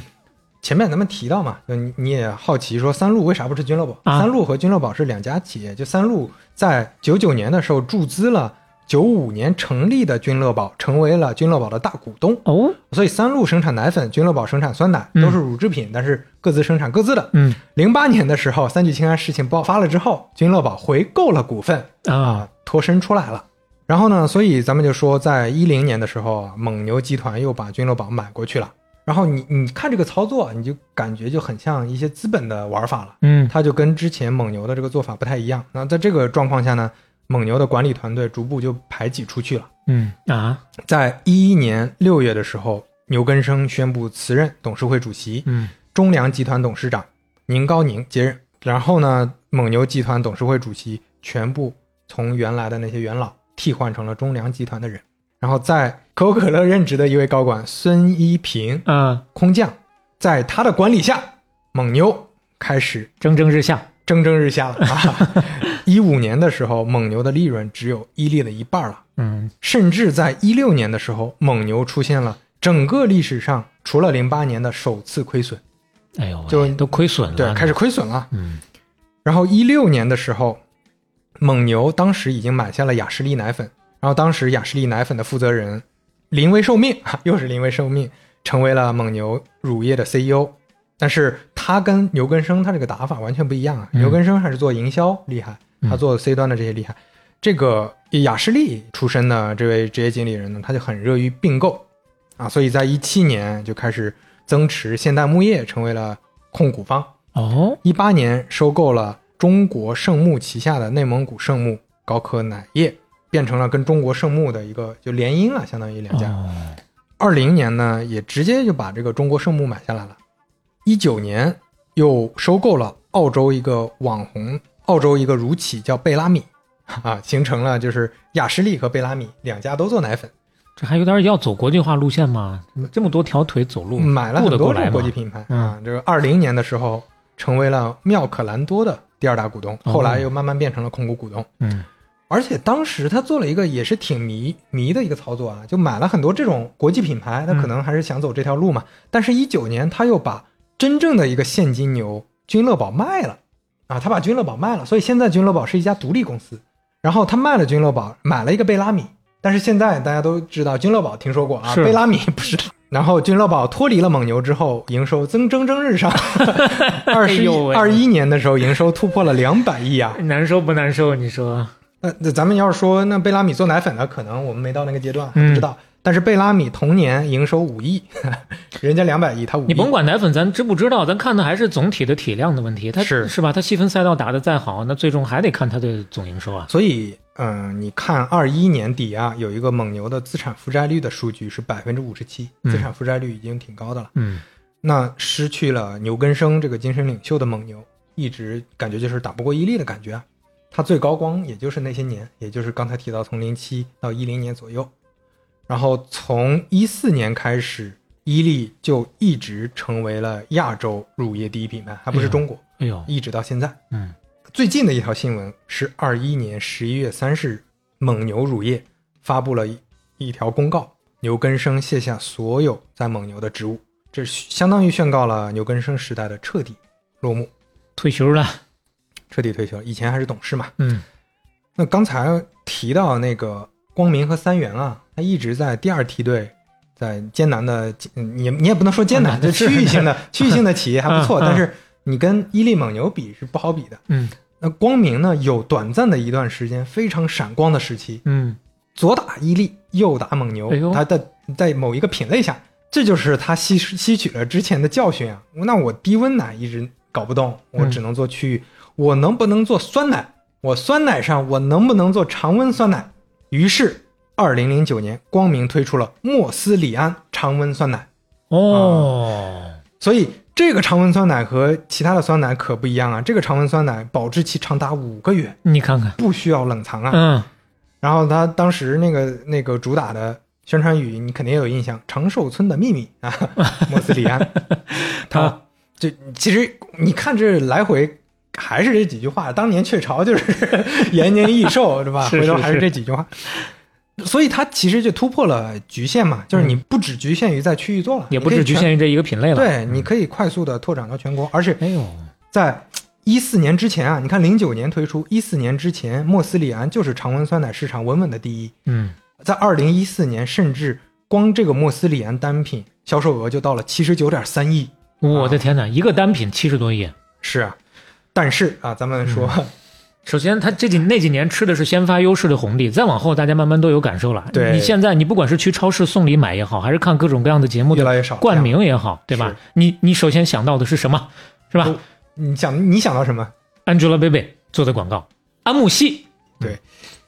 Speaker 3: 前面咱们提到嘛，就你你也好奇说三鹿为啥不是君乐宝？
Speaker 2: 啊
Speaker 3: 三鹿和君乐宝是两家企业，就三鹿在九九年的时候注资了。九五年成立的君乐宝成为了君乐宝的大股东，
Speaker 2: 哦，
Speaker 3: 所以三鹿生产奶粉，君乐宝生产酸奶，
Speaker 2: 嗯
Speaker 3: 都是乳制品，但是各自生产各自的。
Speaker 2: 嗯
Speaker 3: 零八年的时候，三聚氰胺事情爆发了之后，君乐宝回购了股份，
Speaker 2: 啊，
Speaker 3: 脱身出来了。然后呢，所以咱们就说，在一零年的时候啊，蒙牛集团又把君乐宝买过去了。然后你你看这个操作，你就感觉就很像一些资本的玩法了，
Speaker 2: 嗯
Speaker 3: 它就跟之前蒙牛的这个做法不太一样。那在这个状况下呢，蒙牛的管理团队逐步就排挤出去了。
Speaker 2: 嗯啊，
Speaker 3: 在一一年六月的时候，牛根生宣布辞任董事会主席，
Speaker 2: 嗯
Speaker 3: 中粮集团董事长宁高宁接任。然后呢，蒙牛集团董事会主席全部从原来的那些元老替换成了中粮集团的人。然后在可口可乐任职的一位高管孙一平
Speaker 2: 啊，
Speaker 3: 空降，在他的管理下，蒙牛开始
Speaker 2: 蒸蒸日下，
Speaker 3: 蒸蒸日下了啊！一五年的时候，蒙牛的利润只有伊利的一半了，
Speaker 2: 嗯，
Speaker 3: 甚至在一六年的时候，蒙牛出现了整个历史上除了零八年的首次亏损，
Speaker 2: 哎呦喂，
Speaker 3: 就
Speaker 2: 都亏损了，
Speaker 3: 对，开始，亏损了。
Speaker 2: 嗯
Speaker 3: 然后一六年的时候，蒙牛当时已经买下了雅士利奶粉，然后当时雅士利奶粉的负责人临危受命， 又是临危受命，成为了蒙牛乳业的 CEO。但是他跟牛根生他这个打法完全不一样啊，
Speaker 2: 嗯
Speaker 3: 牛根生还是做营销厉害，
Speaker 2: 嗯
Speaker 3: 他做 C 端的这些厉害。这个雅士利出身的这位职业经理人呢，他就很热于并购啊，所以在一七年就开始增持现代牧业，成为了控股方。
Speaker 2: 哦，
Speaker 3: 一八年收购了中国圣牧旗下的内蒙古圣牧高科奶业，变成了跟中国圣牧的一个就联姻啊了，相当于两家。
Speaker 2: 哦，
Speaker 3: 二零、年呢，也直接就把这个中国圣牧买下来了。一九年又收购了澳洲一个网红，澳洲一个乳企叫贝拉米，啊，形成了就是雅诗利和贝拉米两家都做奶粉，
Speaker 2: 这还有点要走国际化路线吗？这么多条腿走路，
Speaker 3: 买了
Speaker 2: 顾
Speaker 3: 很
Speaker 2: 得
Speaker 3: 多
Speaker 2: 过
Speaker 3: 种
Speaker 2: 来吗
Speaker 3: 国际？品牌、
Speaker 2: 嗯
Speaker 3: 啊。这个二零年的时候，成为了妙可蓝多的第二大股东，
Speaker 2: 哦
Speaker 3: 后来又慢慢变成了控股股东。
Speaker 2: 嗯，
Speaker 3: 而且当时他做了一个也是挺迷迷的一个操作啊，就买了很多这种国际品牌，他可能还是想走这条路嘛。但是，一九年他又把真正的一个现金牛君乐宝卖了啊，他把君乐宝卖了，所以现在君乐宝是一家独立公司。然后他卖了君乐宝，买了一个贝拉米。但是现在大家都知道君乐宝听说过啊，
Speaker 2: 是
Speaker 3: 贝拉米不知道。然后君乐宝脱离了蒙牛之后，营收增蒸蒸日上。 二十
Speaker 2: 哎呦喂
Speaker 3: 一二一年的时候，营收突破了两百亿啊！
Speaker 2: 难受不难受？你说，
Speaker 3: 那那咱们要是说，那贝拉米做奶粉的，可能我们没到那个阶段，还不
Speaker 2: 嗯
Speaker 3: 知道。但是贝拉米同年营收五亿， 人家两百亿，他五亿。
Speaker 2: 你甭管奶粉咱知不知道，咱看的还是总体的体量的问题，它
Speaker 3: 是
Speaker 2: 是吧？它细分赛道打得再好，那最终还得看它的总营收啊。
Speaker 3: 所以，嗯、你看二一年底啊，有一个蒙牛的资产负债率的数据是百分之五十七，
Speaker 2: 嗯
Speaker 3: 资产负债率已经挺高的了。
Speaker 2: 嗯，
Speaker 3: 那失去了牛根生这个精神领袖的蒙牛，一直感觉就是打不过伊利的感觉啊。它最高光也就是那些年，也就是刚才提到从零七到一零年左右，然后从一四年开始，伊利就一直成为了亚洲乳业第一品牌，还不是中国，
Speaker 2: 哎呦，
Speaker 3: 一直到现在。
Speaker 2: 嗯，
Speaker 3: 最近的一条新闻是二一年十一月三十日，蒙牛乳业发布了一一条公告，牛根生卸下所有在蒙牛的职务，这相当于宣告了牛根生时代的彻底落幕，
Speaker 2: 退休了。
Speaker 3: 彻底退休了。以前还是董事嘛。
Speaker 2: 嗯，
Speaker 3: 那刚才提到那个光明和三元啊，他一直在第二梯队，在艰难的，嗯你你也不能 说艰难，
Speaker 2: 艰
Speaker 3: 就
Speaker 2: 难
Speaker 3: 区域性的区域性的企业还不错，
Speaker 2: 啊 嗯嗯
Speaker 3: 但是你跟伊利蒙牛比是不好比的。
Speaker 2: 嗯
Speaker 3: 那光明呢，有短暂的一段时间非常闪光的时期，
Speaker 2: 嗯，
Speaker 3: 左打伊利，右打蒙牛
Speaker 2: 哎，呦
Speaker 3: 它的在某一个品类下，这就是它吸吸取了之前的教训啊。那我低温奶一直搞不动，我
Speaker 2: 嗯
Speaker 3: 只能做区域，我能不能做酸奶？我酸奶上我能不能做常温酸奶？于是，二零零九年，光明推出了莫斯里安常温酸奶。
Speaker 2: 嗯哦，
Speaker 3: 所以这个常温酸奶和其他的酸奶可不一样啊，这个常温酸奶保质期长达五个月，
Speaker 2: 你看看，
Speaker 3: 不需要冷藏啊。
Speaker 2: 嗯，
Speaker 3: 然后他当时那个那个主打的宣传语，你肯定也有印象，“长寿村的秘密” 啊，莫斯里安，他
Speaker 2: 啊
Speaker 3: 就其实你看这来回还是这几句话，当年雀巢就是 延年益寿，是吧？
Speaker 2: 是
Speaker 3: 回头
Speaker 2: 是
Speaker 3: 还是
Speaker 2: 是
Speaker 3: 这几句话，所以它其实就突破了局限嘛，就是你不只局限于在区域做了，
Speaker 2: 也
Speaker 3: 你
Speaker 2: 不
Speaker 3: 可以
Speaker 2: 只局
Speaker 3: 全
Speaker 2: 限于这一个品类了。嗯
Speaker 3: 对，你可以快速的拓展到全国，而且
Speaker 2: 哎呦，
Speaker 3: 在一四年之前啊，你看零九年推出，一四年之前莫斯里安就是常温酸奶市场稳稳的第一，
Speaker 2: 嗯，
Speaker 3: 在二零一四年，甚至光这个莫斯里安单品销售额就到了七十九点三亿，
Speaker 2: 我的天哪，一个单品七十多亿。
Speaker 3: 是啊，但是啊，咱们说、
Speaker 2: 嗯首先，他这几那几年吃的是先发优势的红利，再往后大家慢慢都有感受了。
Speaker 3: 对
Speaker 2: 你现在你不管是去超市送礼买也好，还是看各种各样的节目
Speaker 3: 越
Speaker 2: 的
Speaker 3: 来越少
Speaker 2: 冠，名也好，对吧
Speaker 3: 是？哦
Speaker 2: 你你首先想到的是什么？是吧
Speaker 3: 都 你想你想到什么？
Speaker 2: ？Angelababy 做的广告，安慕希，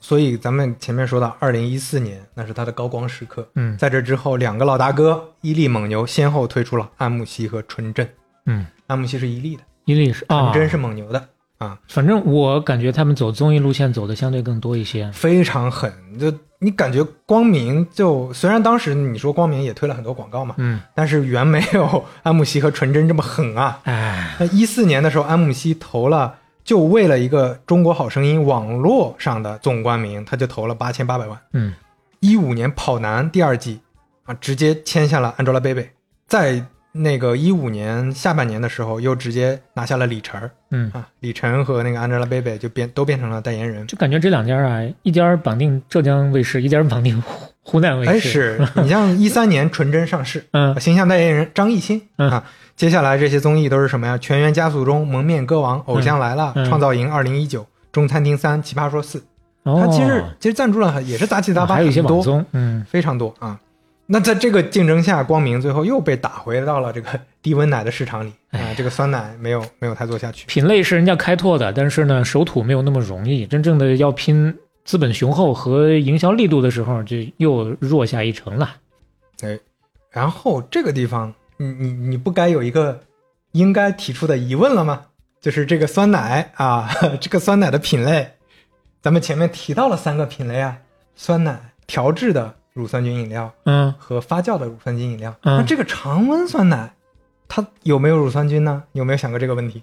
Speaker 3: 所以咱们前面说到，二零一四年那是它的高光时刻，
Speaker 2: 嗯
Speaker 3: 在这之后，两个老大哥伊利蒙牛先后推出了安慕希和纯甄，
Speaker 2: 嗯，
Speaker 3: 安慕希是伊利的，
Speaker 2: 伊利是啊，
Speaker 3: 纯甄是蒙牛的啊啊，
Speaker 2: 反正我感觉他们走综艺路线走的相对更多一些。
Speaker 3: 非常狠。就你感觉光明就虽然当时你说光明也推了很多广告嘛，
Speaker 2: 嗯，
Speaker 3: 但是远没有安慕希和纯真这么狠啊。
Speaker 2: 哎，
Speaker 3: 那一四年的时候，安慕希投了，就为了一个《中国好声音》网络上的总冠名，他就投了八千八百万。
Speaker 2: 嗯，
Speaker 3: 一五年《跑男》第二季啊，直接签下了 Angelababy，在那个一五年下半年的时候，又直接拿下了李晨儿
Speaker 2: 嗯，
Speaker 3: 啊，李晨和那个 Angelababy 就变都变成了代言人。
Speaker 2: 就感觉这两家啊，一家绑定浙江卫视，一家绑定湖湖南卫视。
Speaker 3: 哎，是 你像一三年纯真上市，啊
Speaker 2: 嗯
Speaker 3: 形象代言人张艺兴、
Speaker 2: 嗯
Speaker 3: 啊。接下来这些综艺都是什么呀？《全员加速中》《蒙面歌王》《偶像来了》
Speaker 2: 嗯嗯
Speaker 3: 创造营二零一九》《中餐厅三》《奇葩说四》
Speaker 2: 哦，
Speaker 3: 他其实、其实赞助了也是杂七杂
Speaker 2: 啊
Speaker 3: 八
Speaker 2: 还有一些
Speaker 3: 很
Speaker 2: 网
Speaker 3: 多，
Speaker 2: 综，嗯，
Speaker 3: 非常多啊。那在这个竞争下，光明最后又被打回到了这个低温奶的市场里
Speaker 2: 哎
Speaker 3: 啊，这个酸奶没有没有太做下去。
Speaker 2: 品类是人家开拓的，但是呢，守土没有那么容易。真正的要拼资本雄厚和营销力度的时候，就又弱下一城了。
Speaker 3: 哎然后这个地方，你你你不该有一个应该提出的疑问了吗？就是这个酸奶啊， 这个酸奶的品类，咱们前面提到了三个品类啊，酸奶、调制的乳酸菌饮料
Speaker 2: 嗯，
Speaker 3: 和发酵的乳酸菌饮料。
Speaker 2: 嗯
Speaker 3: 那这个常温酸奶，它有没有乳酸菌呢？有没有想过这个问题？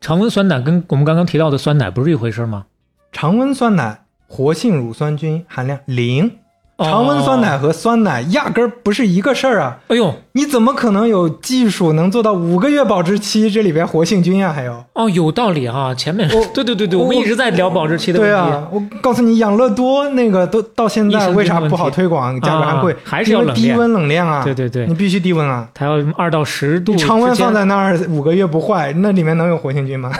Speaker 2: 常温酸奶跟我们刚刚提到的酸奶不是一回事吗？
Speaker 3: 常温酸奶活性乳酸菌含量零，
Speaker 2: 哦
Speaker 3: 常温酸奶和酸奶压根儿不是一个事儿啊。
Speaker 2: 哎呦，
Speaker 3: 你怎么可能有技术能做到五个月保质期？这里边活性菌呀、还有。
Speaker 2: 哦，有道理哈、前面
Speaker 3: 我
Speaker 2: 对对对对，
Speaker 3: 我
Speaker 2: 我们一直在聊保质期的问
Speaker 3: 哦对
Speaker 2: 题。
Speaker 3: 啊，我告诉你，养乐多那个都到现
Speaker 2: 益
Speaker 3: 在
Speaker 2: 生菌
Speaker 3: 为啥
Speaker 2: 问题
Speaker 3: 不好推广，价格还贵
Speaker 2: 啊，还是要
Speaker 3: 因为
Speaker 2: 冷链
Speaker 3: 低温冷链啊。
Speaker 2: 对对对
Speaker 3: 你必须低温啊。
Speaker 2: 它要二到十度
Speaker 3: 你
Speaker 2: 之间，
Speaker 3: 常温放在那儿五个月不坏，那里面能有活性菌 吗？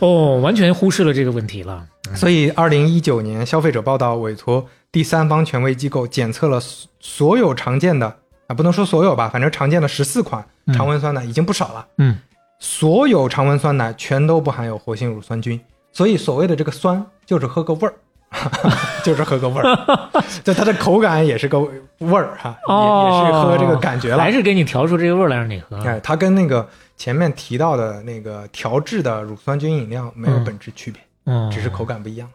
Speaker 2: 哦，完全忽视了这个问题了。
Speaker 3: 所以，二零一九年消费者报道委托第三方权威机构检测了所所有常见的啊，不能说所有吧，反正常见的十四款
Speaker 2: 嗯
Speaker 3: 常温酸奶已经不少了。
Speaker 2: 嗯，
Speaker 3: 所有常温酸奶全都不含有活性乳酸菌，所以所谓的这个酸就是喝个味儿， 就是喝个味儿， 就它的口感也是个味儿哈、
Speaker 2: 哦，
Speaker 3: 也也是喝这个感觉了
Speaker 2: 还。是给你调出这个味儿来让你喝。
Speaker 3: 哎，它跟那个前面提到的那个调制的乳酸菌饮料没有
Speaker 2: 嗯
Speaker 3: 本质区别，
Speaker 2: 嗯，
Speaker 3: 只是口感不一样。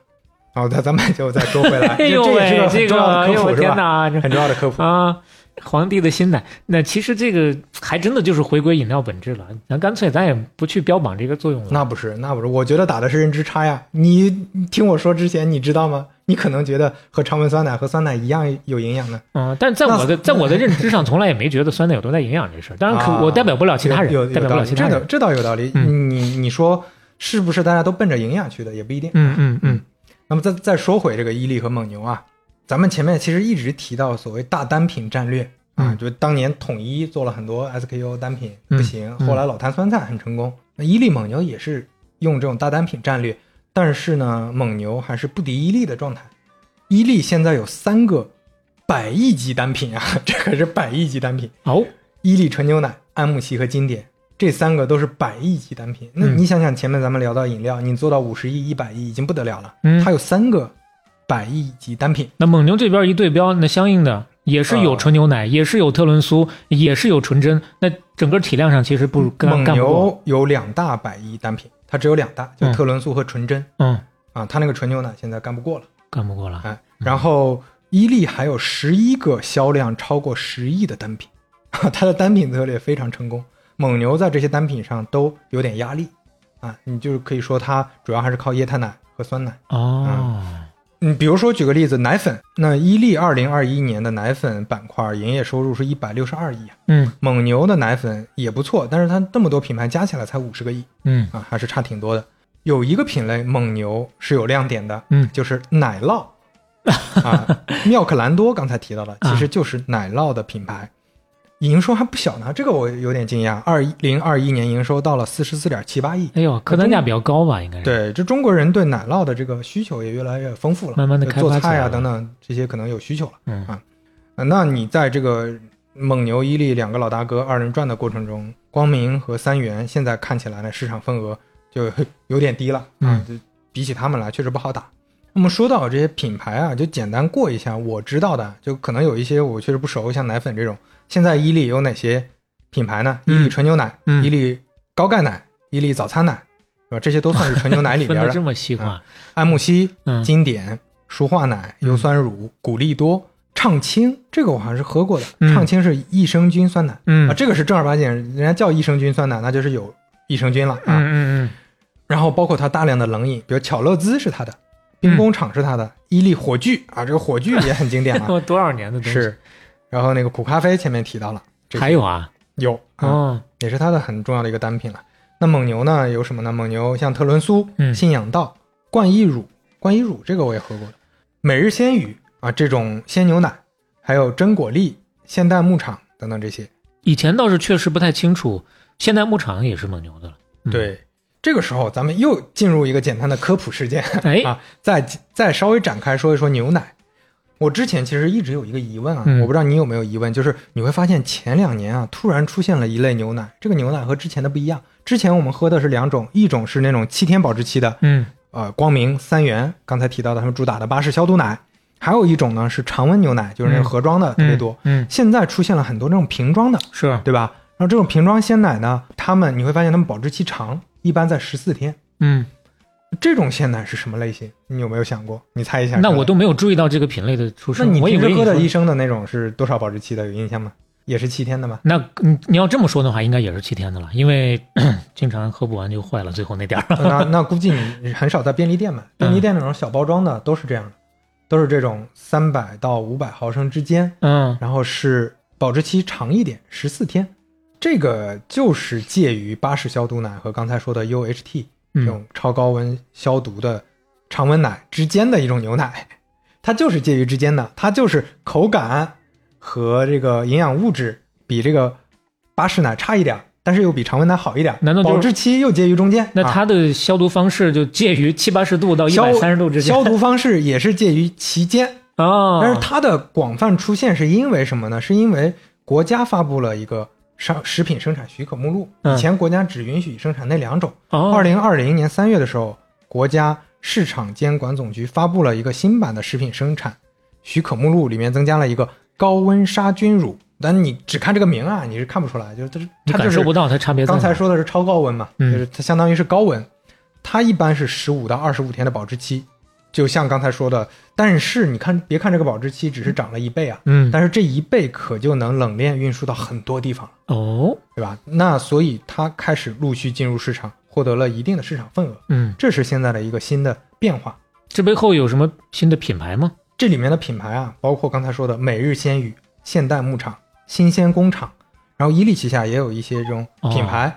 Speaker 3: 好的，咱们就再说回来，
Speaker 2: 哎呦
Speaker 3: 这
Speaker 2: 喂
Speaker 3: 也是个，很
Speaker 2: 这
Speaker 3: 重要的
Speaker 2: 哎
Speaker 3: 科
Speaker 2: 呦
Speaker 3: 普、
Speaker 2: 我
Speaker 3: 是
Speaker 2: 天
Speaker 3: 吧？
Speaker 2: 哪，这
Speaker 3: 很重要的科普。
Speaker 2: 啊，皇帝的新奶。那其实这个还真的就是回归饮料本质了。咱干脆咱也不去标榜这个作用了。
Speaker 3: 那不是，那不是，我觉得打的是认知差呀。你你听我说之前，你知道吗？你可能觉得和常温酸奶和酸奶一样有营养呢。
Speaker 2: 嗯，但在
Speaker 3: 那
Speaker 2: 我的在我的认知上，从来也没觉得酸奶有多大营养这事儿。当然可，
Speaker 3: 啊
Speaker 2: 我代表不了其他人
Speaker 3: 有有，
Speaker 2: 代表不
Speaker 3: 道
Speaker 2: 了
Speaker 3: 理
Speaker 2: 其他
Speaker 3: 这倒
Speaker 2: 人。
Speaker 3: 这倒有道理。
Speaker 2: 嗯
Speaker 3: 你你说是不是大家都奔着营养去的也不一定。
Speaker 2: 嗯嗯嗯，
Speaker 3: 那么再再说回这个伊利和蒙牛啊，咱们前面其实一直提到所谓大单品战略啊，
Speaker 2: 嗯
Speaker 3: 就当年统一做了很多 SKU 单品
Speaker 2: 嗯
Speaker 3: 不行，
Speaker 2: 嗯
Speaker 3: 后来老坛酸菜很成功，那伊利蒙牛也是用这种大单品战略，但是呢，蒙牛还是不敌伊利的状态。伊利现在有三个百亿级单品啊， 这可是百亿级单品，
Speaker 2: 哦，
Speaker 3: 伊利纯牛奶、安慕希和经典这三个都是百亿级单品。那
Speaker 2: 嗯
Speaker 3: 你想想，前面咱们聊到饮料，你做到五十亿、一百亿已经不得了了。
Speaker 2: 嗯
Speaker 3: 它有三个百亿级单品，
Speaker 2: 那蒙牛这边一对标，那相应的也是有纯牛
Speaker 3: 啊
Speaker 2: 奶，也是有特仑苏，也是有纯甄。那整个体量上其实不如干
Speaker 3: 蒙
Speaker 2: 干不过。
Speaker 3: 牛有两大百亿单品，它只有两大，就
Speaker 2: 嗯
Speaker 3: 特仑苏和纯甄、
Speaker 2: 嗯，
Speaker 3: 啊。它那个纯牛奶现在干不过了，
Speaker 2: 干不过了。
Speaker 3: 哎。然后伊利还有十一个销量超过十亿的单品， 它的单品策略非常成功。蒙牛在这些单品上都有点压力啊，你就是可以说它主要还是靠液态奶和酸奶。
Speaker 2: 哦，
Speaker 3: 嗯，比如说举个例子，奶粉，那伊利二零二一年的奶粉板块营业收入是一百六十二亿啊，
Speaker 2: 嗯
Speaker 3: 蒙牛的奶粉也不错，但是它这么多品牌加起来才五十个亿
Speaker 2: 嗯
Speaker 3: 啊，还是差挺多的。有一个品类蒙牛是有亮点的，
Speaker 2: 嗯
Speaker 3: 就是奶酪啊，妙可蓝多刚才提到了，其实就是奶酪的品牌，营收还不小呢，这个我有点惊讶，二零二一年营收到了四十四点七八亿，
Speaker 2: 哎呦，客单价比较高吧，应该是。，
Speaker 3: 对，这中国人对奶酪的这个需求也越来越丰富了，
Speaker 2: 慢慢地
Speaker 3: 就
Speaker 2: 开发
Speaker 3: 做
Speaker 2: 起
Speaker 3: 菜
Speaker 2: 来
Speaker 3: 啊
Speaker 2: 了
Speaker 3: 等等这些可能有需求了。
Speaker 2: 嗯
Speaker 3: 呃那你在这个蒙牛、伊利两个老大哥二人转的过程中，光明和三元现在看起来呢，市场份额就有点低了，
Speaker 2: 嗯
Speaker 3: 啊，就比起他们来确实不好打。那么说到这些品牌啊，就简单过一下我知道的，就可能有一些我确实不熟，像奶粉这种。现在伊利有哪些品牌呢？伊
Speaker 2: 嗯
Speaker 3: 利纯牛奶、
Speaker 2: 嗯
Speaker 3: 伊利高钙奶、伊利早餐奶、对吧？这些都算是纯牛奶 里
Speaker 2: 分
Speaker 3: 边
Speaker 2: 的
Speaker 3: 的
Speaker 2: 这么细化，
Speaker 3: 安慕希
Speaker 2: 嗯、
Speaker 3: 经典、舒化奶、
Speaker 2: 嗯
Speaker 3: 优酸乳、谷粒多、畅清，这个我好像是喝过的。
Speaker 2: 嗯
Speaker 3: 畅清是益生菌酸奶、
Speaker 2: 嗯
Speaker 3: 啊，这个是正儿八经，人家叫益生菌酸奶，那就是有益生菌了 啊。
Speaker 2: 嗯嗯
Speaker 3: 然后包括它大量的冷饮，比如巧乐兹是它的，兵工厂是它的，伊利火炬啊，这个火炬也很经典
Speaker 2: 嗯，
Speaker 3: 啊，
Speaker 2: 我多少年的东西，
Speaker 3: 是。然后那个苦咖啡前面提到了，这
Speaker 2: 还有啊，
Speaker 3: 有啊、
Speaker 2: 哦，
Speaker 3: 也是它的很重要的一个单品了。那蒙牛呢有什么呢？蒙牛像特仑苏、
Speaker 2: 嗯
Speaker 3: 信仰道、冠益乳、冠益乳这个我也喝过的，每日鲜语啊这种鲜牛奶，还有真果粒、现代牧场等等这些。
Speaker 2: 以前倒是确实不太清楚，现代牧场也是蒙牛的了，嗯，
Speaker 3: 对，这个时候咱们又进入一个简单的科普事件，
Speaker 2: 哎
Speaker 3: 啊，再再稍微展开说一说牛奶。我之前其实一直有一个疑问啊，
Speaker 2: 嗯
Speaker 3: 我不知道你有没有疑问，就是你会发现前两年啊，突然出现了一类牛奶，这个牛奶和之前的不一样。之前我们喝的是两种，一种是那种七天保质期的，
Speaker 2: 嗯
Speaker 3: 呃，光明三元，刚才提到的他们主打的巴氏消毒奶，还有一种呢是常温牛奶，就是那种
Speaker 2: 嗯
Speaker 3: 盒装的、特别多。
Speaker 2: 嗯，嗯
Speaker 3: 现在出现了很多这种瓶装的，
Speaker 2: 是，
Speaker 3: 对吧？然后这种瓶装鲜奶呢，它们你会发现它们保质期长，一般在十四天。
Speaker 2: 嗯，
Speaker 3: 这种鲜奶是什么类型？你有没有想过？你猜一下。
Speaker 2: 那
Speaker 3: 是吧
Speaker 2: 我都没有注意到这个品类的出
Speaker 3: 那
Speaker 2: 身，
Speaker 3: 你
Speaker 2: 我以
Speaker 3: 平时
Speaker 2: 为
Speaker 3: 喝的
Speaker 2: 你
Speaker 3: 一
Speaker 2: 说
Speaker 3: 升的那种是多少保质期的？有印象吗？也是七天的吗？
Speaker 2: 那你你要这么说的话，应该也是七天的了，因为 经常喝不完就坏了，最后那点儿。
Speaker 3: 那那估计你很少在便利店买，便利店那种小包装的都是这样的，都是这种三百到五百毫升之间，
Speaker 2: 嗯，
Speaker 3: 然后是保质期长一点，十四天。这个就是介于巴氏消毒奶和刚才说的 UHT 这
Speaker 2: 嗯
Speaker 3: 种超高温消毒的常温奶之间的一种牛奶， 它就是介于之间的，它就是口感和这个营养物质比这个巴氏奶差一点儿，但是又比常温奶好一点儿，
Speaker 2: 难道就是
Speaker 3: 保质期又介于中间？
Speaker 2: 那
Speaker 3: 啊
Speaker 2: 它的消毒方式就介于七八十度到一
Speaker 3: 消
Speaker 2: 百三十度之间
Speaker 3: 消毒方式也是介于其间，
Speaker 2: 啊，
Speaker 3: 但是它的广泛出现是因为什么呢？是因为国家发布了一个商食品生产许可目录，
Speaker 2: 嗯
Speaker 3: 以前国家只允许生产那两种。
Speaker 2: 哦
Speaker 3: 二零二零年三月的时候，国家市场监管总局发布了一个新版的食品生产许可目录，里面增加了一个高温杀菌乳。但你只看这个名啊，你是看不出来，就是它是
Speaker 2: 你
Speaker 3: 它就
Speaker 2: 感
Speaker 3: 是
Speaker 2: 受不到它差别在哪。
Speaker 3: 刚才说的是超高温嘛，
Speaker 2: 嗯
Speaker 3: 就是它相当于是高温，它一般是十五到二十五天的保质期，就像刚才说的。但是你看，别看这个保质期只是涨了一倍啊，
Speaker 2: 嗯
Speaker 3: 但是这一倍可就能冷链运输到很多地方了，
Speaker 2: 哦，
Speaker 3: 对吧？那所以它开始陆续进入市场，获得了一定的市场份额，
Speaker 2: 嗯，
Speaker 3: 这是现在的一个新的变化。
Speaker 2: 这背后有什么新的品牌吗？
Speaker 3: 这里面的品牌啊，包括刚才说的每日鲜语、现代牧场、新鲜工厂，然后伊利旗下也有一些这种品牌，
Speaker 2: 哦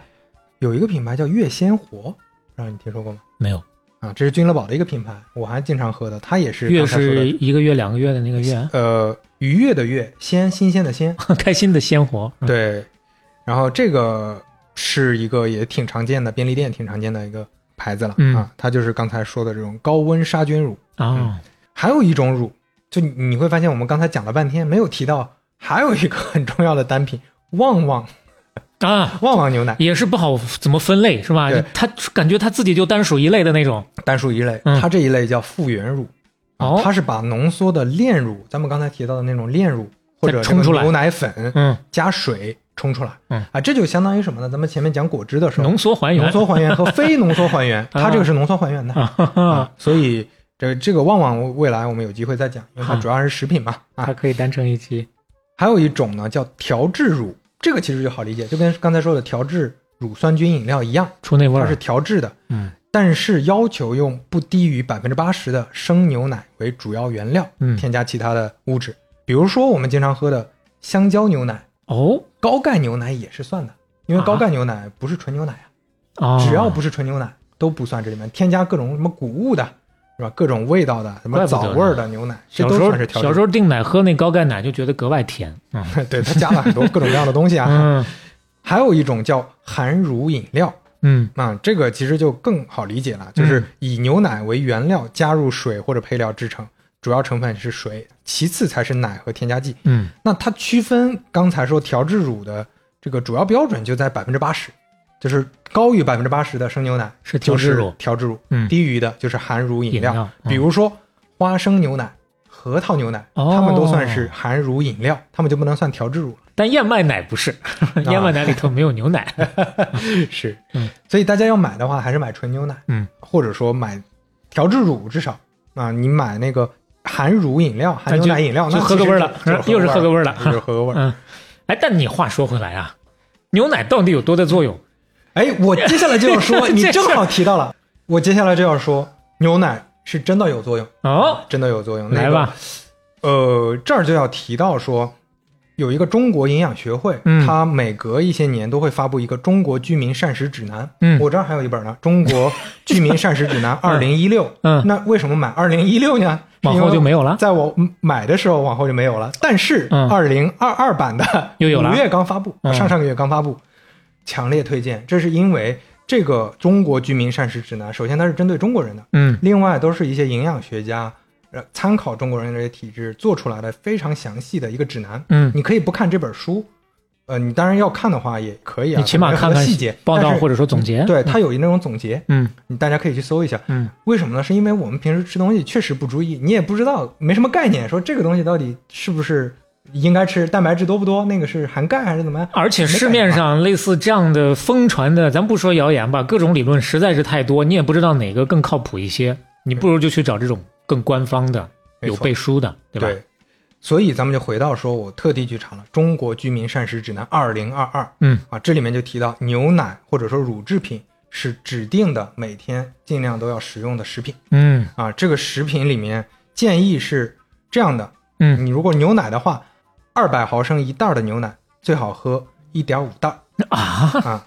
Speaker 3: 有一个品牌叫月鲜活，不知道你听说过吗？
Speaker 2: 没有，
Speaker 3: 啊，这是君乐宝的一个品牌，我还经常喝的，它也是
Speaker 2: 月
Speaker 3: 刚才说
Speaker 2: 是
Speaker 3: 的
Speaker 2: 一个月两个月的那个月，
Speaker 3: 呃愉悦的悦，鲜新鲜的鲜，
Speaker 2: 开心的鲜活。嗯，
Speaker 3: 对，然后这个是一个也挺常见的便利店挺常见的一个牌子了、
Speaker 2: 嗯
Speaker 3: 啊，它就是刚才说的这种高温杀菌乳，
Speaker 2: 啊，
Speaker 3: 还有一种乳，就你你会发现我们刚才讲了半天没有提到，还有一个很重要的单品旺旺
Speaker 2: 啊，
Speaker 3: 旺旺牛奶，
Speaker 2: 也是不好怎么分类是吧
Speaker 3: 嗯对？
Speaker 2: 它感觉它自己就单属一类的那种。
Speaker 3: 单数一类，
Speaker 2: 嗯
Speaker 3: 它这一类叫复原乳，啊
Speaker 2: 哦
Speaker 3: 它是把浓缩的炼乳，咱们刚才提到的那种炼乳或者
Speaker 2: 再冲出来
Speaker 3: 那个牛奶粉
Speaker 2: 嗯，
Speaker 3: 加水冲出来，
Speaker 2: 嗯
Speaker 3: 啊，这就相当于什么呢？咱们前面讲果汁的时候，
Speaker 2: 浓缩还原。
Speaker 3: 浓缩还原和非浓缩还原，它这个是浓缩还原的
Speaker 2: 啊哈哈，
Speaker 3: 啊，所以这这个旺旺未来我们有机会再讲，因为它
Speaker 2: 好
Speaker 3: 主要还是食品嘛啊
Speaker 2: 它，可以单成一期。
Speaker 3: 还有一种呢叫调制乳，这个其实就好理解，就跟刚才说的调制乳酸菌饮料一样，
Speaker 2: 出那味
Speaker 3: 它是
Speaker 2: 儿。
Speaker 3: 调制的，
Speaker 2: 嗯
Speaker 3: 但是要求用不低于百分之八十的生牛奶为主要原料，
Speaker 2: 嗯
Speaker 3: 添加其他的物质，比如说我们经常喝的香蕉牛奶、
Speaker 2: 哦
Speaker 3: 高钙牛奶也是算的，因为
Speaker 2: 啊
Speaker 3: 高钙牛奶不是纯牛奶啊，
Speaker 2: 啊，
Speaker 3: 只要不是纯牛奶都不算这里面添加各种什么谷物的，是吧？各种味道的，什么
Speaker 2: 怪不得
Speaker 3: 枣
Speaker 2: 呢
Speaker 3: 味儿的牛奶，这
Speaker 2: 小
Speaker 3: 都
Speaker 2: 时候
Speaker 3: 算是调制。
Speaker 2: 小时候订奶喝那高钙奶就觉得格外甜。嗯
Speaker 3: 对它加了很多各种各样的东西啊。
Speaker 2: 嗯
Speaker 3: 还有一种叫含乳饮料，
Speaker 2: 嗯
Speaker 3: 啊，这个其实就更好理解了，就是以牛奶为原料，加入水或者配料制成，主要成分是水，其次才是奶和添加剂。
Speaker 2: 嗯
Speaker 3: 那它区分刚才说调制乳的这个主要标准就在百分之八十，就是高于百分之八十的生牛奶
Speaker 2: 是调制乳
Speaker 3: 就是调制乳，
Speaker 2: 嗯
Speaker 3: 低于的就是含乳饮料，
Speaker 2: 饮料嗯
Speaker 3: 比如说花生牛奶、核桃牛奶，
Speaker 2: 哦
Speaker 3: 它们都算是含乳饮料，它们就不能算调制乳了。
Speaker 2: 但燕麦奶不 是，燕麦奶里头没有牛奶。
Speaker 3: 啊是
Speaker 2: 嗯，
Speaker 3: 所以大家要买的话，还是买纯牛奶，
Speaker 2: 嗯，
Speaker 3: 或者说买调制乳，至少啊，你买那个含乳饮料、含
Speaker 2: 那
Speaker 3: 牛
Speaker 2: 就
Speaker 3: 奶饮料，
Speaker 2: 就
Speaker 3: 那
Speaker 2: 合
Speaker 3: 其
Speaker 2: 个
Speaker 3: 实
Speaker 2: 味儿了嗯
Speaker 3: 就
Speaker 2: 又是合个味儿了
Speaker 3: 啊又是合个味儿。
Speaker 2: 嗯，哎，但你话说回来啊，牛奶到底有多大作用？
Speaker 3: 哎，我接下来就要 说，
Speaker 2: 这
Speaker 3: 你
Speaker 2: 事儿
Speaker 3: 正好提到了，我接下来就要说，牛奶是真的有作用，
Speaker 2: 哦，
Speaker 3: 真的有作用。那
Speaker 2: 来
Speaker 3: 个
Speaker 2: 吧，
Speaker 3: 呃，这儿就要提到说，有一个中国营养学会，
Speaker 2: 嗯
Speaker 3: 它每隔一些年都会发布一个《中国居民膳食指南》。
Speaker 2: 嗯
Speaker 3: 我这儿还有一本呢，《中国居民膳食指南二零一六》。
Speaker 2: 嗯
Speaker 3: 那为什么买二零一六呢？
Speaker 2: 往后就没有了
Speaker 3: 在我买的时候，往后就没有了。但是
Speaker 2: 嗯
Speaker 3: 二零二二版的
Speaker 2: 又有了
Speaker 3: 五月刚发布，
Speaker 2: 嗯
Speaker 3: 上上个月刚发布，强烈推荐。这是因为这个《中国居民膳食指南》，首先它是针对中国人的，
Speaker 2: 嗯
Speaker 3: 另外都是一些营养学家呃参考中国人的体质做出来的非常详细的一个指南。
Speaker 2: 嗯，
Speaker 3: 你可以不看这本书，呃，你当然要看的话也可以啊，
Speaker 2: 你起码
Speaker 3: 可能
Speaker 2: 看
Speaker 3: 有很
Speaker 2: 看
Speaker 3: 多细节
Speaker 2: 报道
Speaker 3: 但是
Speaker 2: 或者说总结。
Speaker 3: 对，它有那种总结，
Speaker 2: 嗯
Speaker 3: 你大家可以去搜一下。
Speaker 2: 嗯
Speaker 3: 为什么呢？是因为我们平时吃东西确实不注意，你也不知道，没什么概念，说这个东西到底是不是应该吃，蛋白质多不多，那个是含钙还是怎么样？
Speaker 2: 而且
Speaker 3: 没
Speaker 2: 市
Speaker 3: 感
Speaker 2: 面
Speaker 3: 觉
Speaker 2: 上类似这样的疯传的，咱不说谣言吧，各种理论实在是太多，你也不知道哪个更靠谱一些，你不如就去找这种更官方的、
Speaker 3: 没
Speaker 2: 有
Speaker 3: 错
Speaker 2: 背书的，对吧？
Speaker 3: 对，所以咱们就回到说，我特地去查了《中国居民膳食指南二零二二》。
Speaker 2: 嗯
Speaker 3: 啊，这里面就提到牛奶或者说乳制品是指定的每天尽量都要食用的食品
Speaker 2: 嗯
Speaker 3: 啊。这个食品里面建议是这样的：
Speaker 2: 嗯，
Speaker 3: 你如果牛奶的话，二百毫升一袋儿的牛奶最好喝一点五袋儿
Speaker 2: 啊，
Speaker 3: 啊。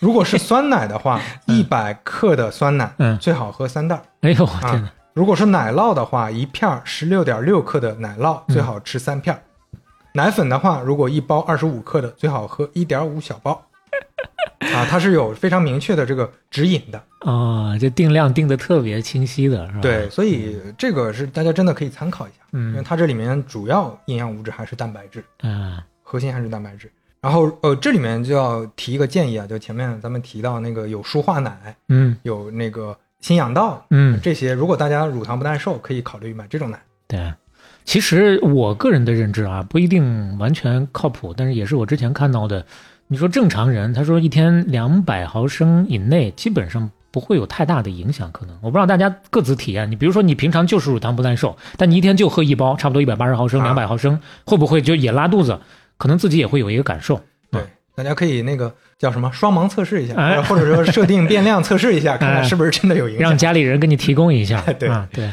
Speaker 3: 如果是酸奶 的话，一百克的酸奶
Speaker 2: 嗯
Speaker 3: 最好喝三袋儿
Speaker 2: 哎呦我天哪
Speaker 3: 啊！。如果是奶酪的话，一片十六点六克的奶酪
Speaker 2: 嗯
Speaker 3: 最好吃三片儿。奶粉的话，如果一包二十五克的，最好喝一点五小 包。啊，它是有非常明确的这个指引的，
Speaker 2: 啊，这定量定的特别清晰的，是吧？
Speaker 3: 对，，所以这个是大家真的可以参考一下，因为
Speaker 2: 嗯
Speaker 3: 它这里面主要营养物质还是蛋白质，
Speaker 2: 啊，
Speaker 3: 核心还是蛋白质。然后呃，这里面就要提一个建议啊，就前面咱们提到那个有舒化奶，
Speaker 2: 嗯
Speaker 3: 有那个新氧道
Speaker 2: 嗯，
Speaker 3: 这些，如果大家乳糖不耐受，可以考虑买这种奶。
Speaker 2: 对。啊其实我个人的认知啊，不一定完全靠谱，但是也是我之前看到的。你说正常人，他说一天两百毫升以内，基本上不会有太大的影响。可能我不知道大家各自体验。你比如说，你平常就是乳糖不耐受，但你一天就喝一包，差不多一百八十毫升、
Speaker 3: 啊
Speaker 2: 两百毫升，会不会就也拉肚子？可能自己也会有一个感受。
Speaker 3: 对
Speaker 2: 嗯，
Speaker 3: 大家可以那个叫什么双盲测试一下，呃
Speaker 2: 哎
Speaker 3: 或者 说设定变量测试一下，看看
Speaker 2: 哎
Speaker 3: 是不是真的有影响
Speaker 2: 让。家里人给你提供一下。
Speaker 3: 对
Speaker 2: 啊，对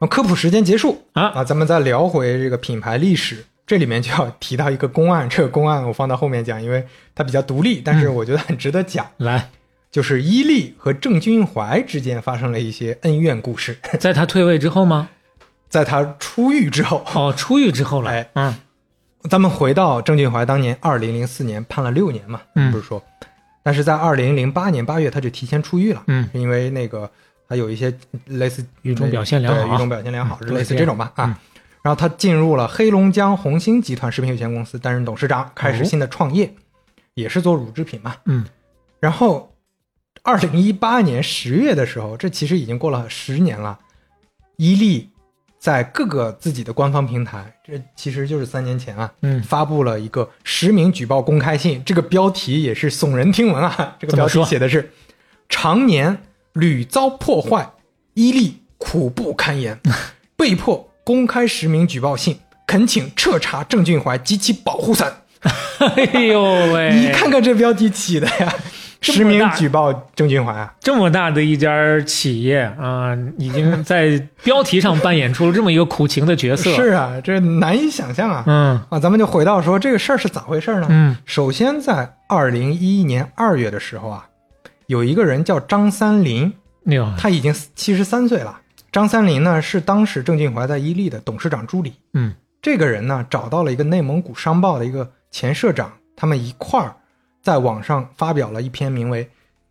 Speaker 3: 那科普时间结束
Speaker 2: 啊，
Speaker 3: 啊，咱们再聊回这个品牌历史。这里面就要提到一个公案，这个公案我放到后面讲，因为它比较独立，但
Speaker 2: 嗯
Speaker 3: 是我觉得很值得讲。
Speaker 2: 来，
Speaker 3: 就是伊利和郑君怀之间发生了一些恩怨故事，
Speaker 2: 在他退位之后吗？
Speaker 3: 在他出狱之后，
Speaker 2: 哦，出狱之后了。
Speaker 3: 哎
Speaker 2: 嗯
Speaker 3: 咱们回到郑俊怀当年二零零四年判了六年嘛，
Speaker 2: 嗯
Speaker 3: 不是说，但是在二零零八年八月他就提前出狱了，
Speaker 2: 嗯，
Speaker 3: 因为那个他有一些类似
Speaker 2: 狱中表现良好
Speaker 3: 对狱中表现良好，
Speaker 2: 嗯
Speaker 3: 是类似这种吧
Speaker 2: 嗯
Speaker 3: 啊。然后他进入了黑龙江红星集团食品有限公司担任董事长，开始新的创业，也是做乳制品嘛。
Speaker 2: 哦嗯
Speaker 3: 然后，二零一八年十月的时候，这其实已经过了十年了。伊利在各个自己的官方平台，这其实就是三年前啊，
Speaker 2: 嗯
Speaker 3: 发布了一个实名举报公开信，这个标题也是耸人听闻啊。这个标
Speaker 2: 怎
Speaker 3: 题
Speaker 2: 么说
Speaker 3: 写的是“常年屡遭破坏，伊利苦不堪言，被迫公开实名举报信，恳请彻查郑俊怀及其保护伞”。
Speaker 2: 哎呦喂！
Speaker 3: 你看看这标题起的呀，
Speaker 2: 这
Speaker 3: 实
Speaker 2: 么
Speaker 3: 名
Speaker 2: 大
Speaker 3: 举报郑俊怀啊，
Speaker 2: 这么大的一家企业啊、已经在标题上扮演出了这么一个苦情的 角色。
Speaker 3: 是，啊，这难以想象啊。
Speaker 2: 嗯
Speaker 3: 啊，咱们就回到说这个事儿是咋回事呢？
Speaker 2: 嗯
Speaker 3: 首先在二零一一年二月的时候啊，有一个人叫张三林，
Speaker 2: 哎呦，
Speaker 3: 他已经七十三岁了。张三林呢是当时郑俊怀在伊利的董事长助理。
Speaker 2: 嗯
Speaker 3: 这个人呢找到了一个内蒙古商报的一个前社长，他们一块儿在网上发表了一篇名为《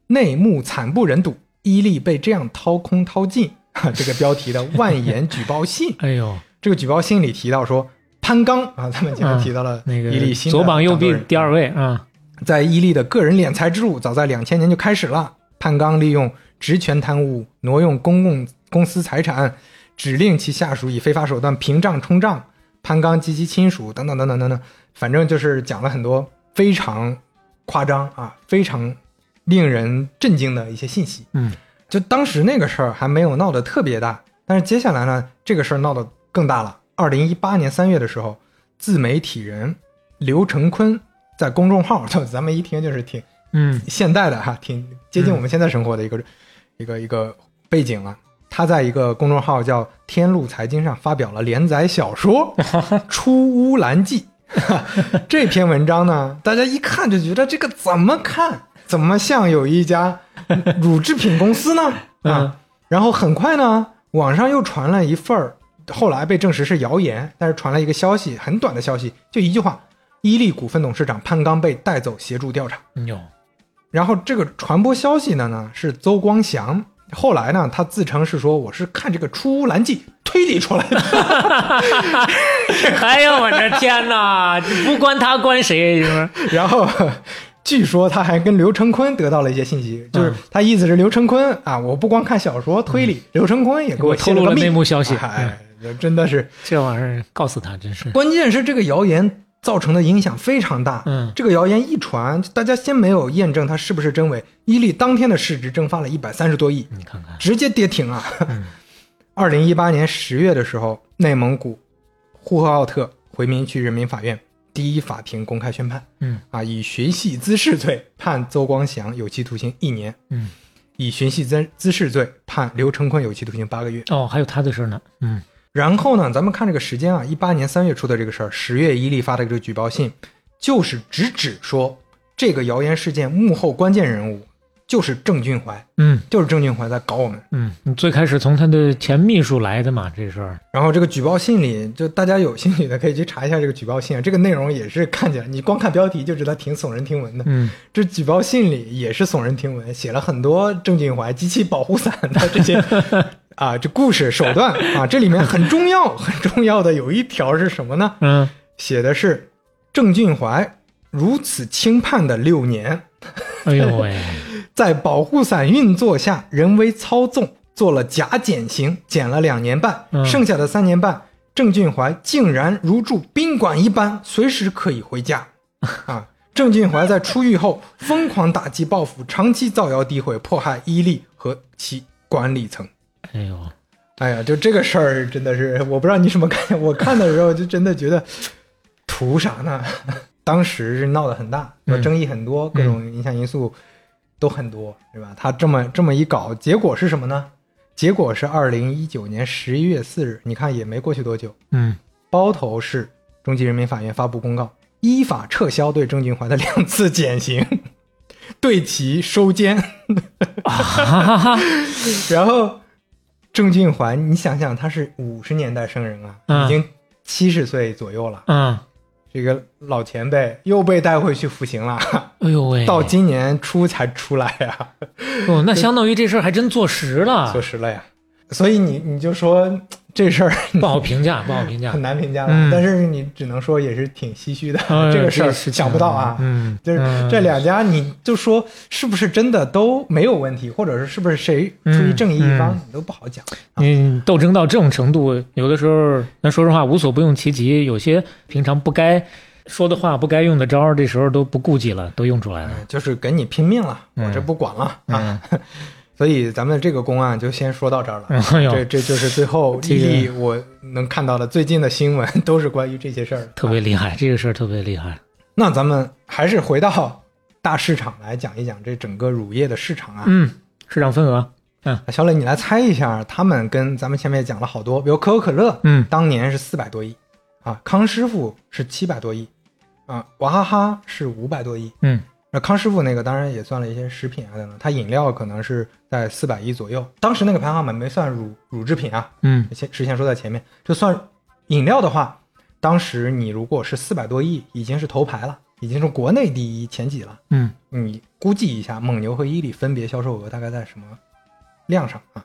Speaker 3: 内幕惨不忍睹，伊利被这样掏空掏尽》这个标题的万言举报信。
Speaker 2: 哎呦，
Speaker 3: 这个举报信里提到说，潘刚啊，咱们前面提到了
Speaker 2: 那个
Speaker 3: 伊利新的
Speaker 2: 左膀右
Speaker 3: 掌舵
Speaker 2: 臂
Speaker 3: 人
Speaker 2: 第二位啊，
Speaker 3: 在伊利的个人敛财之路早在两千年就开始了。潘刚利用职权贪污、挪用公共公司财产，指令其下属以非法手段平账冲账。潘刚及其亲属等等等等等等，反正就是讲了很多非常夸张啊，非常令人震惊的一些信息。
Speaker 2: 嗯，
Speaker 3: 就当时那个事儿还没有闹得特别大，但是接下来呢，这个事儿闹得更大了。二零一八年三月的时候，自媒体人刘成坤在公众号，就 咱们一听就是挺
Speaker 2: 嗯
Speaker 3: 现代的哈，挺接近我们现在生活的一个、一个一个背景了。他在一个公众号叫“天路财经”上发表了连载 小说《出乌兰记》 这篇文章呢，大家一看就觉得这个怎么看怎么像有一家乳制品公司呢
Speaker 2: 嗯
Speaker 3: 啊。然后很快呢，网上又传了一份儿，后来被证实是谣言，但是传了一个消息，很短的消息，就一句话：伊利股份董事长潘刚被带走协助调查。
Speaker 2: 有
Speaker 3: 然后这个传播消息的呢是邹光祥，后来呢他自称是说我是看这个《出乌兰记》推理出来的，
Speaker 2: 哎呦我的天哪！这不关他关谁？是不是
Speaker 3: 然后。据说他还跟刘成坤得到了一些信息，
Speaker 2: 啊
Speaker 3: 就是他意思是刘成坤啊，我不光看小说推理，刘成坤也给
Speaker 2: 嗯我
Speaker 3: 透
Speaker 2: 透露了
Speaker 3: 了
Speaker 2: 内幕消息
Speaker 3: 哎，真的是，
Speaker 2: 这玩意儿告诉他真是。
Speaker 3: 关键是这个谣言造成的影响非常大。
Speaker 2: 嗯
Speaker 3: 这个谣言一传，大家先没有验证它是不是真伪，伊利当天的市值蒸发了一百三十多亿，
Speaker 2: 你看看，
Speaker 3: 直接跌停啊！ 二零一八年十月的时候，内蒙古呼和浩特回民区人民法院第一法庭公开宣判，
Speaker 2: 嗯
Speaker 3: 啊，以寻衅滋事罪判邹光祥有期徒刑一年，
Speaker 2: 嗯，
Speaker 3: 以寻衅滋滋事罪判刘成坤有期徒刑八个月。
Speaker 2: 哦，还有他的事儿呢。嗯
Speaker 3: 然后呢，咱们看这个时间啊，一八年三月出的这个事儿，十月伊利发的这个举报信，就是直指说这个谣言事件幕后关键人物就是郑俊怀，
Speaker 2: 嗯
Speaker 3: 就是郑俊怀在搞我们。
Speaker 2: 嗯，你最开始从他的前秘书来的嘛，这事儿。
Speaker 3: 然后这个举报信里，就大家有兴趣的可以去查一下这个举报信啊，这个内容也是看起来你光看标题就知道挺耸人听闻的。
Speaker 2: 嗯，
Speaker 3: 这举报信里也是耸人听闻，写了很多郑俊怀及其保护伞的这些啊，这故事手段啊，这里面很重要很重要的有一条是什么呢？
Speaker 2: 嗯，
Speaker 3: 写的是郑俊怀如此轻判的六年，
Speaker 2: 哎呦喂，
Speaker 3: 在保护伞运作下人为操纵，做了假减刑，减了两年半，
Speaker 2: 嗯
Speaker 3: 剩下的三年半，郑俊怀竟然如住宾馆一般，随时可以回家。啊，郑俊怀在出狱后疯狂打击报复，长期造谣诋毁，迫害伊利和其管理层。
Speaker 2: 哎呦，
Speaker 3: 哎呀，就这个事儿真的是，我不知道你什么感 觉。我看的时候就真的觉得，图啥呢？ 当时是闹得很大，
Speaker 2: 嗯
Speaker 3: 争议很多，各种影响因素都很多，对吧？他这么这么一搞，结果是什么呢？结果是二零一九年十一月四日，你看也没过去多久，
Speaker 2: 嗯，
Speaker 3: 包头市中级人民法院发布公告，依法撤销对郑俊怀的两次减刑， 对其收监。然后郑俊怀，你想想，他是五十年代生人啊，
Speaker 2: 嗯
Speaker 3: 已经七十岁左右了，
Speaker 2: 嗯，
Speaker 3: 这个老前辈又被带回去服刑了，
Speaker 2: 哎呦喂，
Speaker 3: 到今年初才出来呀、
Speaker 2: 哦，那相当于这事儿还真坐实了
Speaker 3: 坐，实了呀。所以你你就说这事儿
Speaker 2: 不好评价，不好评价
Speaker 3: 很。难评价了，
Speaker 2: 嗯
Speaker 3: 但是你只能说也是挺唏嘘的，
Speaker 2: 哎呦
Speaker 3: 这个事儿
Speaker 2: 情
Speaker 3: 想不到啊。
Speaker 2: 嗯，
Speaker 3: 就是
Speaker 2: 嗯
Speaker 3: 这两家，你就说是不是真的都没有问题，或者是是不是谁出于正义一方，
Speaker 2: 嗯
Speaker 3: 你都不好讲。
Speaker 2: 你斗争到这种程度，有的时候，咱说实话，无所不用其极，有些平常不该说的话、不该用的招儿，这时候都不顾忌了，都用出来了。
Speaker 3: 就是给你拼命了，
Speaker 2: 嗯
Speaker 3: 我这不管了、啊。 所以咱们这个公案就先说到这儿了。
Speaker 2: 嗯哎呦
Speaker 3: 这这就是最后
Speaker 2: 这
Speaker 3: 伊
Speaker 2: 个
Speaker 3: 利我能看到的最近的新闻都是关于这些事儿。
Speaker 2: 特别厉害，这个事儿特别厉害。
Speaker 3: 那咱们还是回到大市场来讲一讲这整个乳业的市场啊。
Speaker 2: 嗯，市场份额，
Speaker 3: 小磊，你来猜一下，他们跟咱们前面讲了好多，比如可口可乐，
Speaker 2: 嗯
Speaker 3: 当年是四百多亿，啊，康师傅是七百多亿，啊，娃哈哈是五百多亿，
Speaker 2: 嗯，
Speaker 3: 那康师傅那个当然也算了一些食品啊等等，它饮料可能是在四百亿左右，当时那个排行榜没算乳乳制品啊，
Speaker 2: 嗯
Speaker 3: 先之前说在前面，就算饮料的话，当时你如果是四百多亿，已经是头牌了，已经是国内第一前几了。
Speaker 2: 嗯，
Speaker 3: 你估计一下，蒙牛和伊利分别销售额大概在什么量上啊？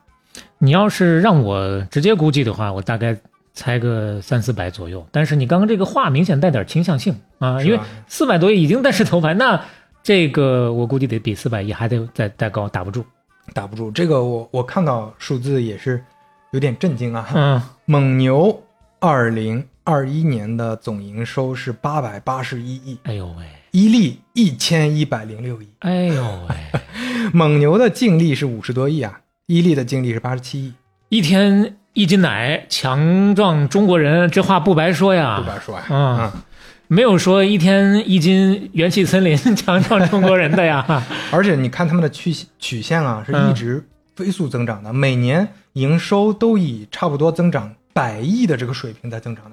Speaker 2: 你要是让我直接估计的话，我大概猜个三四百左右。但是你刚刚这个话明显带点倾向性啊，
Speaker 3: 是
Speaker 2: 因为
Speaker 3: 吧
Speaker 2: 四百多亿已经但是头牌，那这个我估计得比四百亿还得再再高，打不住。
Speaker 3: 打不住。这个我我看到数字也是有点震惊啊！
Speaker 2: 嗯
Speaker 3: 蒙牛二零二一年的总营收是八百八十一亿，
Speaker 2: 哎呦喂，
Speaker 3: 伊利一千一百零六亿，
Speaker 2: 哎呦喂，
Speaker 3: 蒙牛的净利是五十多亿啊，伊利的净利是八十七亿，
Speaker 2: 一天一斤奶，强壮中国人，这话不白说呀，
Speaker 3: 不白说啊，
Speaker 2: 嗯
Speaker 3: 嗯
Speaker 2: 没有说一天一斤元气森林 强壮中国人的呀，
Speaker 3: 而且你看他们的曲曲线啊，是一
Speaker 2: 嗯
Speaker 3: 直飞速增长的，每年营收都以差不多增长百亿的这个水平在增长的。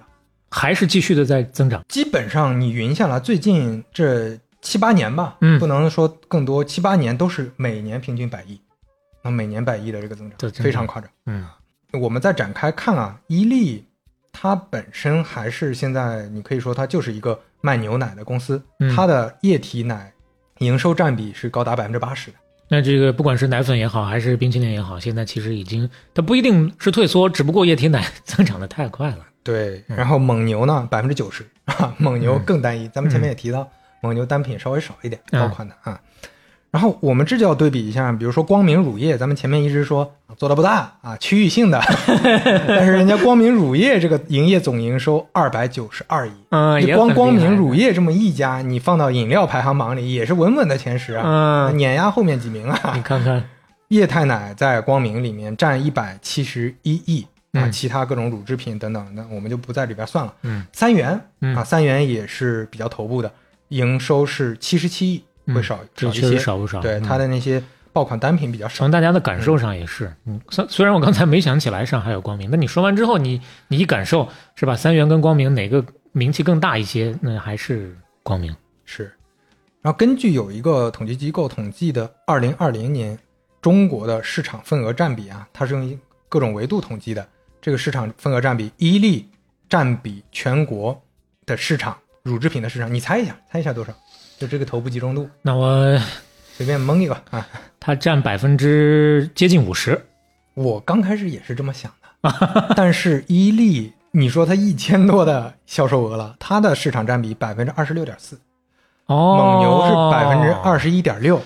Speaker 2: 还是继续的在增长。
Speaker 3: 基本上你匀下来，最近这七八年吧，
Speaker 2: 嗯
Speaker 3: 不能说更多，七八年都是每年平均百亿，那每年百亿的这个增
Speaker 2: 这真
Speaker 3: 长
Speaker 2: 的
Speaker 3: 非常夸张。
Speaker 2: 嗯，
Speaker 3: 我们再展开看啊，伊利它本身还是现在你可以说它就是一个卖牛奶的公司，
Speaker 2: 嗯
Speaker 3: 它的液体奶营收占比是高达百分之八十的。
Speaker 2: 那这个不管是奶粉也好，还是冰淇淋也好，现在其实已经它不一定是退缩，只不过液体奶 增长的太快了。
Speaker 3: 对，
Speaker 2: 嗯
Speaker 3: 然后蒙牛呢，百分之九十啊， 蒙牛更单一。咱们前面也提到，蒙牛单品稍微少一点，
Speaker 2: 嗯
Speaker 3: 高款的啊。然后我们这就要对比一下，比如说光明乳业，咱们前面一直说啊做的不大啊，区域 性的，但是人家光明乳业这个营业总营收二百九十二亿，
Speaker 2: 嗯，
Speaker 3: 你
Speaker 2: 也
Speaker 3: 光
Speaker 2: 很
Speaker 3: 光
Speaker 2: 厉害
Speaker 3: 明乳业这么一家，你放到饮料排行榜里也是稳稳的前十啊，
Speaker 2: 嗯，
Speaker 3: 碾压后面几名啊。
Speaker 2: 你看看，
Speaker 3: 液态奶在光明里面占一百七十一亿啊，
Speaker 2: 嗯
Speaker 3: 其他各种乳制品等等，那我们就不在里边算了。
Speaker 2: 嗯，
Speaker 3: 三元
Speaker 2: 嗯
Speaker 3: 啊，三元也是比较头部的，营收是七十七亿，会
Speaker 2: 嗯
Speaker 3: 少
Speaker 2: 这
Speaker 3: 少一
Speaker 2: 确实
Speaker 3: 些，
Speaker 2: 少不少？
Speaker 3: 对
Speaker 2: 嗯
Speaker 3: 它的那些爆款单品比较少
Speaker 2: 从。大家的感受上也是，嗯，虽虽然我刚才没想起来上海有光明，但你说完之后，你你一感受是吧？三元跟光明哪个名气更大一些？那还是光明。
Speaker 3: 是，然后根据有一个统计机构统计的二零二零年中国的市场份额占比啊，它是用各种维度统计的。这个市场份额占比，伊利占比全国的市场乳制品的市场，你猜一下，猜一下多少？就这个头部集中度，
Speaker 2: 那我
Speaker 3: 随便蒙一个啊！
Speaker 2: 它占百分之接近五十，
Speaker 3: 我刚开始也是这么想的，但是伊利，你说它一千多的销售额了，它的市场占比百分之二十六点四，
Speaker 2: 哦，
Speaker 3: 蒙牛是百分之二。十一点六。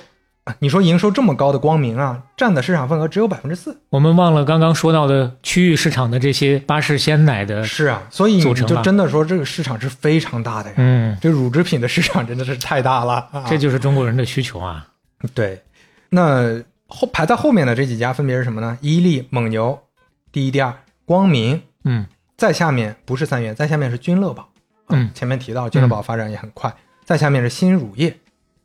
Speaker 3: 啊你说营收这么高的光明啊，占的市场份额只有百分之四，
Speaker 2: 我们忘了刚刚说到的区域市场的这些巴氏鲜奶的，
Speaker 3: 是啊，所以你
Speaker 2: 组成
Speaker 3: 就
Speaker 2: 了
Speaker 3: 真的说这个市场是非常大的呀。
Speaker 2: 嗯，
Speaker 3: 这乳制品的市场真的是太大了，啊
Speaker 2: 这就是中国人的需求啊。
Speaker 3: 对。那后排在后面的这几家分别是什么呢？伊利、蒙牛，第一、第二，光明，
Speaker 2: 嗯
Speaker 3: 在下面不是三元，在下面是君乐宝。啊
Speaker 2: 嗯
Speaker 3: 前面提到君乐宝发展也很快，在下面是新乳业，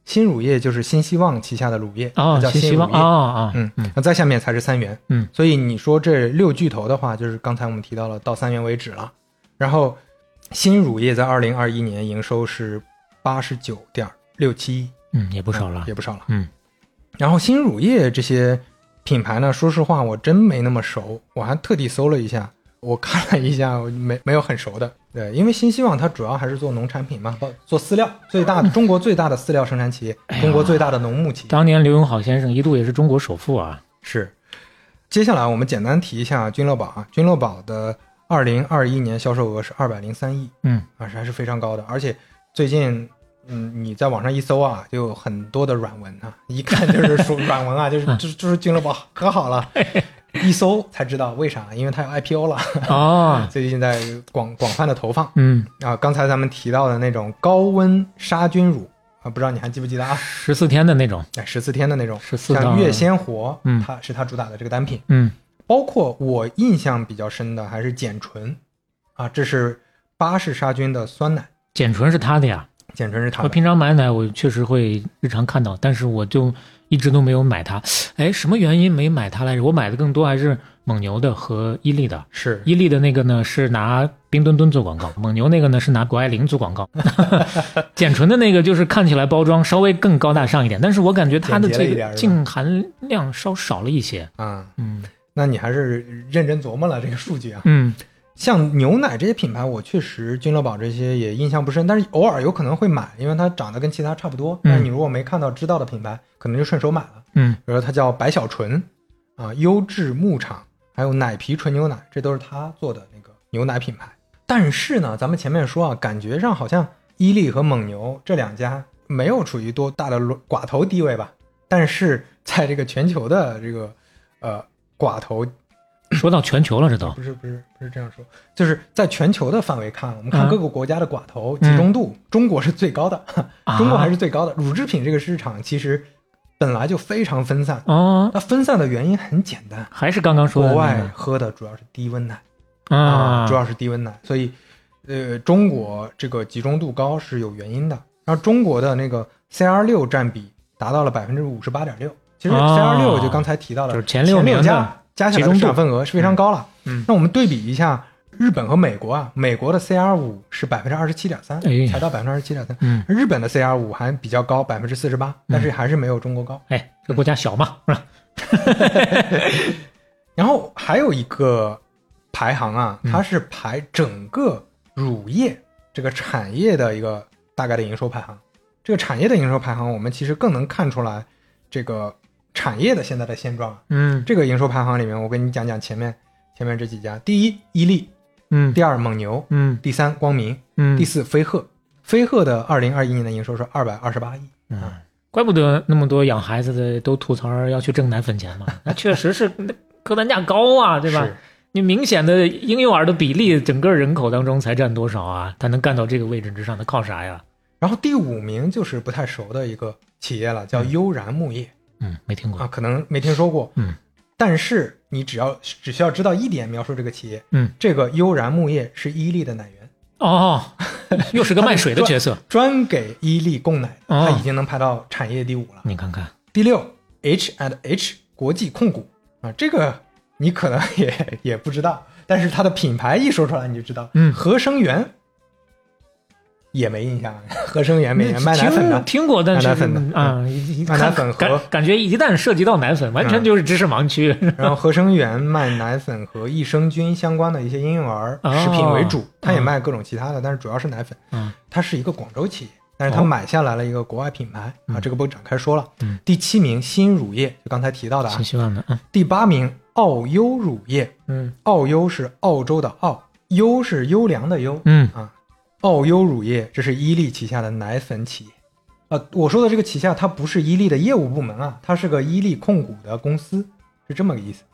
Speaker 3: 新乳业就是新希望旗下的乳业，
Speaker 2: 哦
Speaker 3: 它，叫
Speaker 2: 新
Speaker 3: 新
Speaker 2: 希
Speaker 3: 乳
Speaker 2: 望
Speaker 3: 业。
Speaker 2: 啊啊，
Speaker 3: 嗯，那再下面才是三元，
Speaker 2: 嗯
Speaker 3: 所以你说这六巨头的话，就是刚才我们提到了到三元为止了。然后，新乳业在二零二一年营收是八十九点六七亿，
Speaker 2: 嗯，也不
Speaker 3: 不
Speaker 2: 少了
Speaker 3: 也。不少了。
Speaker 2: 嗯，
Speaker 3: 然后新乳业这些品牌呢，说实话我真没那么熟，我还特地搜了一下，我看了一下，我没没有很熟的。对，因为新希望它主要还是做农产品嘛，包做饲料，最大的中国最大的饲料生产企业，中国最大的农牧企业。
Speaker 2: 当年刘永好先生一度也是中国首富 啊。
Speaker 3: 是，接下来我们简单提一下君乐宝啊，君乐宝的二零二一年销售额是二百零三亿
Speaker 2: 嗯
Speaker 3: 啊，是还是非常高的，而且最近。嗯，你在网上一搜啊，就有很多的软文啊，一看就是说软文 啊，就是就是就是君乐宝可好 了，一搜才知道为啥，因为它有 IPO 了，
Speaker 2: 哦，
Speaker 3: 最近在广广泛的投放
Speaker 2: 嗯，
Speaker 3: 啊。刚才咱们提到的那种高温杀菌乳啊，不知道你还记不记得啊？
Speaker 2: 十四天的那种。
Speaker 3: 哎，十四天的那种，
Speaker 2: 14
Speaker 3: 像
Speaker 2: 到
Speaker 3: 月鲜活，
Speaker 2: 嗯
Speaker 3: 它是它主打的这个单品。
Speaker 2: 嗯
Speaker 3: 包括我印象比较深的还是简醇，啊，这是巴氏杀菌的酸奶，，
Speaker 2: 简纯是他的呀。
Speaker 3: 简醇是
Speaker 2: 我
Speaker 3: 它的
Speaker 2: 平常买奶，我确实会日常看到，但是我就一直都没有买它。哎，什么原因没买它来着？我买的更多还是蒙牛的和伊利的。
Speaker 3: 是
Speaker 2: 伊利的那个呢是拿冰墩墩做广告，蒙牛那个呢是拿谷爱凌做广告， 简纯的那个就是看起来包装稍微更高大上一点，但是我感觉它的
Speaker 3: 简洁
Speaker 2: 这
Speaker 3: 了一点
Speaker 2: 个
Speaker 3: 是吧
Speaker 2: 净含量稍少了一些。
Speaker 3: 啊，
Speaker 2: 嗯
Speaker 3: 那你还是认真琢磨了这个数据啊。
Speaker 2: 嗯
Speaker 3: 像牛奶这些品牌，我确实君乐宝这些也印象不深，但是偶尔有可能会买，因为它长得跟其他差不多。但是你如果没看到知道的品牌，可能就顺手买了。
Speaker 2: 嗯，
Speaker 3: 比如说它叫白小纯，啊，优质牧场，还有奶皮纯牛奶，这都是它做的那个牛奶品牌。但是呢，咱们前面说啊，感觉上好像伊利和蒙牛这两家没有处于多大的垄寡头地位吧？但是在这个全球的这个呃寡头
Speaker 2: 说到全球了，这都
Speaker 3: 不是不是不是这样说，就是在全球的范围看，我们看
Speaker 2: 啊
Speaker 3: 各个国家的寡头
Speaker 2: 嗯
Speaker 3: 集中度，中国是最高的，
Speaker 2: 啊
Speaker 3: 中国还是最高的。乳制品这个市场其实本来就非常分散，
Speaker 2: 哦，
Speaker 3: 那分散的原因很简单，
Speaker 2: 还是刚刚说的
Speaker 3: 国
Speaker 2: 那
Speaker 3: 外
Speaker 2: 个
Speaker 3: 喝的主要是低温奶
Speaker 2: 啊，
Speaker 3: 主要是低温奶，所以呃，中国这个集中度高是有原因的。然后中国的那个 CR 六占比达到了百分之五十八点六，其实
Speaker 2: 哦
Speaker 3: CR 六就刚才提到了，
Speaker 2: 就是前六名的
Speaker 3: 家加起来的市场份额是非常高了。
Speaker 2: 嗯嗯
Speaker 3: 那我们对比一下日本和美国啊，美国的 CR 五是百分之二十七点三
Speaker 2: 哎，呀
Speaker 3: 才到百分之二十七点三。
Speaker 2: 嗯，
Speaker 3: 日本的 CR 五还比较高，百分之四十八，但是还是没有中国高。
Speaker 2: 哎，这国家小嘛，是吧？
Speaker 3: 然后还有一个排行啊，
Speaker 2: 嗯
Speaker 3: 它是排整个乳业这个产业的一个大概的营收排行。这个产业的营收排行，我们其实更能看出来这个产业的现在的现状啊。
Speaker 2: 嗯
Speaker 3: 这个营收排行里面，我跟你讲讲前面前面这几家：第一，伊利；
Speaker 2: 嗯
Speaker 3: 第二，蒙牛；
Speaker 2: 嗯
Speaker 3: 第三，光明；
Speaker 2: 嗯
Speaker 3: 第，四，飞鹤。飞鹤的二零二一年的营收是二百二十八亿，
Speaker 2: 嗯，怪不得那么多养孩子的都吐槽要去挣奶粉钱嘛，那确实是那客单价高啊，对吧？
Speaker 3: 是
Speaker 2: 你明显的婴幼儿的比例，整个人口当中才占多少啊？他能干到这个位置之上，他靠啥呀？
Speaker 3: 然后第五名就是不太熟的一个企业了，叫悠然牧业。
Speaker 2: 嗯，没听过
Speaker 3: 啊，。可能没听说过，
Speaker 2: 嗯，
Speaker 3: 但是你只要只需要知道一点，描述这个企业，
Speaker 2: 嗯，
Speaker 3: 这个悠然牧业是伊利的奶源，
Speaker 2: 哦，又是个卖水的角色。
Speaker 3: 专给伊利供奶的，
Speaker 2: 哦
Speaker 3: 它已经能排到产业第五了。
Speaker 2: 你看看，
Speaker 3: 第六，H and H 国际控股啊，这个你可能也 也不知道，但是它的品牌一说出来你就知道，
Speaker 2: 嗯
Speaker 3: 合生元也没印象， 合生元每年卖奶粉
Speaker 2: 听
Speaker 3: 的。
Speaker 2: 听过，但是
Speaker 3: 卖奶粉的
Speaker 2: 啊，一一
Speaker 3: 卖奶粉
Speaker 2: 感
Speaker 3: 和
Speaker 2: 感感觉一旦涉及到奶粉，完全就是知识盲区。
Speaker 3: 然后合生元卖奶粉和益生菌相关的一些婴幼儿
Speaker 2: 哦
Speaker 3: 食品为主，它也
Speaker 2: 嗯
Speaker 3: 卖各种其他的，但是主要是奶粉。
Speaker 2: 嗯，
Speaker 3: 它是一个广州企业，但是它
Speaker 2: 哦
Speaker 3: 买下来了一个国外品牌啊，
Speaker 2: 嗯
Speaker 3: 这个不展开说了
Speaker 2: 嗯。
Speaker 3: 第七名新乳业，就刚才提到的啊
Speaker 2: 挺。希望的啊，
Speaker 3: 第八名澳优乳业，
Speaker 2: 嗯
Speaker 3: 澳优是澳洲的澳，优是优良的优
Speaker 2: 嗯
Speaker 3: 啊。澳优乳业这是伊利旗下的奶粉企业。啊，我说的这个旗下，它不是伊利的业务部门啊，它是个伊利控股的公司，是这么个意思。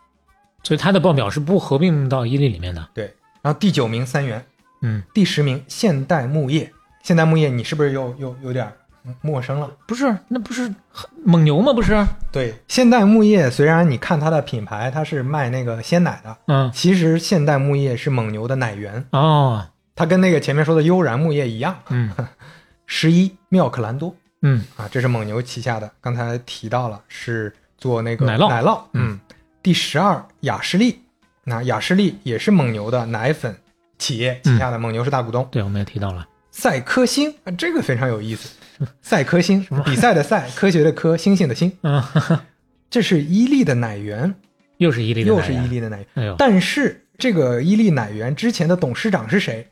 Speaker 2: 所以它的报表是不合并到伊利里面的。
Speaker 3: 对，然后第九名三元，
Speaker 2: 嗯，
Speaker 3: 第十名现代牧业。现代牧业，你是不是又又有点嗯陌生了？
Speaker 2: 不是，那不是蒙牛吗？不是，
Speaker 3: 对，现代牧业虽然你看它的品牌，它是卖那个鲜奶的，
Speaker 2: 嗯，
Speaker 3: 其实现代牧业是蒙牛的奶源，
Speaker 2: 哦，
Speaker 3: 它跟那个前面说的悠然牧业一样。
Speaker 2: 嗯
Speaker 3: 十一妙可蓝多
Speaker 2: 嗯
Speaker 3: 啊，这是蒙牛旗下的，刚才提到了是做那个
Speaker 2: 奶酪
Speaker 3: 奶酪，
Speaker 2: 嗯
Speaker 3: 嗯。第十二雅诗丽，那雅诗丽也是蒙牛的奶粉企业
Speaker 2: 嗯
Speaker 3: 旗下的，蒙牛是大股东。
Speaker 2: 对，我们也提到了，
Speaker 3: 赛科星啊，这个非常有意思。 赛科星，比赛的赛，科学的科，星星的星，
Speaker 2: 嗯，
Speaker 3: 这是伊利的奶源，
Speaker 2: 又是伊利的，
Speaker 3: 又是伊，利的奶源。
Speaker 2: 哎呦，
Speaker 3: 但是这个伊利奶源之前的董事长是谁？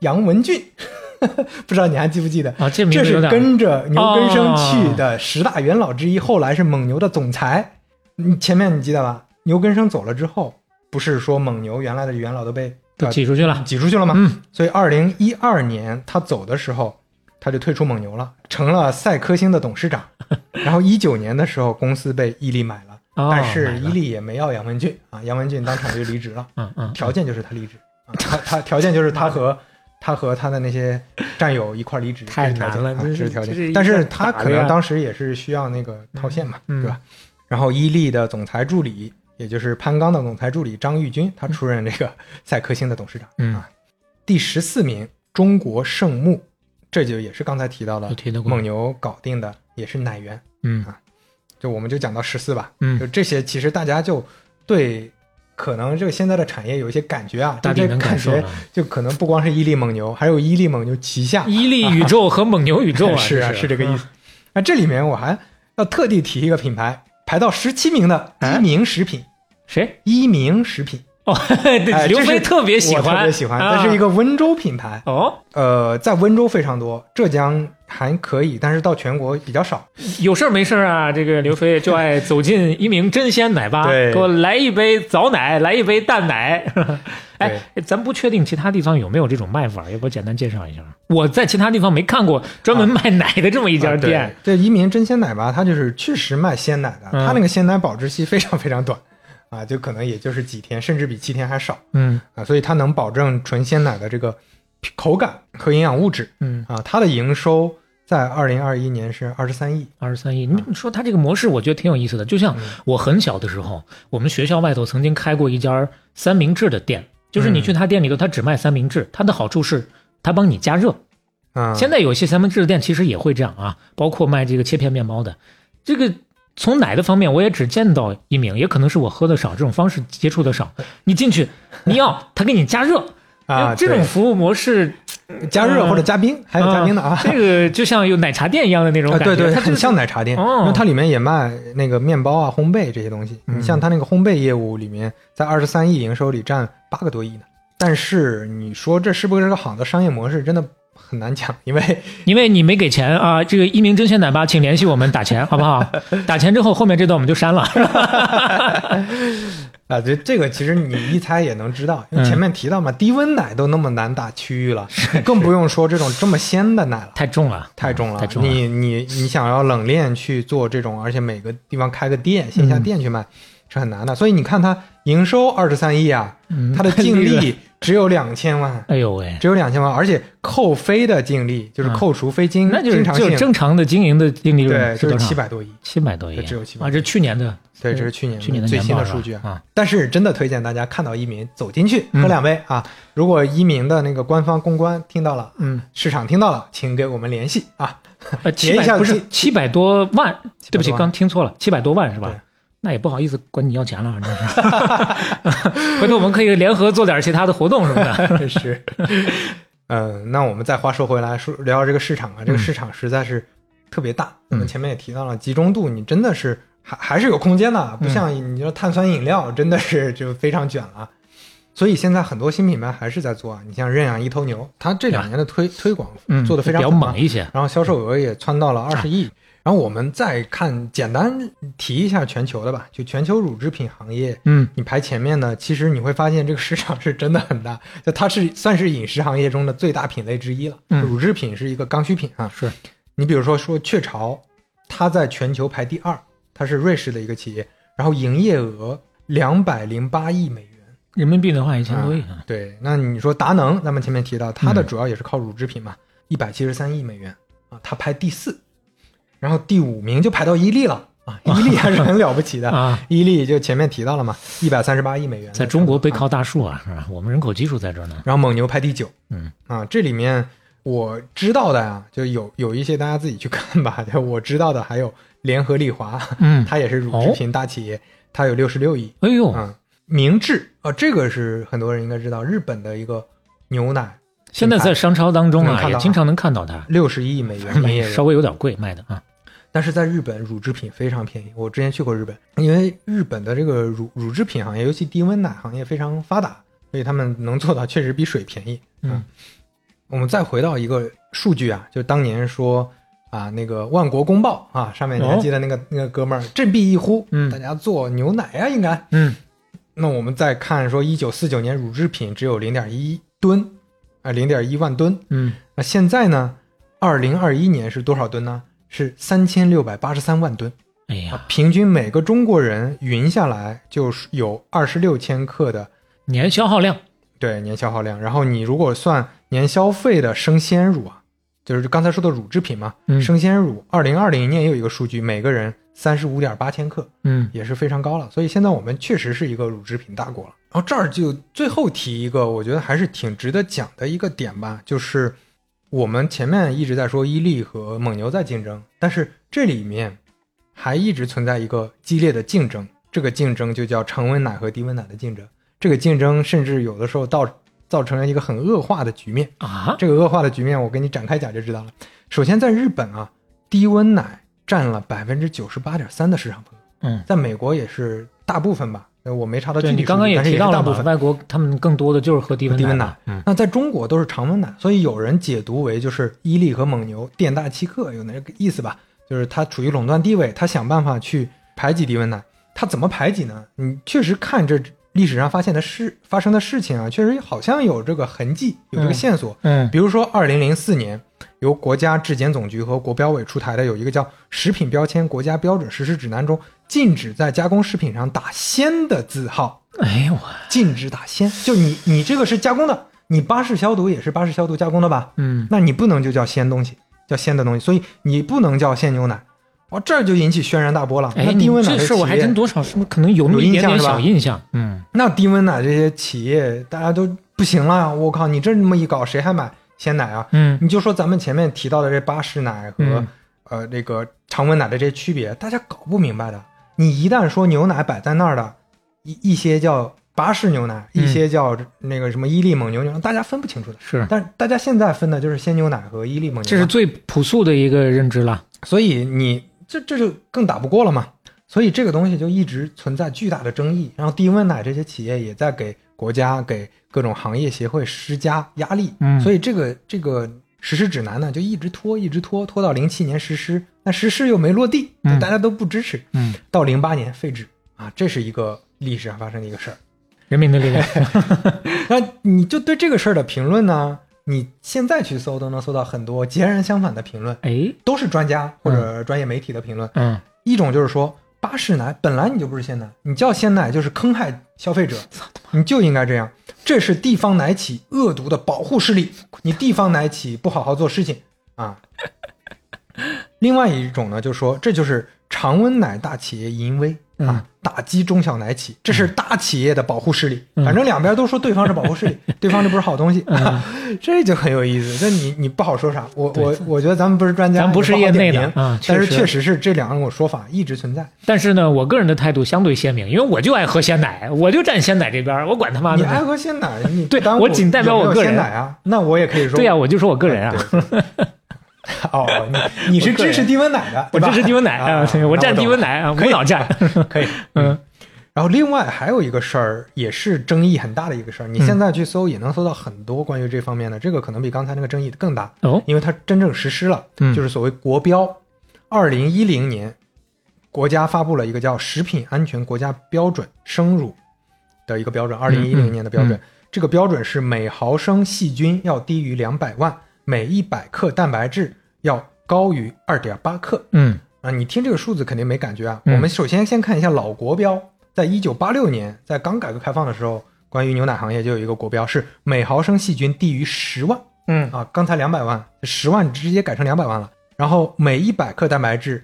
Speaker 3: 杨文俊， 不知道你还记不记得？
Speaker 2: 啊，这名
Speaker 3: 这
Speaker 2: 字有
Speaker 3: 是
Speaker 2: 点啊
Speaker 3: 跟着牛根生去的十大元老之一，后来是蒙牛的总裁。你前面你记得吧？牛根生走了之后，不是说蒙牛原来的元老都被
Speaker 2: 都挤出去了，
Speaker 3: 挤出去了吗？
Speaker 2: 嗯，
Speaker 3: 所以二零一二年他走的时候，他就退出蒙牛了，成了赛科星的董 事长。然后一九年的时候，公司被伊利买了，
Speaker 2: 哦
Speaker 3: 但是
Speaker 2: 买了
Speaker 3: 伊利也没要杨文俊啊，杨文俊当场就离职了，
Speaker 2: 嗯嗯，
Speaker 3: 条件就是他离职，啊、他他条件就是 他和。他和他的那些战友一块儿离职，
Speaker 2: 太
Speaker 3: 这是条件
Speaker 2: 难了
Speaker 3: 啊
Speaker 2: 这
Speaker 3: 这
Speaker 2: 是
Speaker 3: 是条
Speaker 2: 这是一个
Speaker 3: 件。但是他
Speaker 2: 打
Speaker 3: 可
Speaker 2: 的呀
Speaker 3: 能当时也是需要那个套现嘛，
Speaker 2: 嗯
Speaker 3: 对吧？然后伊利的总裁助理，也就是潘刚的总裁助理张玉军，他出任这个赛科星的董事长。
Speaker 2: 嗯
Speaker 3: 啊，第十四名中国圣牧，这就也是刚才提到
Speaker 2: 有
Speaker 3: 了
Speaker 2: 提到过
Speaker 3: 蒙牛搞定的，也是奶源。
Speaker 2: 嗯
Speaker 3: 就我们就讲到十四吧，
Speaker 2: 嗯
Speaker 3: 就这些，其实大家就对可能这个现在的产业有一些感觉啊，
Speaker 2: 大
Speaker 3: 就
Speaker 2: 体
Speaker 3: 这
Speaker 2: 能
Speaker 3: 感
Speaker 2: 感受
Speaker 3: 觉
Speaker 2: 了
Speaker 3: 就可能不光是伊利蒙牛，还有伊利蒙牛旗下
Speaker 2: 伊利宇宙和蒙牛宇宙啊，
Speaker 3: 是啊，
Speaker 2: 这
Speaker 3: 是这个意思。那这里面我还要特地提一个品牌，排到十七名的
Speaker 2: 哎
Speaker 3: 一鸣食品，
Speaker 2: 谁？
Speaker 3: 一鸣食品，
Speaker 2: 哦， 对，
Speaker 3: 哎
Speaker 2: 刘
Speaker 3: 这是
Speaker 2: 飞特别喜
Speaker 3: 我
Speaker 2: 欢，
Speaker 3: 特别喜欢，
Speaker 2: 啊
Speaker 3: 这是一个温州品牌，
Speaker 2: 哦，
Speaker 3: 呃，在温州非常多，浙江还可以，但是到全国比较少。
Speaker 2: 有事儿没事儿啊，这个刘飞就爱走进一名真鲜奶吧，
Speaker 3: 对
Speaker 2: 给我来一杯早奶，来一杯淡奶。 哎，咱不确定其他地方有没有这种卖法，要不简单介绍一下？我在其他地方没看过专
Speaker 3: 啊
Speaker 2: 门卖奶的这么一
Speaker 3: 一
Speaker 2: 家店。
Speaker 3: 对，这一鸣真鲜奶吧，它就是确实卖鲜奶的，
Speaker 2: 嗯
Speaker 3: 它那个鲜奶保质期非常非常短啊，就可能也就是几天，甚至比七天还少
Speaker 2: 嗯
Speaker 3: 啊，所以它能保证纯鲜奶的这个口感和营养物质
Speaker 2: 嗯，
Speaker 3: 啊。它的营收在二零二一年是二十三亿，
Speaker 2: 二十三亿。你你说它这个模式，我觉得挺有意思
Speaker 3: 嗯
Speaker 2: 的。就像我很小的时候，我们学校外头曾经开过一家三明治的店，就是你去他店里头，他只卖三明治。它的好处是，他帮你加热。
Speaker 3: 嗯，
Speaker 2: 现在有一些三明治店其实也会这样啊，包括卖这个切片面包的。这个从奶的方面，我也只见到一名，也可能是我喝的少，这种方式接触的少。你进去，你要他给你加热 哎
Speaker 3: 啊
Speaker 2: 这种
Speaker 3: 对
Speaker 2: 服务模式，
Speaker 3: 加热或者加冰，还有加冰的啊。
Speaker 2: 这个就像有奶茶店一样的那种
Speaker 3: 啊，
Speaker 2: 感觉，
Speaker 3: 对对，
Speaker 2: 它
Speaker 3: 很
Speaker 2: 就
Speaker 3: 像奶茶店，
Speaker 2: 哦嗯
Speaker 3: 因为它里面也卖那个面包啊、烘焙这些东西。你像它那个烘焙业务里面，在二十三亿营收里占八个多亿呢。但是你说这是不是个好的商业模式，真的很难讲，因为
Speaker 2: 因为你没给钱啊，这个一鸣真鲜奶爸，请联系我们打钱，好不 好？打钱之后，后面这段我们就删了。
Speaker 3: 啊，这这个其实你一猜也能知道，因
Speaker 2: 嗯
Speaker 3: 为前面提到嘛，低温奶都那么难打区域了，更不用说这种这么鲜的奶了。
Speaker 2: 太重了，
Speaker 3: 太重了，
Speaker 2: 太重了
Speaker 3: 你你你想要冷链去做这种，而且每个地方开个店，线
Speaker 2: 嗯
Speaker 3: 下店去卖、是很难的。所以你看它营收二十三亿啊，
Speaker 2: 嗯
Speaker 3: 它的净
Speaker 2: 利
Speaker 3: 利只有两千万，
Speaker 2: 哎呦喂，
Speaker 3: 只有两千万，而且扣非的净利嗯就是扣除非经、
Speaker 2: 嗯那就
Speaker 3: 经
Speaker 2: 是
Speaker 3: 常
Speaker 2: 就
Speaker 3: 性
Speaker 2: 是正常的经营的净利润
Speaker 3: 对，就是
Speaker 2: 多少？
Speaker 3: 七百多亿。
Speaker 2: 七百多亿，
Speaker 3: 只有700
Speaker 2: 啊，这是去年的，
Speaker 3: 对，这是去年
Speaker 2: 去年的
Speaker 3: 最
Speaker 2: 年
Speaker 3: 新的
Speaker 2: 报
Speaker 3: 数
Speaker 2: 是
Speaker 3: 据
Speaker 2: 吧啊。
Speaker 3: 但是真的推荐大家看到一鸣走进去
Speaker 2: 嗯
Speaker 3: 喝两杯、啊！如果一鸣的那个官方公关听到了，
Speaker 2: 嗯，
Speaker 3: 市场听到了，请给我们联系啊！
Speaker 2: 呃，
Speaker 3: 结
Speaker 2: 七
Speaker 3: 一
Speaker 2: 百
Speaker 3: 下
Speaker 2: 不是
Speaker 3: 自
Speaker 2: 七百多万，对不起，
Speaker 3: 700多万
Speaker 2: 刚听错了，七百多万是
Speaker 3: 对
Speaker 2: 吧？那也不好意思管你要钱了， 反正是。 回头我们可以联合做点其他的活动什么 的。
Speaker 3: 是，嗯，那我们再话说回来，说聊聊这个市场
Speaker 2: 嗯
Speaker 3: 啊，这个市场实在是特别大。我们前面也提到了，集中度你真的是还还是有空间的，不像你说碳酸饮料
Speaker 2: 嗯
Speaker 3: 真的是就非常卷了。所以现在很多新品牌还是在做啊，你像认养一头牛，它这两年的推推广
Speaker 2: 嗯，
Speaker 3: 做的非常
Speaker 2: 比较
Speaker 3: 好啊
Speaker 2: 猛一些。
Speaker 3: 然后销售额也窜到了二十亿。然后我们再看，简单提一下全球的吧，就全球乳制品行业，
Speaker 2: 嗯，
Speaker 3: 你排前面呢，其实你会发现这个市场是真的很大，就它是算是饮食行业中的最大品类之一了。
Speaker 2: 嗯
Speaker 3: 乳制品是一个刚需品啊。
Speaker 2: 是
Speaker 3: 你比如说说雀巢，它在全球排第二，它是瑞士的一个企业，然后营业额两百零八亿美元。
Speaker 2: 人民币的话，一千多亿
Speaker 3: 啊
Speaker 2: 啊。
Speaker 3: 对，那你说达能，咱们前面提到，它的
Speaker 2: 嗯
Speaker 3: 主要也是靠乳制品嘛，一百七十三亿美元啊，它排第四，然后第五名就排到伊利了 啊，伊利还是很了不起的。
Speaker 2: 啊，
Speaker 3: 伊利就前面提到了嘛，一百三十八亿美元，
Speaker 2: 在中国背靠大树啊，是 吧？我们人口基数在这儿呢。
Speaker 3: 然后蒙牛排第九，
Speaker 2: 嗯
Speaker 3: 啊，这里面我知道的啊，就有有一些大家自己去看吧。 就我知道的还有联合利华，
Speaker 2: 嗯，
Speaker 3: 它也是乳制品大企业，它有六十六亿
Speaker 2: 哎呦，
Speaker 3: 啊。明治啊，这个是很多人应该知道，日本的一个牛奶
Speaker 2: 现在在商超当中
Speaker 3: 能
Speaker 2: 啊，
Speaker 3: 看到
Speaker 2: 也
Speaker 3: 啊
Speaker 2: 经嗯常能看到它，
Speaker 3: 六十亿美 元营
Speaker 2: 卖
Speaker 3: 业
Speaker 2: 稍
Speaker 3: 额，
Speaker 2: 微有点贵卖的啊。
Speaker 3: 但是在日本乳制品非常便宜。我之前去过日本，因为日本的这个乳乳制品行业，尤其低温奶行业非常发达，所以他们能做到确实比水便宜。啊
Speaker 2: 嗯，
Speaker 3: 我们再回到一个数据啊，就当年说啊那个《万国公报》啊，上面你还
Speaker 2: 哦
Speaker 3: 记得那个、那个哥们儿振臂一呼，
Speaker 2: 嗯
Speaker 3: 大家做牛奶呀、应该。
Speaker 2: 嗯，
Speaker 3: 那我们再看说，一九四九年乳制品只有零点一吨，啊零点一万吨。
Speaker 2: 嗯，
Speaker 3: 那现在呢，二零二一年是多少吨呢？是三千六百八十三万吨
Speaker 2: 哎
Speaker 3: 啊
Speaker 2: 呀，！
Speaker 3: 平均每个中国人匀下来就是有二十六千克的
Speaker 2: 年消耗量，
Speaker 3: 对年消耗量。然后你如果算年消费的生鲜乳啊，就是刚才说的乳制品嘛，
Speaker 2: 嗯
Speaker 3: 生鲜乳，二零二零年也有一个数据，每个人三十五点八千克，
Speaker 2: 嗯，
Speaker 3: 也是非常高了。所以现在我们确实是一个乳制品大国了。然后这儿就最后提一个，我觉得还是挺值得讲的一个点吧，就是我们前面一直在说伊利和蒙牛在竞争，但是这里面还一直存在一个激烈的竞争，这个竞争就叫常温奶和低温奶的竞争。这个竞争甚至有的时候到造成了一个很恶化的局面。
Speaker 2: 啊，
Speaker 3: 这个恶化的局面，我给你展开讲就知道了。首先，在日本啊，低温奶占了百分之九十八点三的市场份额，
Speaker 2: 嗯，
Speaker 3: 在美国也是大部分吧，呃我没查到具
Speaker 2: 对
Speaker 3: 体数
Speaker 2: 你
Speaker 3: 据，
Speaker 2: 刚刚也
Speaker 3: 但是
Speaker 2: 提到
Speaker 3: 是
Speaker 2: 了
Speaker 3: 大部
Speaker 2: 嘛，
Speaker 3: 分。
Speaker 2: 外国他们更多的就是喝低温
Speaker 3: 低温
Speaker 2: 奶
Speaker 3: 奶
Speaker 2: 嘛，嗯，
Speaker 3: 那在中国都是常温奶，所以有人解读为就是伊利和蒙牛店大欺客，有那个意思吧？就是它处于垄断地位，它想办法去排挤低温奶。它怎么排挤呢？你确实看这历史上发现的事发生的事情啊，确实好像有这个痕迹，有这个
Speaker 2: 嗯
Speaker 3: 线索。
Speaker 2: 嗯，
Speaker 3: 比如说，二零零四年，由国家质检总局和国标委出台的有一个叫《食品标签国家标准实施指南》中，禁止在加工食品上打“鲜”的字号，
Speaker 2: 哎呦我，
Speaker 3: 禁止打“鲜”。就你你这个是加工的，你巴氏消毒也是巴氏消毒加工的吧？
Speaker 2: 嗯，
Speaker 3: 那你不能就叫鲜东西，叫鲜的东西，所以你不能叫鲜牛奶。哇，这儿就引起轩然大波了。
Speaker 2: 哎，
Speaker 3: 那
Speaker 2: 你
Speaker 3: 低温奶
Speaker 2: 这
Speaker 3: 的
Speaker 2: 事儿我
Speaker 3: 企
Speaker 2: 还
Speaker 3: 业
Speaker 2: 真多少是不是可能有那么一点
Speaker 3: 有
Speaker 2: 点
Speaker 3: 印象是吧
Speaker 2: 小印象，嗯，
Speaker 3: 那低温奶这些企业，大家都不行了。我靠，你这么一搞，谁还买鲜奶啊？
Speaker 2: 嗯，
Speaker 3: 你就说咱们前面提到的这巴氏奶和、
Speaker 2: 嗯
Speaker 3: 呃这个常温奶的这些区别，大家搞不明白的。你一旦说牛奶摆在那儿的，一一些叫巴氏牛奶，
Speaker 2: 嗯
Speaker 3: 一些叫那个什么伊利蒙牛牛，大家分不清楚的。
Speaker 2: 是，
Speaker 3: 但大家现在分的就是鲜牛奶和伊利蒙牛奶，
Speaker 2: 这是最朴素的一个认知了。
Speaker 3: 所以你这这就更打不过了嘛。所以这个东西就一直存在巨大的争议，然后低温奶这些企业也在给国家、给各种行业协会施加压力。
Speaker 2: 嗯
Speaker 3: 所以这个这个实施指南呢，就一直拖，一直拖，拖到零七年实施，那实施又没落地，
Speaker 2: 嗯
Speaker 3: 大家都不支持，
Speaker 2: 嗯，
Speaker 3: 到零八年废止啊，这是一个历史上发生的一个事儿。
Speaker 2: 人民的 力量，
Speaker 3: 那你就对这个事儿的评论呢，你现在去搜都能搜到很多截然相反的评论，
Speaker 2: 哎，
Speaker 3: 都是专家或者专业媒体的评论。
Speaker 2: 嗯，
Speaker 3: 一种就是说，巴氏奶本来你就不是鲜奶，你叫鲜奶就是坑害消费者，你就应该这样。这是地方奶企恶毒的保护势力，你地方奶企不好好做事情啊。另外一种呢，就说这就是常温奶大企业淫威
Speaker 2: 嗯
Speaker 3: 啊，打击中小奶企，这是大企业的保护势力。
Speaker 2: 嗯
Speaker 3: 反正两边都说对方是保 护势力，对方这不是好东西， 这就很有意思。这你你不好说啥，我我我觉得咱们不是专家，
Speaker 2: 咱不是
Speaker 3: 也好
Speaker 2: 业内
Speaker 3: 点
Speaker 2: 的
Speaker 3: 评
Speaker 2: 啊
Speaker 3: 但是
Speaker 2: 确实
Speaker 3: 确实是这两种说法一直存在。
Speaker 2: 但是呢，我个人的态度相对鲜明，因为我就爱喝鲜奶，我就站鲜奶这边儿，我管他妈
Speaker 3: 你
Speaker 2: 的
Speaker 3: 爱
Speaker 2: 呢。
Speaker 3: 喝鲜奶，你
Speaker 2: 啊对
Speaker 3: 耽误
Speaker 2: 我仅代表
Speaker 3: 有没有
Speaker 2: 我个人
Speaker 3: 鲜奶啊，那我也可以说
Speaker 2: 对呀、我就说我个人啊，
Speaker 3: 对对 哦，你你是
Speaker 2: 我个人
Speaker 3: 支持低温奶的，
Speaker 2: 我
Speaker 3: 对吧
Speaker 2: 支持低温奶
Speaker 3: 啊
Speaker 2: 啊，对我站低温奶
Speaker 3: 奶
Speaker 2: 啊，无脑站。
Speaker 3: 可以。
Speaker 2: 嗯，
Speaker 3: 然后另外还有一个事儿，也是争议很大的一个事儿，你
Speaker 2: 嗯
Speaker 3: 现在去搜也能搜到很多关于这方面的，这个可能比刚才那个争议更大，
Speaker 2: 哦，
Speaker 3: 因为它真正实施了，
Speaker 2: 嗯
Speaker 3: 就是所谓国标，二零一零年国家发布了一个叫《食品安全国家标准（生乳）》的一个标准，二零一零年的标准。
Speaker 2: 嗯
Speaker 3: 这个标准是每毫升细菌要低于两百万，每一百克蛋白质要高于二点八克。
Speaker 2: 嗯
Speaker 3: 啊，你听这个数字肯定没感觉啊。
Speaker 2: 嗯
Speaker 3: 我们首先先看一下老国标，在一九八六年，在刚改革开放的时候，关于牛奶行业就有一个国标是每毫升细菌低于十万
Speaker 2: 嗯，
Speaker 3: 啊，刚才两百万，十万直接改成两百万了。然后每一百克蛋白质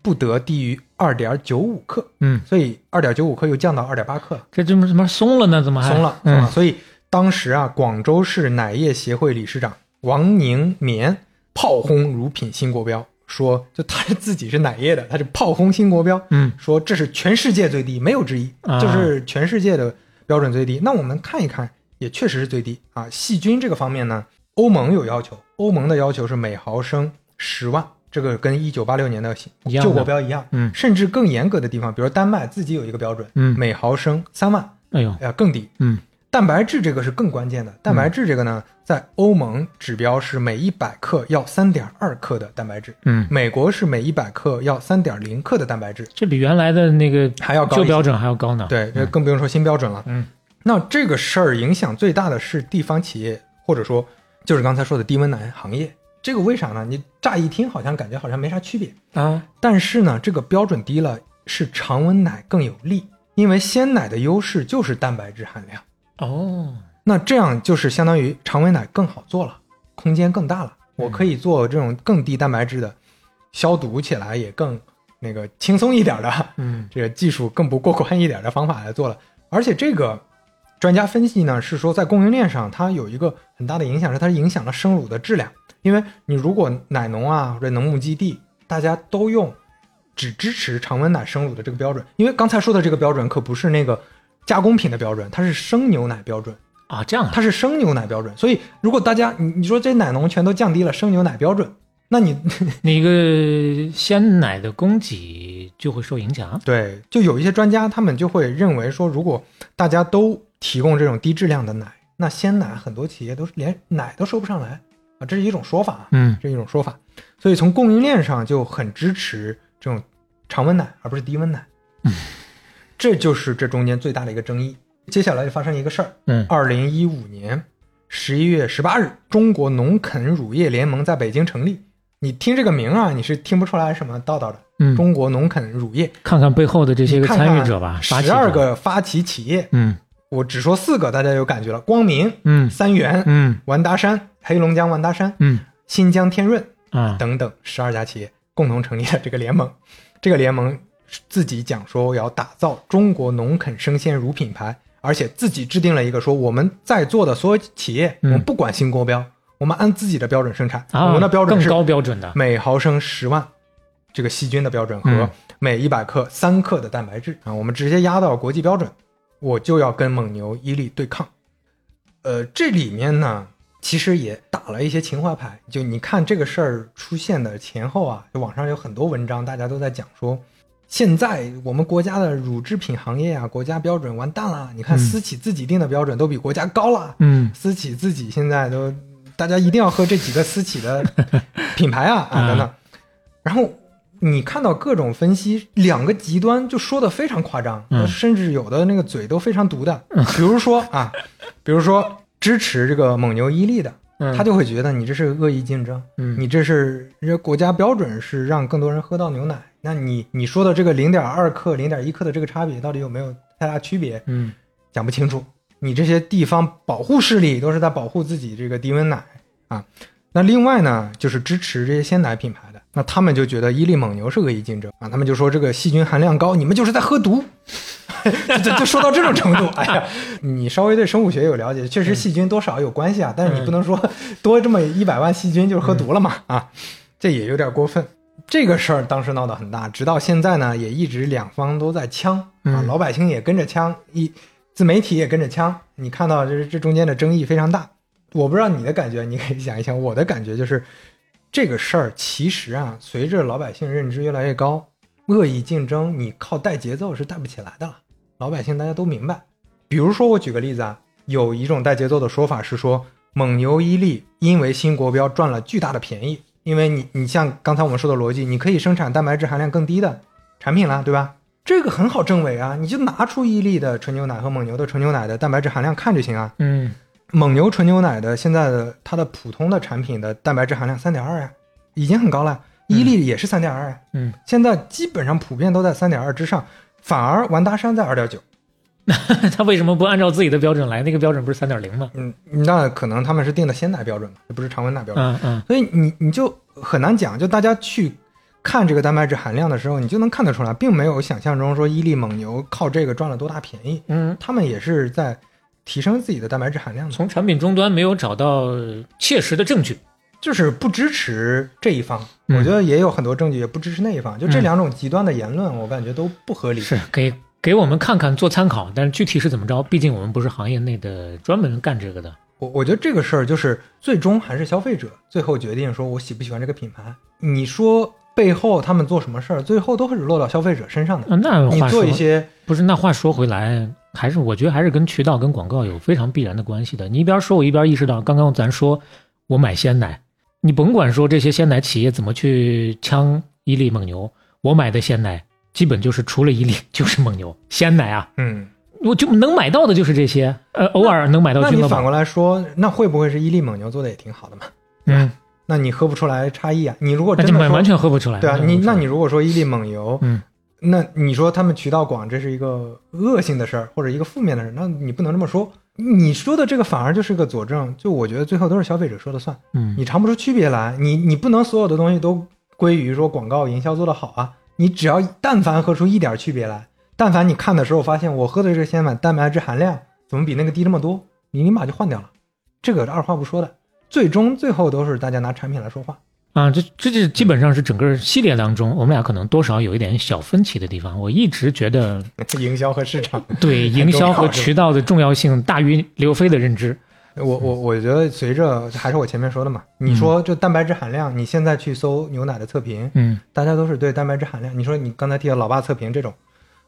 Speaker 3: 不得低于二点九五克，
Speaker 2: 嗯，
Speaker 3: 所以二点九五克又降到二点八克了。
Speaker 2: 这怎么怎么松了呢？怎么还
Speaker 3: 松了，松了。
Speaker 2: 嗯
Speaker 3: 所以当时啊，广州市奶业协会理事长王宁棉炮轰乳品新国标，说就他是自己是奶业的，他是炮轰新国标，
Speaker 2: 嗯
Speaker 3: 说这是全世界最低，没有之一，
Speaker 2: 啊
Speaker 3: 就是全世界的标准最低。那我们看一看，也确实是最低啊。细菌这个方面呢，欧盟有要求，欧盟的要求是每毫升十万。这个跟一九八六年的
Speaker 2: 一样的
Speaker 3: 旧国标一样，
Speaker 2: 嗯
Speaker 3: 甚至更严格的地方，比如丹麦自己有一个标准，
Speaker 2: 嗯
Speaker 3: 每毫升三万，
Speaker 2: 哎呦，
Speaker 3: 呃，更低，
Speaker 2: 嗯
Speaker 3: 蛋白质这个是更关键的，蛋白质这个呢，在欧盟指标是每一百克要三点二克的蛋白质，
Speaker 2: 嗯，
Speaker 3: 美国是每一百克要三点零克的蛋白质，
Speaker 2: 这比原来的那个
Speaker 3: 还要高一
Speaker 2: 旧
Speaker 3: 些
Speaker 2: 标准还要高呢。
Speaker 3: 对，这
Speaker 2: 嗯
Speaker 3: 更不用说新标准了。
Speaker 2: 嗯，
Speaker 3: 那这个事儿影响最大的是地方企业，或者说就是刚才说的低温奶行业。这个为啥呢？你乍一听好像感觉好像没啥区别，
Speaker 2: 啊，
Speaker 3: 但是呢，这个标准低了是常温奶更有利，因为鲜奶的优势就是蛋白质含量。
Speaker 2: 哦，
Speaker 3: 那这样就是相当于常温奶更好做了，空间更大了，我可以做这种更低蛋白质的，消毒起来也更那个轻松一点的，
Speaker 2: 嗯
Speaker 3: 这个技术更不过关一点的方法来做了。而且这个专家分析呢，是说在供应链上它有一个很大的影响，是它影响了生乳的质量，因为你如果奶农啊或者农牧基地大家都用只支持常温奶生乳的这个标准，因为刚才说的这个标准可不是那个加工品的标准，它是生牛奶标准。
Speaker 2: 啊，这样啊，
Speaker 3: 它是生牛奶标准，所以如果大家你你说这奶农全都降低了生牛奶标准，那你。
Speaker 2: 那个鲜奶的供给就会受影响
Speaker 3: 对 就有一些专家他们就会认为说，如果大家都提供这种低质量的奶，那鲜奶很多企业都是连奶都收不上来啊，这是一种说法啊，
Speaker 2: 嗯
Speaker 3: 这是一种说法。所以从供应链上就很支持这种常温奶而不是低温奶，这就是这中间最大的一个争议。接下来就发生一个事儿，
Speaker 2: 嗯
Speaker 3: 二零一五年，十一月十八日，中国农垦乳业联盟在北京成立。你听这个名啊，你是听不出来什么道道的。
Speaker 2: 嗯
Speaker 3: 中国农垦乳业
Speaker 2: 看看背后的这些个参与者吧，发起
Speaker 3: 十
Speaker 2: 者
Speaker 3: 二，个发起企业，
Speaker 2: 嗯
Speaker 3: 我只说四个，大家有感觉了：光明、
Speaker 2: 嗯
Speaker 3: 三元、
Speaker 2: 嗯
Speaker 3: 完达山、黑龙江完达山、
Speaker 2: 嗯
Speaker 3: 新疆天润
Speaker 2: 啊，
Speaker 3: 等等十二家企业共同成立了这个联盟。这个联盟自己讲说要打造中国农垦生鲜乳品牌，而且自己制定了一个说我们在座的所有企业，我
Speaker 2: 嗯
Speaker 3: 们不管新国标，我们按自己的标准生产，
Speaker 2: 啊
Speaker 3: 我们的标准
Speaker 2: 更
Speaker 3: 是
Speaker 2: 高标准的，
Speaker 3: 每毫升十万这个细菌的标准
Speaker 2: 啊嗯
Speaker 3: 和每一百克三克的蛋白质啊，我们直接压到国际标准，我就要跟蒙牛、伊利对抗。呃，这里面呢，其实也打了一些情怀牌。就你看这个事儿出现的前后啊，就网上有很多文章，大家都在讲说，现在我们国家的乳制品行业啊，国家标准完蛋了。你看
Speaker 2: 嗯
Speaker 3: 私企自己定的标准都比国家高了，
Speaker 2: 嗯
Speaker 3: 私企自己现在都，大家一定要喝这几个私企的品牌 啊啊
Speaker 2: 啊
Speaker 3: 等等。然后你看到各种分析，两个极端就说的非常夸张，
Speaker 2: 嗯
Speaker 3: 甚至有的那个嘴都非常毒的。比如说啊，比如说支持这个蒙牛伊利的，
Speaker 2: 嗯
Speaker 3: 他就会觉得你这是恶意竞争，
Speaker 2: 嗯
Speaker 3: 你这是人家国家标准是让更多人喝到牛奶，那你你说的这个零点二克、零点一克的这个差别到底有没有太大区别？
Speaker 2: 嗯
Speaker 3: 讲不清楚。你这些地方保护势力都是在保护自己这个低温奶啊。那另外呢，就是支持这些鲜奶品牌的，那他们就觉得伊利、蒙牛是恶意竞争啊，他们就说这个细菌含量高，你们就是在喝毒。 就就说到这种程度， 哎呀，你稍微对生物学有了解，确实细菌多少有关系啊，但是你不能说多这么一百万细菌就是喝毒了嘛啊，这也有点过分。这个事儿当时闹得很大，直到现在呢，也一直两方都在呛啊，
Speaker 2: 嗯
Speaker 3: 老百姓也跟着呛，一自媒体也跟着呛。你看到这这中间的争议非常大，我不知道你的感觉，你可以想一想。我的感觉就是，这个事儿其实啊，随着老百姓认知越来越高，恶意竞争你靠带节奏是带不起来的了。老百姓大家都明白。比如说，我举个例子啊，有一种带节奏的说法是说，蒙牛、伊利因为新国标赚了巨大的便宜，因为你你像刚才我们说的逻辑，你可以生产蛋白质含量更低的产品啦，对吧？这个很好证伪啊，你就拿出伊利的纯牛奶和蒙牛的纯牛奶的蛋白质含量看就行啊。
Speaker 2: 嗯
Speaker 3: 蒙牛纯牛奶的现在的它的普通的产品的蛋白质含量三点二呀，已经很高了。伊利也是三点二呀，
Speaker 2: 嗯，
Speaker 3: 现在基本上普遍都在三点二之上，反而完达山在二点九。
Speaker 2: 他为什么不按照自己的标准来？ 那个标准不是三点零吗？
Speaker 3: 嗯，那可能他们是定的鲜奶标准嘛，不是常温奶标准，
Speaker 2: 嗯嗯
Speaker 3: 所以你你就很难讲。就大家去看这个蛋白质含量的时候，你就能看得出来，并没有想象中说伊利、蒙牛靠这个赚了多大便宜，
Speaker 2: 嗯，
Speaker 3: 他们也是在提升自己的蛋白质含量的，
Speaker 2: 从产品终端没有找到切实的证据，
Speaker 3: 就是不支持这一方。
Speaker 2: 嗯
Speaker 3: 我觉得也有很多证据也不支持那一方，就这
Speaker 2: 嗯
Speaker 3: 两种极端的言论，我感觉都不合理。
Speaker 2: 是给给我们看看做参考，但是具体是怎么着，毕竟我们不是行业内的专门干这个的。
Speaker 3: 我我觉得这个事儿就是最终还是消费者最后决定说我喜不喜欢这个品牌。你说背后他们做什么事儿，最后都是落到消费者身上的。
Speaker 2: 啊那
Speaker 3: 你
Speaker 2: 话说
Speaker 3: 做一些，
Speaker 2: 不是，那话说回来，还是我觉得还是跟渠道跟广告有非常必然的关系的。你一边说，我一边意识到，刚刚咱说我买鲜奶，你甭管说这些鲜奶企业怎么去呛伊利、蒙牛，我买的鲜奶基本就是除了伊利就是蒙牛鲜奶啊，
Speaker 3: 嗯，
Speaker 2: 我就能买到的就是这些，呃，偶尔能买到
Speaker 3: 那
Speaker 2: 君
Speaker 3: 你
Speaker 2: 乐
Speaker 3: 反
Speaker 2: 宝，
Speaker 3: 过来说，那会不会是伊利蒙牛做的也挺好的嘛？
Speaker 2: 嗯，
Speaker 3: 那你喝不出来差异啊？你如果
Speaker 2: 那
Speaker 3: 真
Speaker 2: 就
Speaker 3: 的
Speaker 2: 完完
Speaker 3: 说，
Speaker 2: 全喝不出来。
Speaker 3: 对啊，
Speaker 2: 完全喝不
Speaker 3: 你
Speaker 2: 出
Speaker 3: 那
Speaker 2: 来
Speaker 3: 你如果说伊利蒙牛，
Speaker 2: 嗯，
Speaker 3: 那你说他们渠道广，这是一个恶性的事儿或者一个负面的事儿，那你不能这么说。你说的这个反而就是个佐证，就我觉得最后都是消费者说了算。
Speaker 2: 嗯
Speaker 3: 你尝不出区别来，你你不能所有的东西都归于说广告营销做得好啊。你只要但凡喝出一点区别来，但凡你看的时候发现我喝的这个鲜奶蛋白质含量怎么比那个低这么多，你立马就换掉了。这个二话不说的，最终最后都是大家拿产品来说话。
Speaker 2: 啊，这这这基本上是整个系列当中，我们俩可能多少有一点小分歧的地方。我一直觉得
Speaker 3: 营销和市场，
Speaker 2: 对营销和渠道的重要性大于刘飞的认知。
Speaker 3: 我我我觉得随着还是我前面说的嘛，你说这蛋白质含量，你现在去搜牛奶的测评，
Speaker 2: 嗯
Speaker 3: 大家都是对蛋白质含量。你说你刚才提到老爸测评这种，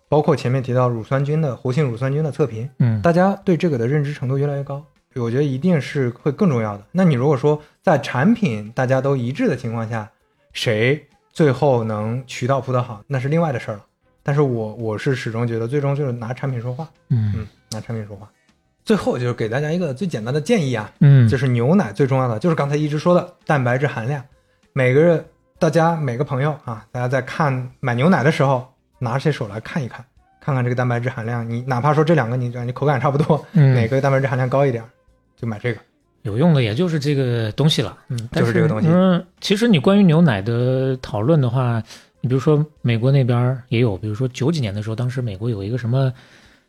Speaker 3: 包括前面提到乳酸菌的活性乳酸菌的测评，
Speaker 2: 嗯
Speaker 3: 大家对这个的认知程度越来越高，我觉得一定是会更重要的。那你如果说在产品大家都一致的情况下，谁最后能渠道铺得好，那是另外的事儿了。但是我我是始终觉得，最终就是拿产品说话，
Speaker 2: 嗯，
Speaker 3: 嗯，拿产品说话。最后就是给大家一个最简单的建议啊，
Speaker 2: 嗯，
Speaker 3: 就是是牛奶最重要的，就是刚才一直说的蛋白质含量。每个人，大家每个朋友啊，大家在看买牛奶的时候，拿起手来看一看，看看这个蛋白质含量。你哪怕说这两个你感觉口感差不多，
Speaker 2: 嗯
Speaker 3: 哪个蛋白质含量高一点，就买这个。
Speaker 2: 有用的，也就是这个东西了。嗯，但
Speaker 3: 就是这个东西
Speaker 2: 嗯，其实你关于牛奶的讨论的话，你比如说美国那边儿也有，比如说九几年的时候，当时美国有一个什么。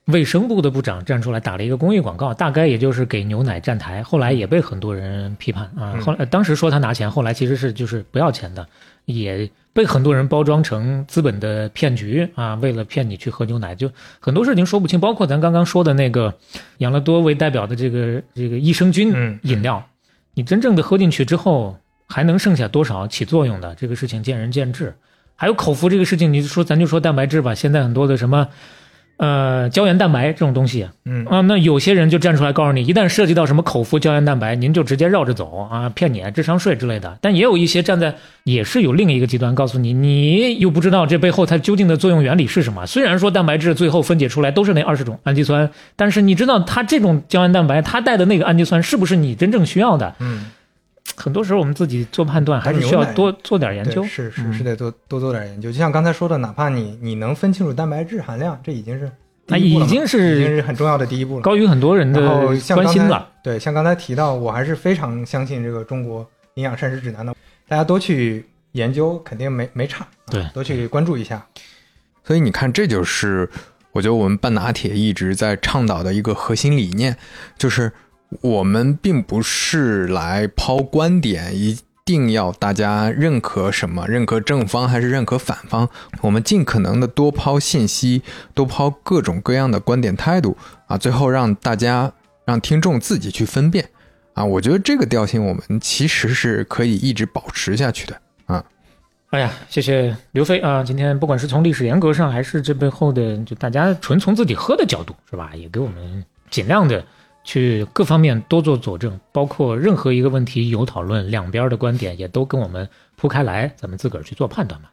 Speaker 2: 卫生部的部长站出来打了一个公益广告，大概也就是给牛奶站台，后来也被很多人批判啊。
Speaker 3: 嗯
Speaker 2: 后来呃当时说他拿钱，后来其实是就是不要钱的，也被很多人包装成资本的骗局啊，为了骗你去喝牛奶，就很多事情说不清。包括咱刚刚说的那个养乐多为代表的这个这个益生
Speaker 3: 嗯
Speaker 2: 菌饮料，你真正的喝进去之后还能剩下多少起作用的，这个事情见仁见智。还有口服这个事情，你说咱就说蛋白质吧，现在很多的什么。呃，胶原蛋白这种东西啊、
Speaker 3: 嗯，
Speaker 2: 那有些人就站出来告诉你，一旦涉及到什么口服胶原蛋白，您就直接绕着走啊，骗你智商税之类的。但也有一些站在也是有另一个极端，告诉你，你又不知道这背后它究竟的作用原理是什么。虽然说蛋白质最后分解出来都是那二十种氨基酸，但是你知道它这种胶原蛋白它带的那个氨基酸是不是你真正需要的？
Speaker 3: 嗯，
Speaker 2: 很多时候我们自己做判断还是需
Speaker 3: 但
Speaker 2: 要
Speaker 3: 牛奶
Speaker 2: 多做点研究
Speaker 3: 对，。是是
Speaker 2: 嗯
Speaker 3: 是得多多做点研究。就像刚才说的，哪怕你你能分清楚蛋白质含量，这已经是
Speaker 2: 那
Speaker 3: 第一步了
Speaker 2: 啊
Speaker 3: 嘛
Speaker 2: 已经是
Speaker 3: 已经是很重要的第一步了。
Speaker 2: 高于很多人的
Speaker 3: 然后像
Speaker 2: 关
Speaker 3: 刚
Speaker 2: 心
Speaker 3: 才
Speaker 2: 了。
Speaker 3: 对，像刚才提到，我还是非常相信这个中国营养膳食指南的，大家多去研究，肯定没没差。啊
Speaker 2: 对
Speaker 3: 多去关注一下。
Speaker 8: 所以你看，这就是我觉得我们半拿铁一直 E，在倡导的一个核心理念，就是我们并不是来抛观点，一定要大家认可什么，认可正方还是认可反方，我们尽可能的多抛信息，多抛各种各样的观点态度啊，最后让大家让听众自己去分辨啊。我觉得这个调性我们其实是可以一直保持下去的。
Speaker 2: 哎呀，谢谢刘飞啊！今天不管是从历史沿革上，还是这背后的，就大家纯从自己喝的角度，是吧？也给我们尽量的去各方面多做佐证，包括任何一个问题有讨论，两边的观点也都跟我们铺开来，咱们自个儿去做判断嘛。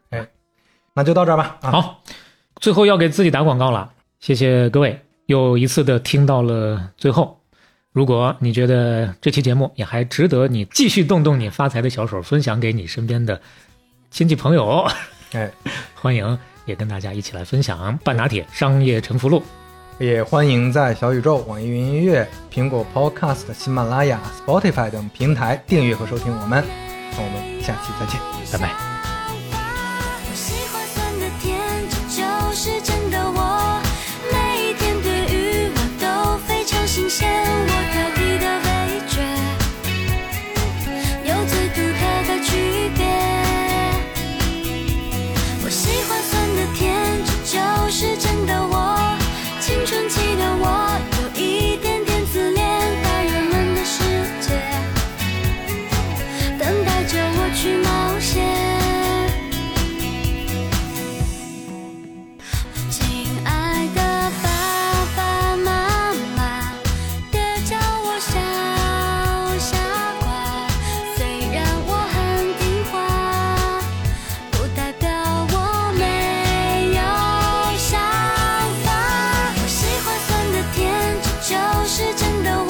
Speaker 3: 那就到这儿吧。啊，
Speaker 2: 好，最后要给自己打广告了，谢谢各位，又一次的听到了最后。如果你觉得这期节目也还值得你继续动动你发财的小手，分享给你身边的亲戚朋友，
Speaker 3: 哎，
Speaker 2: 欢迎也跟大家一起来分享半拿铁商业沉浮录。
Speaker 3: 也欢迎在小宇宙、网易云音乐、苹果 Podcast、喜马拉雅、Spotify 等平台订阅和收听我们。那我们下期再见。
Speaker 2: 拜拜。
Speaker 4: 我喜欢酸的甜，这就是真的我。每一天对于我都非常新鲜，我挑剔的味觉有最独特的区别。我喜欢酸的甜，这就是真的我。青春期的我有一点点自恋，大人们的世界等待着我去冒险。亲爱的爸爸妈妈，别叫我小傻瓜。虽然我很听话，不代表我没有想法。我喜欢酸的甜，这就是真的我。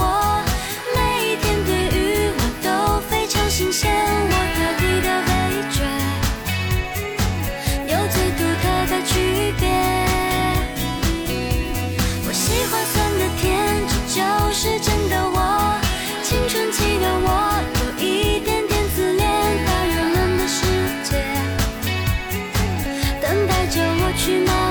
Speaker 4: 每一天对于我都非常新鲜，我挑剔的味觉。有最独特的区别。我喜欢酸的甜，这就是真的我。青春期的我有一点点自恋，大人们的世界等待着我去冒啊